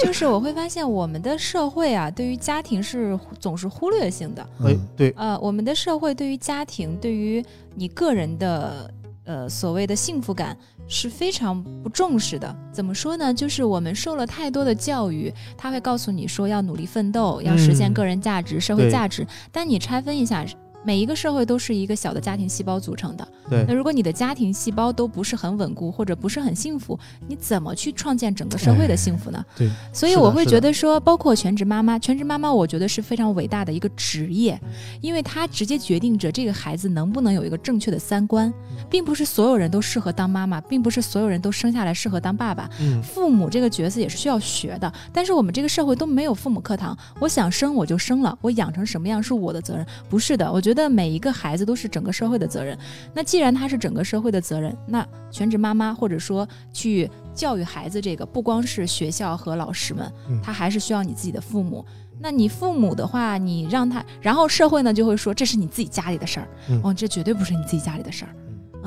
F: 就是我会发现我们的社会啊，对于家庭是忽总是忽略性
C: 嗯
F: 的。
E: 哎，对，
F: 呃，我们的社会对于家庭，对于你个人的呃所谓的幸福感是非常不重视的。怎么说呢？就是我们受了太多的教育，他会告诉你说要努力奋斗，要实现
E: 嗯
F: 个人价值、社会
E: 对
F: 价值。但你拆分一下，每一个社会都是一个小的家庭细胞组成的。
E: 对
F: 那如果你的家庭细胞都不是很稳固，或者不是很幸福，你怎么去创建整个社会的幸福呢？
E: 对，
F: 所以
E: 是的
F: 我会
E: 是的
F: 觉得说，包括全职妈妈，全职妈妈我觉得是非常伟大的一个职业，因为它直接决定着这个孩子能不能有一个正确的三观，
E: 嗯
F: 并不是所有人都适合当妈妈，并不是所有人都生下来适合当爸爸。
E: 嗯，
F: 父母这个角色也是需要学的，但是我们这个社会都没有父母课堂。我想生我就生了，我养成什么样是我的责任，不是的。我觉得每一个孩子都是整个社会的责任。那既然他是整个社会的责任，那全职妈妈或者说去教育孩子这个，不光是学校和老师们
E: 嗯，
F: 他还是需要你自己的父母。那你父母的话，你让他，然后社会呢就会说这是你自己家里的事儿，
E: 嗯
F: 哦，这绝对不是你自己家里的事儿，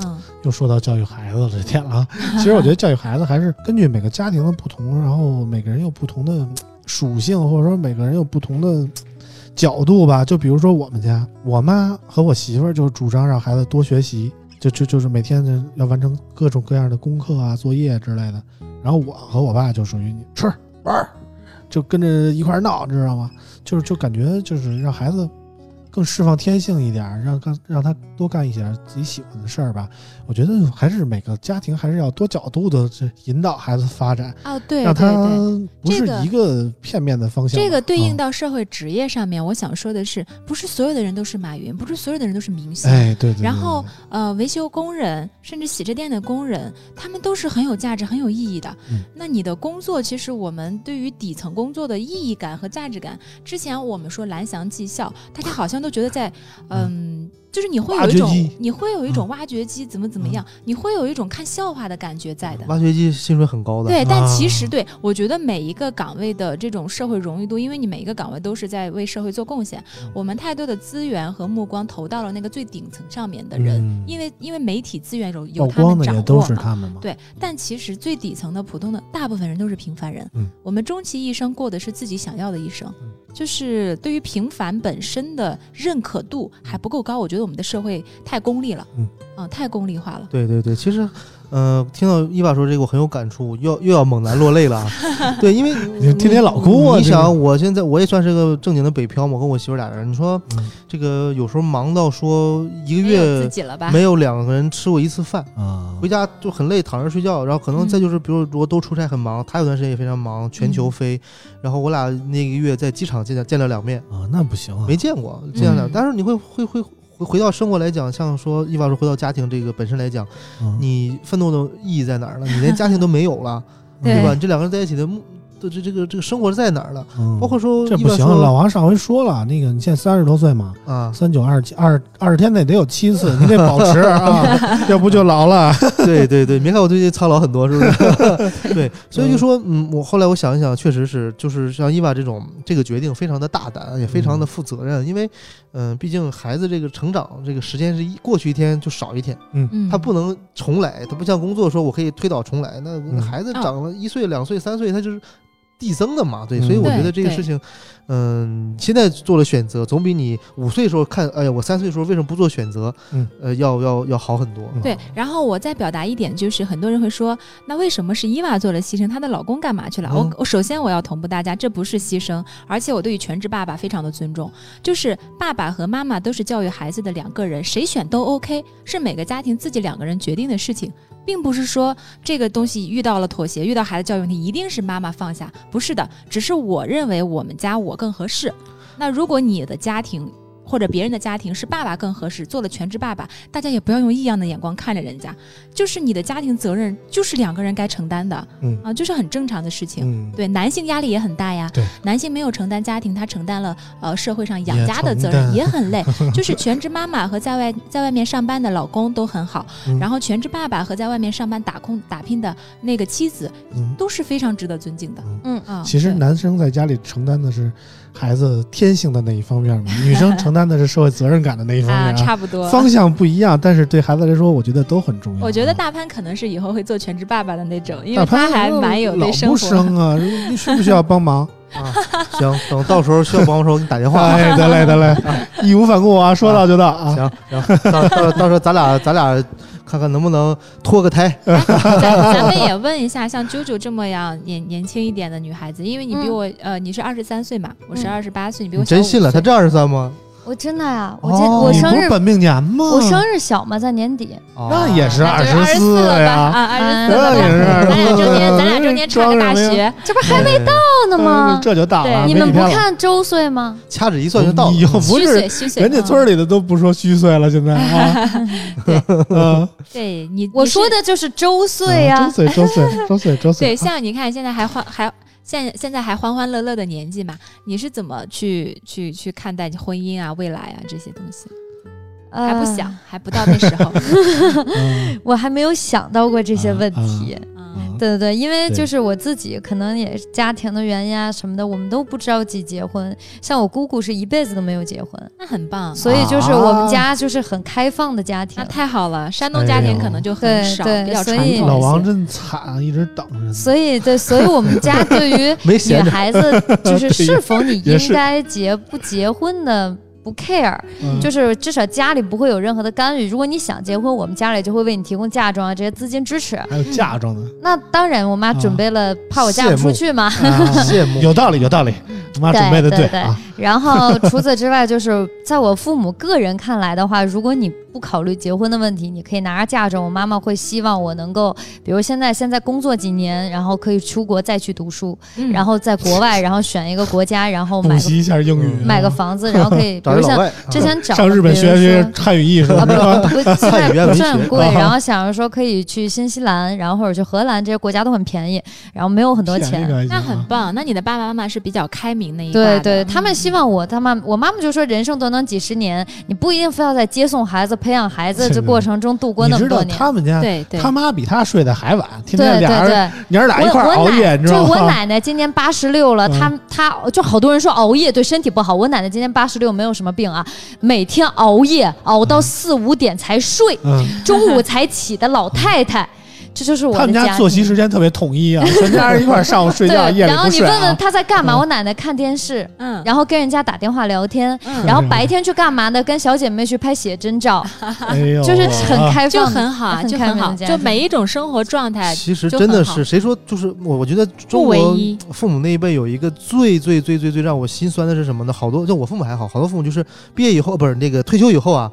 F: 嗯。
C: 又说到教育孩子了，这天啊，其实我觉得教育孩子还是根据每个家庭的不同，然后每个人有不同的嗯属性，或者说每个人有不同的嗯角度吧。就比如说我们家，我妈和我媳妇儿就主张让孩子多学习，就就就是每天就要完成各种各样的功课啊、作业之类的。然后我和我爸就属于你吃玩儿，就跟着一块儿闹，知道吗？就是就感觉就是让孩子更释放天性一点儿，让干让他多干一些自己喜欢的事儿吧。我觉得还是每个家庭还是要多角度的这引导孩子发展，
F: 哦，对
C: 让
F: 对
C: 他
F: 对，
C: 不是
F: 这个
C: 一个片面的方向吧。
F: 这个对应
C: 到、
F: 到社会职业上面，我想说的是，不是所有的人都是马云，不是所有的人都是 明星。
C: 哎，对对对
F: 然后呃，维修工人，甚至洗车店的工人，他们都是很有价值、很有意义的。
C: 嗯
F: 那你的工作，其实我们对于底层工作的意义感和价值感，之前我们说蓝翔技校，大家好像都觉 得在，嗯，就是你会有一
C: 挖掘
F: 种
C: 机，嗯
F: 你会有一种挖掘机怎么怎么样，你会有一种看笑话的感觉在的。
E: 挖掘机薪水很高的，
F: 对，但其
C: 啊
F: 实对我觉得每一个岗位的这种社会荣誉度，因为你每一个岗位都是在为社会做贡献，
C: 嗯
F: 我们太多的资源和目光投到了那个最顶层上面的人，
C: 嗯
F: 因为因为媒体资源有
C: 曝
F: 有他
C: 光
F: 们
C: 的
F: 掌
C: 也
F: 握
C: 都是
F: 嘛
C: 他们嘛。
F: 对，但其实最底层的普通的大部分人都是平凡人。
C: 嗯
F: 我们终其一生过的是自己想要的一生，
C: 嗯
F: 就是对于平凡本身的认可度还不够高。我觉得我们的社会太功利了，
C: 嗯
F: 啊、太功利化了。
E: 对对对，其实，呃，听到伊娃说这个，我很有感触，又要又要猛男落泪了 啊。对，因为
C: 你天天老哭啊
E: 你
C: 这个
E: 想，我现在我也算是个正经的北漂嘛，跟我媳妇儿俩人，你说、
C: 嗯
E: 这个有时候忙到说一个
F: 没有自
E: 月
F: 己了吧？
E: 没有两个人吃过一次饭，
C: 啊
E: 回，家就很累，躺着睡觉。然后可
F: 嗯
E: 能再就是，比如如果都出差很忙，她有段时间也非常忙，全球飞。
F: 嗯
E: 然后我俩那个月在机场见见了两面，
C: 啊，那不行啊，
E: 没见过这样的
F: 嗯。
E: 但是你会会会回回到生活来讲，像说伊娃说回到家庭这个本身来讲，
C: 嗯
E: 你奋斗的意义在哪 儿了？你连家庭都没有了，
F: 对
E: 对吧？你这两个人在一起的目，的这这个这个生活在哪儿了？
C: 嗯
E: 包括说
C: 这
E: 伊
C: 不
E: 娃
C: 行。
E: 说
C: 老王上回说了，那个你现在三十多岁嘛，
E: 啊，
C: 三九二十七二二十天内得有七次，你得保 持啊，要不就老了。
E: 对对对，没看我最近苍老很多，是不是？对，所以就说，嗯，我后来我想一想，确实是，就是像伊娃这种这个决定非常的大胆，也非常的负责任，因为，嗯、毕竟孩子这个成长这个时间是一过去一天就少一天，
F: 嗯，
E: 他不能重来，他不像工作说我可以推倒重来，那
C: 嗯
E: 孩子
F: 哦
E: 长了一岁、两岁、三岁，他就是。递增的嘛，对，所以
C: 嗯
E: 我觉得这
F: 对
E: 个
F: 对
E: 事情，嗯，现在做了选择，总比你五岁时候看，哎呀，我三岁时候为什么不做选择，
C: 嗯，
E: 呃，要要要好很多。
C: 嗯
F: 对，然后我再表达一点，就是很多人会说，那为什么是伊娃做了牺牲，她的老公干嘛去了？
E: 嗯
F: 我我首先我要同步大家，这不是牺牲，而且我对于全职爸爸非常的尊重，就是爸爸和妈妈都是教育孩子的两个人，谁选都 OK，是每个家庭自己两个人决定的事情。并不是说这个东西遇到了妥协，遇到孩子教育问题，一定是妈妈放下，不是的，只是我认为我们家我更合适。那如果你的家庭或者别人的家庭是爸爸更合适，做了全职爸爸，大家也不要用异样的眼光看着人家，就是你的家庭责任就是两个人该承担的，
C: 嗯
F: 啊，就是很正常的事情。
C: 嗯，
F: 对，男性压力也很大呀。
C: 对，
F: 男性没有承担家庭，他承担了呃社会上养
C: 也
F: 家的
C: 承
F: 责任，
C: 担
F: 也很 累。就是全职妈妈和在外在外面上班的老公都很好，
C: 嗯
F: 然后全职爸爸和在外面上班打工打拼的那个妻子
C: 嗯
F: 都是非常值得尊敬的。
C: 嗯
D: 嗯
F: 啊，
C: 其实
F: 对
C: 男生在家里承担的是孩子天性的那一方 面嘛，女生承担的是社会责任感的那一方
F: 啊，
C: 面、啊。
F: 差不多。
C: 方向不一样，但是对孩子来说，我觉得都很重要。啊
F: 我觉得大潘可能是以后会做全职爸爸的那种，因为
C: 哦大潘
F: 他还蛮有
C: 老
F: 对生
C: 不
F: 活。
C: 生啊，你需不需要帮 忙？
E: 啊，行，等到时候需要帮忙的时候，我给你打电话啊。
C: 哎，得嘞得 嘞，义无反顾啊，说到就到啊。
E: 行，然后到到到时候咱俩咱俩看看能不能脱个胎。
F: 哎咱咱们也问一下，像啾啾这么样年年轻一点的女孩子，因为你比
D: 嗯
F: 我、呃，你是二十三岁嘛，我是
D: 嗯
F: 二十八岁，你比
E: 你
F: 我小
E: 真
F: 五
E: 信了？
F: 岁
E: 他这二十三吗？
D: 我真的呀，我这、
E: 哦
D: 我
C: 你不
D: 生
C: 是
D: 日
C: 本命年吗？
D: 我生日小嘛，在年底，
E: 啊
C: 那也是
F: 啊那就
C: 24
F: 是24了吧
C: 呀哎
F: 啊，二十四
C: 那也是
F: 咱俩
C: 24
F: 中间，咱俩中间差个大学，嗯
D: 这不还
E: 还没到
D: 到呢吗？
C: 这就大了，
F: 对
D: 你
C: 没
D: 们不
C: 天了
D: 看周岁吗？
E: 掐指一算就到
C: 你又
E: 了。
C: 不是
F: 虚岁嗯虚岁，
C: 人家村儿里的都不说虚岁了，现在啊， 嗯，
F: 嗯对你
D: 我
F: 你是
D: 说的就是周岁呀、
C: 啊周岁周 岁周岁周岁，啊
F: 对，像你看现在还欢还现现在还欢欢乐乐的年纪嘛，你是怎么去去去看待婚姻啊、未来啊这些东西？
D: 呃
F: 还不想，，还不到那时 候。
C: 嗯
D: 我还没有想到过这些问题。
F: 嗯，
D: 对对对，因为
C: 啊对
D: 就是我自己可能也是家庭的原因啊什么的，我们都不知道自己结婚。像我姑姑是一辈子都没有结婚，
F: 那很棒，
D: 所以就是我
C: 啊
D: 们家就是很开放的家庭
F: 那。太好了。山东家庭可能就很少，
D: 哎呦对
F: 比较传
D: 所以
F: 统。
C: 哎老王真惨，啊一直等着呢。
D: 所以对，所以我们家对于
E: 没
D: 女
E: 闲着，
D: 孩子就是是否你
C: 也是
D: 应该结不结婚的不 care，
C: 嗯
D: 就是至少家里不会有任何的干预。如果你想结婚，我们家里就会为你提供嫁妆啊这些资金支持。
C: 还有嫁妆 呢，
D: 那当然，我妈准备了，怕我嫁不出去嘛。
C: 啊
E: 哎羡慕
C: 有道理有道理，我妈准备的
D: 对对
C: 啊，
D: 然后除此之外，就是在我父母个人看来的话，如果你不考虑结婚的问题，你可以拿着嫁妆。我妈妈会希望我能够，比如现在现在工作几年，然后可以出国再去读书，
F: 嗯
D: 然后在国外，然后选一个国家，然后
C: 补
D: 买个嗯
C: 习一下英语，嗯
D: 买个房子，然后 可以，比
E: 找
D: 如
E: 一老
D: 像
E: 外。啊
D: 之前找
C: 上日本
D: 比如
C: 学学
D: 说
C: 汉语艺术，
D: 啊，不不不，现在
E: 汉语言
D: 不
E: 文
D: 是
E: 学
D: 很贵，
C: 啊
D: 然后想着说可以去新西兰，然后或者去荷兰这些国家都很便宜，然后没有很多
C: 便宜
D: 钱。
C: 个还行
F: 那
C: 啊
F: 很棒。那你的爸爸妈妈是比较开明那一挂
D: 对
F: 的嗯
D: 对，他们希望我，他妈我妈妈就说，人生短短几十年，你不一定非要在接送孩子、培养孩子这过程中度过
C: 你
D: 那么
C: 知道
D: 多年。
C: 他们家
F: 对对
C: 他妈比他睡得还晚，天
D: 对
C: 天
D: 对
C: 俩人
D: 对，
C: 娘儿俩一块儿
D: 我
C: 熬
D: 我
C: 夜，
D: 奶
C: 你知
D: 就
C: 道
D: 我
C: 吗？
D: 奶奶今年八十六了，
C: 嗯
D: 她她就好多人说熬夜对身体不好，我奶奶今年八十六没有什么病啊，每天熬夜熬到四五点才睡，
C: 嗯，
D: 中午才起的老太太，这就是我
C: 他
D: 的
C: 们
D: 家庭。
C: 家作息时间特别统一啊，全家人一块儿上午睡
D: 对，
C: 觉，夜里
D: 然后
C: 不
D: 你
C: 睡
D: 问问
C: 啊。
D: 她在干嘛，
C: 嗯
D: 我奶奶看电视，
F: 嗯，
D: 然后跟人家打电话聊天，
F: 嗯
D: 然后白天去干嘛呢？跟小姐妹去拍写真照，
C: 哎呦，
D: 就是很
C: 啊
D: 开
F: 就
D: 放的，
F: 很好啊，
D: 很
F: 就
D: 开
F: 很
D: 明的
F: 好，
D: 家
F: 就
D: 庭
F: 每一种生活状态
E: 其实
F: 就
E: 真的
F: 很好
E: 是，谁说就是我？我觉得中
F: 不唯
E: 国
F: 一
E: 父母那一辈有一个最最最最最让我心酸的是什么呢？好多像我父母还好，好多父母就是毕业以后，不是那个退休以后啊，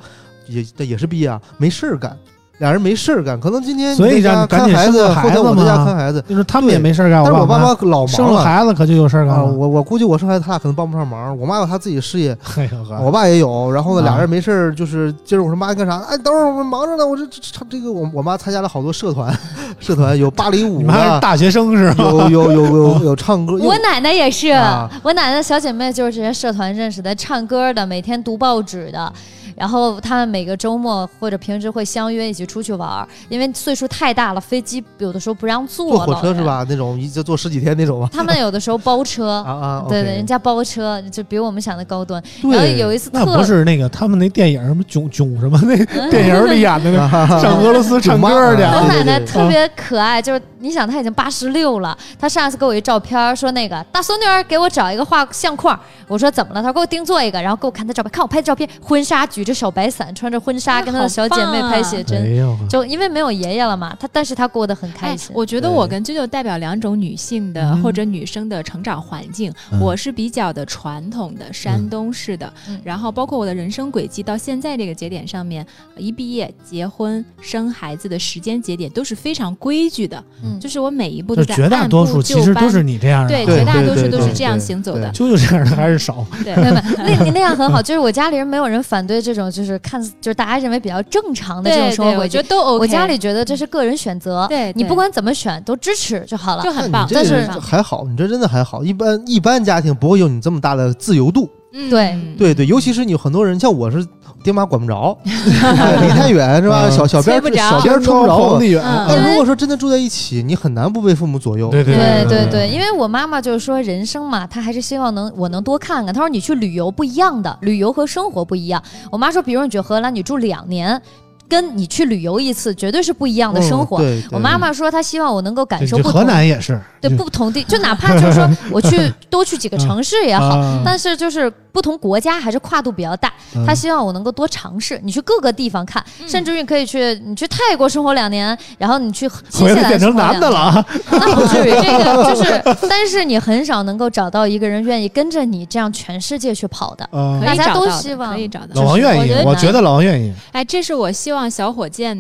E: 也也是毕业啊，没事儿干，俩人没事儿干，可能今天
C: 所以
E: 你在
C: 让
E: 家
C: 你赶
E: 看
C: 紧
E: 孩
C: 生
E: 子，
C: 个
E: 后天
C: 孩
E: 我
C: 子
E: 在家
C: 嘛
E: 看孩子，
C: 就是他们也
E: 对
C: 没事儿干，
E: 但是
C: 我
E: 我爸妈老
C: 生
E: 哦忙
C: 了
E: 了。
C: 孩子可就有事儿干
E: 啊，
C: 了。
E: 我我估计我生孩子，他俩可能帮不上忙。我妈有她自己的事业，
C: 哎呦呵
E: 哦我爸也有。然后呢，
C: 啊
E: 俩人没事儿就是今儿我说妈你干啥？哎，等会儿我们忙着呢。我这这这这个我我妈参加了好多社团，社团有芭蕾
C: 你
E: 舞的，
C: 们还是大学生是吧？
E: 有有有有有唱歌，因为
D: 我奶奶也是，
E: 啊
D: 我奶奶的小姐妹就是这些社团认识的，唱歌的，每天读报纸的。然后他们每个周末或者平时会相约一起出去玩儿，因为岁数太大了，飞机有的时候不让坐。
E: 坐火车是
D: 老人？
E: 吧？那种一就坐十几天那种吧。
D: 他们有的时候包
E: 啊
D: 车，
E: 啊，
D: 哦对
E: OK
D: 对，人家包车就比我们想的高端。然后
E: 对，
D: 有一次
C: 那
D: 特
C: 不是那个他们那电影什么囧囧什么那电影里演的那 个
E: 啊
C: 上俄罗斯唱歌去
E: 囧妈
D: 我
E: 啊
C: 啊，
D: 奶奶
E: 对对对
D: 特别可爱，就是你想她已经八十六了，她上一次给我一照片儿，说那个大孙女儿给我找一个画相框儿，我说怎么了？她说给我定做一个，然后给我看她照片，看我拍的照片，婚纱举着小白伞，穿着婚纱
F: 哎
D: 跟她的小姐妹拍写
C: 哎
D: 真，
C: 呦，
D: 就因为没有爷爷了嘛，她但是她过得很开
F: 哎
D: 心，。
F: 我觉得
E: 对
F: 我跟啾啾代表两种女性的
C: 嗯
F: 或者女生的成长环境，
C: 嗯
F: 我是比较的传统的山东式的，
D: 嗯
F: 然后包括我的人生轨迹到现在这个节点上面，一毕业、结婚、生孩子的时间节点都是非常规矩的，
D: 嗯
F: 就是我每一步
C: 就
F: 都在
C: 绝大
F: 按
C: 多
F: 部
C: 数
F: 就
C: 其实都
F: 班
C: 是你这样的
F: 对，
C: 啊，
F: 绝
E: 对
F: 大多数
E: 对
F: 都
E: 对
F: 是这样
E: 对
F: 行走
E: 对
F: 的。
C: 啾啾这样的还是 少，
F: 对，
D: 明白，那你那样很好，就是我家里人没有人反对这种，就是看似就是大家认为比较正常的这种
F: 对
D: 生活
F: 对，我
D: 轨
F: 觉
D: 迹。
F: 得都 OK。
D: 我家里觉得这是个人选择，
F: 对
D: 你
F: 对
D: 不管怎么选都支持就好了
F: 就。
E: 那
F: 很
E: 你
F: 棒，
E: 这
D: 但
F: 很
D: 是
F: 棒
E: 还好，你这真的还好。一般一般家庭不会有你这么大的自由度，
F: 嗯
D: 对
F: 嗯
E: 对对，尤其是你有很多人像我是，爹妈管不着，哎离太远是吧？
C: 嗯
E: 小小边
F: 吹不着
E: 小边
C: 天
E: 吹
C: 高
E: 不着啊
C: 皇
E: 我。
C: 帝远，
F: 嗯
E: 但如果说真的住在一起，你很难不被父母左右。
C: 啊对对
D: 对
C: 对
D: 对对，因为我妈妈就是说人生嘛，她还是希望能我能多看看。她说你去旅游不一样的，旅游和生活不一样。我妈说，比如你去荷兰，你住两年，跟你去旅游一次绝对是不一样的生活。
E: 嗯对对
D: 我妈妈说，她希望我能够感
C: 哦对
D: 受
C: 这
D: 不
C: 河
D: 同，
C: 南也是，
D: 对
C: 就
D: 不同地，就哪怕就是说我去 多去几个城市也好，
C: 啊
D: 但是就是不同国家还是跨度比较大。
E: 嗯
D: 她希望我能够多尝试，你去各个地方看，甚至于你可以去你去泰国生活两年，然后你去新
C: 回
D: 西
C: 来
D: 兰
C: 变成
D: 生活
C: 男
D: 两
C: 的
D: 年
C: 了啊！
D: 那 不至于，这个 就是，但是你很少能够找到一个人愿意跟着你这样全世界去跑的。
C: 啊
F: 可
D: 大
F: 以
D: 家
F: 找
D: 都
F: 到的
D: 希望
F: 可以找到。
C: 老王愿意
D: 我觉，得
C: 我觉得老王愿意。
F: 哎，这是我希望小火箭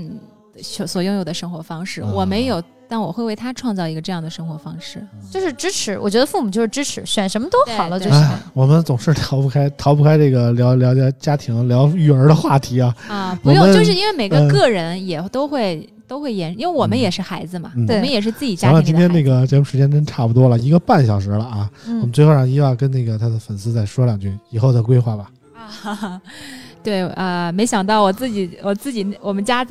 F: 所所拥有的生活方式。我没
C: 啊
F: 有，但我会为他创造一个这样的生活方式。
D: 就是支持，我觉得父母就是支持，选什么都好了，就
F: 对
D: 是
C: 哎，我们总是逃不开逃不开这个聊聊聊家庭、聊育儿的话题啊。
F: 啊，
C: 我
F: 不用，
C: 们
F: 就是因为每
C: 嗯
F: 个个人也都会都会演，因为我们也是孩子嘛，
C: 嗯
F: 我们也是自己家
C: 行了，今
F: 庭里
C: 天
F: 的孩
C: 那
F: 子。
C: 个节目时间真差不多了，一个半小时了啊。我们
E: 哎
D: 嗯，
C: 最后让伊娃跟那个他的粉丝再说两句以后的规划吧。
F: 啊， 对啊、呃没想到我自己，我自己，我们家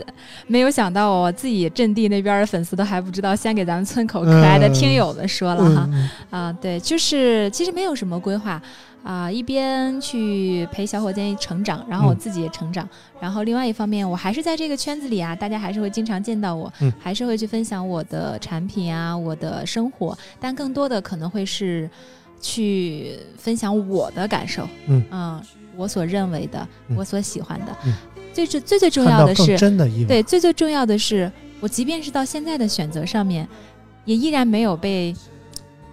F: 没有想到我自己阵地那边的粉丝都还不知道，先给咱们村口可爱的听友们说了哈。
C: 嗯，
F: 啊，对，就是其实没有什么规划啊，一边去陪小伙伴成长，然后我
C: 嗯
F: 自己也成长，然后另外一方面，我还是在这个圈子里啊，大家还是会经常见到我，
C: 嗯
F: 还是会去分享我的产品啊，我的生活，但更多的可能会是去分享我的感受，啊
C: 嗯
F: 我所认为的，
C: 嗯
F: 我所喜欢的，
C: 嗯
F: 最最最最重
C: 看
F: 要
C: 到
F: 的
C: 更
F: 是，
C: 真的伊娃。
F: 对，最最重要的是，我即便是到现在的选择上面，也依然没有被，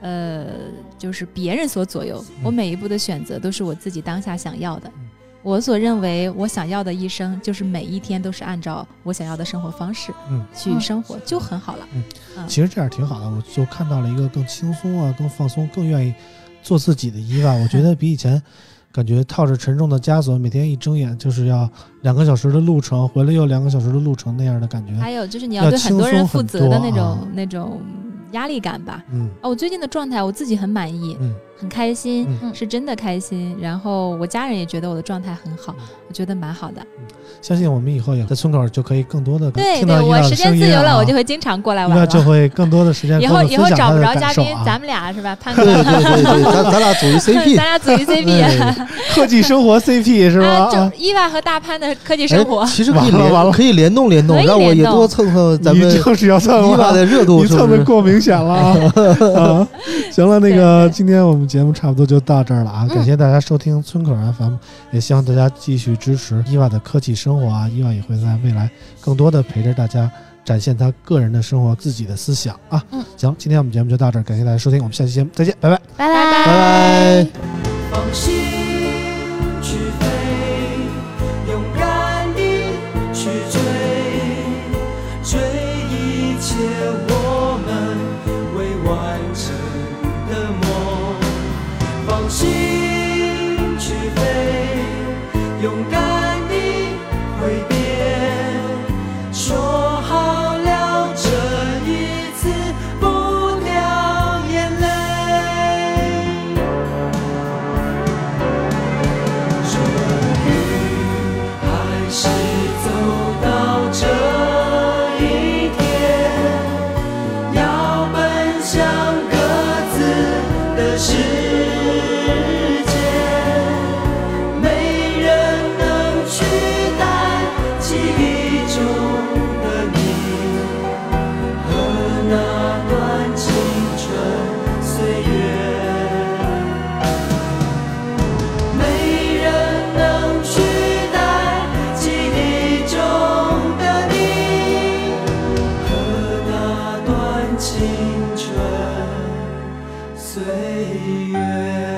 F: 呃，就是别人所左右。我
C: 嗯
F: 每一步的选择都是我自己当下想要的
C: 嗯。
F: 我所认为我想要的一生，就是每一天都是按照我想要的生活方式
C: 嗯
F: 去生活，就很好了。
C: 其实这样挺好的，我就看到了一个更轻松啊、更放松、更愿意做自己的伊娃。我觉得比以 前感觉套着沉重的枷锁，每天一睁眼就是要两个小时的路程，回来又两个小时的路程那样的感觉。
F: 还有就是你
C: 嗯要
F: 要对很
C: 轻
F: 多
C: 松
F: 人负
C: 很
F: 责的
C: 多
F: 那种、
C: 啊
F: 那种压力感吧。
C: 嗯
F: 啊，我最近的状态我自己很满意，
C: 嗯
F: 很开心，
C: 嗯，
F: 是真的开心。然后我家人也觉得我的状态很好，
C: 嗯
F: 我觉得蛮好的。
C: 相信我们以后也在村口就可以更多的
F: 对
C: 听到
F: 对，
C: 伊娃
F: 我
C: 的
F: 时间
C: 声音
F: 自由了，
C: 啊
F: 我就会经常过来
C: 伊
F: 玩
C: 娃
F: 了。
C: 就会更多的时间
F: 以
C: 跟我
F: 后
C: 们
F: 以
C: 分
F: 后
C: 享
F: 找
C: 她
F: 不
C: 的
F: 着
C: 感
F: 嘉
C: 受
F: 宾，咱
C: 啊。
F: 们俩是吧？潘哥
E: 对，对对对，咱咱俩组一
F: 咱
E: CP。
F: 俩组一 CP
C: 对，科技生 活 CP 是吧？
F: 啊，
C: 啊
F: 就伊娃和大潘的科技生活
E: 哎，其实可
C: 完
E: 以
C: 了完了
E: 联可以联动联动
F: 可，以
E: 让我也
F: 联动
E: 多蹭蹭咱
C: 你
E: 们
C: 就是要蹭
E: 伊
C: 我
E: 娃的热度，
C: 你
E: 是
C: 蹭
E: 不
C: 的
E: 是？
C: 过明显 了啊！啊行了，那个
F: 对嗯对
C: 今天我们节目差不多就到这儿了啊！感谢大家收听村口 FM，也希望大家继续支持伊娃的科技生活啊！伊娃也会在未来更多的陪着大家展现她个人的生活、自己的思想啊！
D: 嗯
C: 行，今天我们节目就到这儿，感谢大家收听，我们下期节目再见，拜拜。
D: 拜拜
E: 拜拜。
A: 放心去飞，勇敢地去追，追一切我们未完成的梦。放心去飞，勇敢地挥别，说好了这一次不掉眼泪。终于还是走到这一天，要奔向各自的世界，没人能取代记忆中的你和那段青春岁月。没人能取代记忆中的你和那段青春岁月。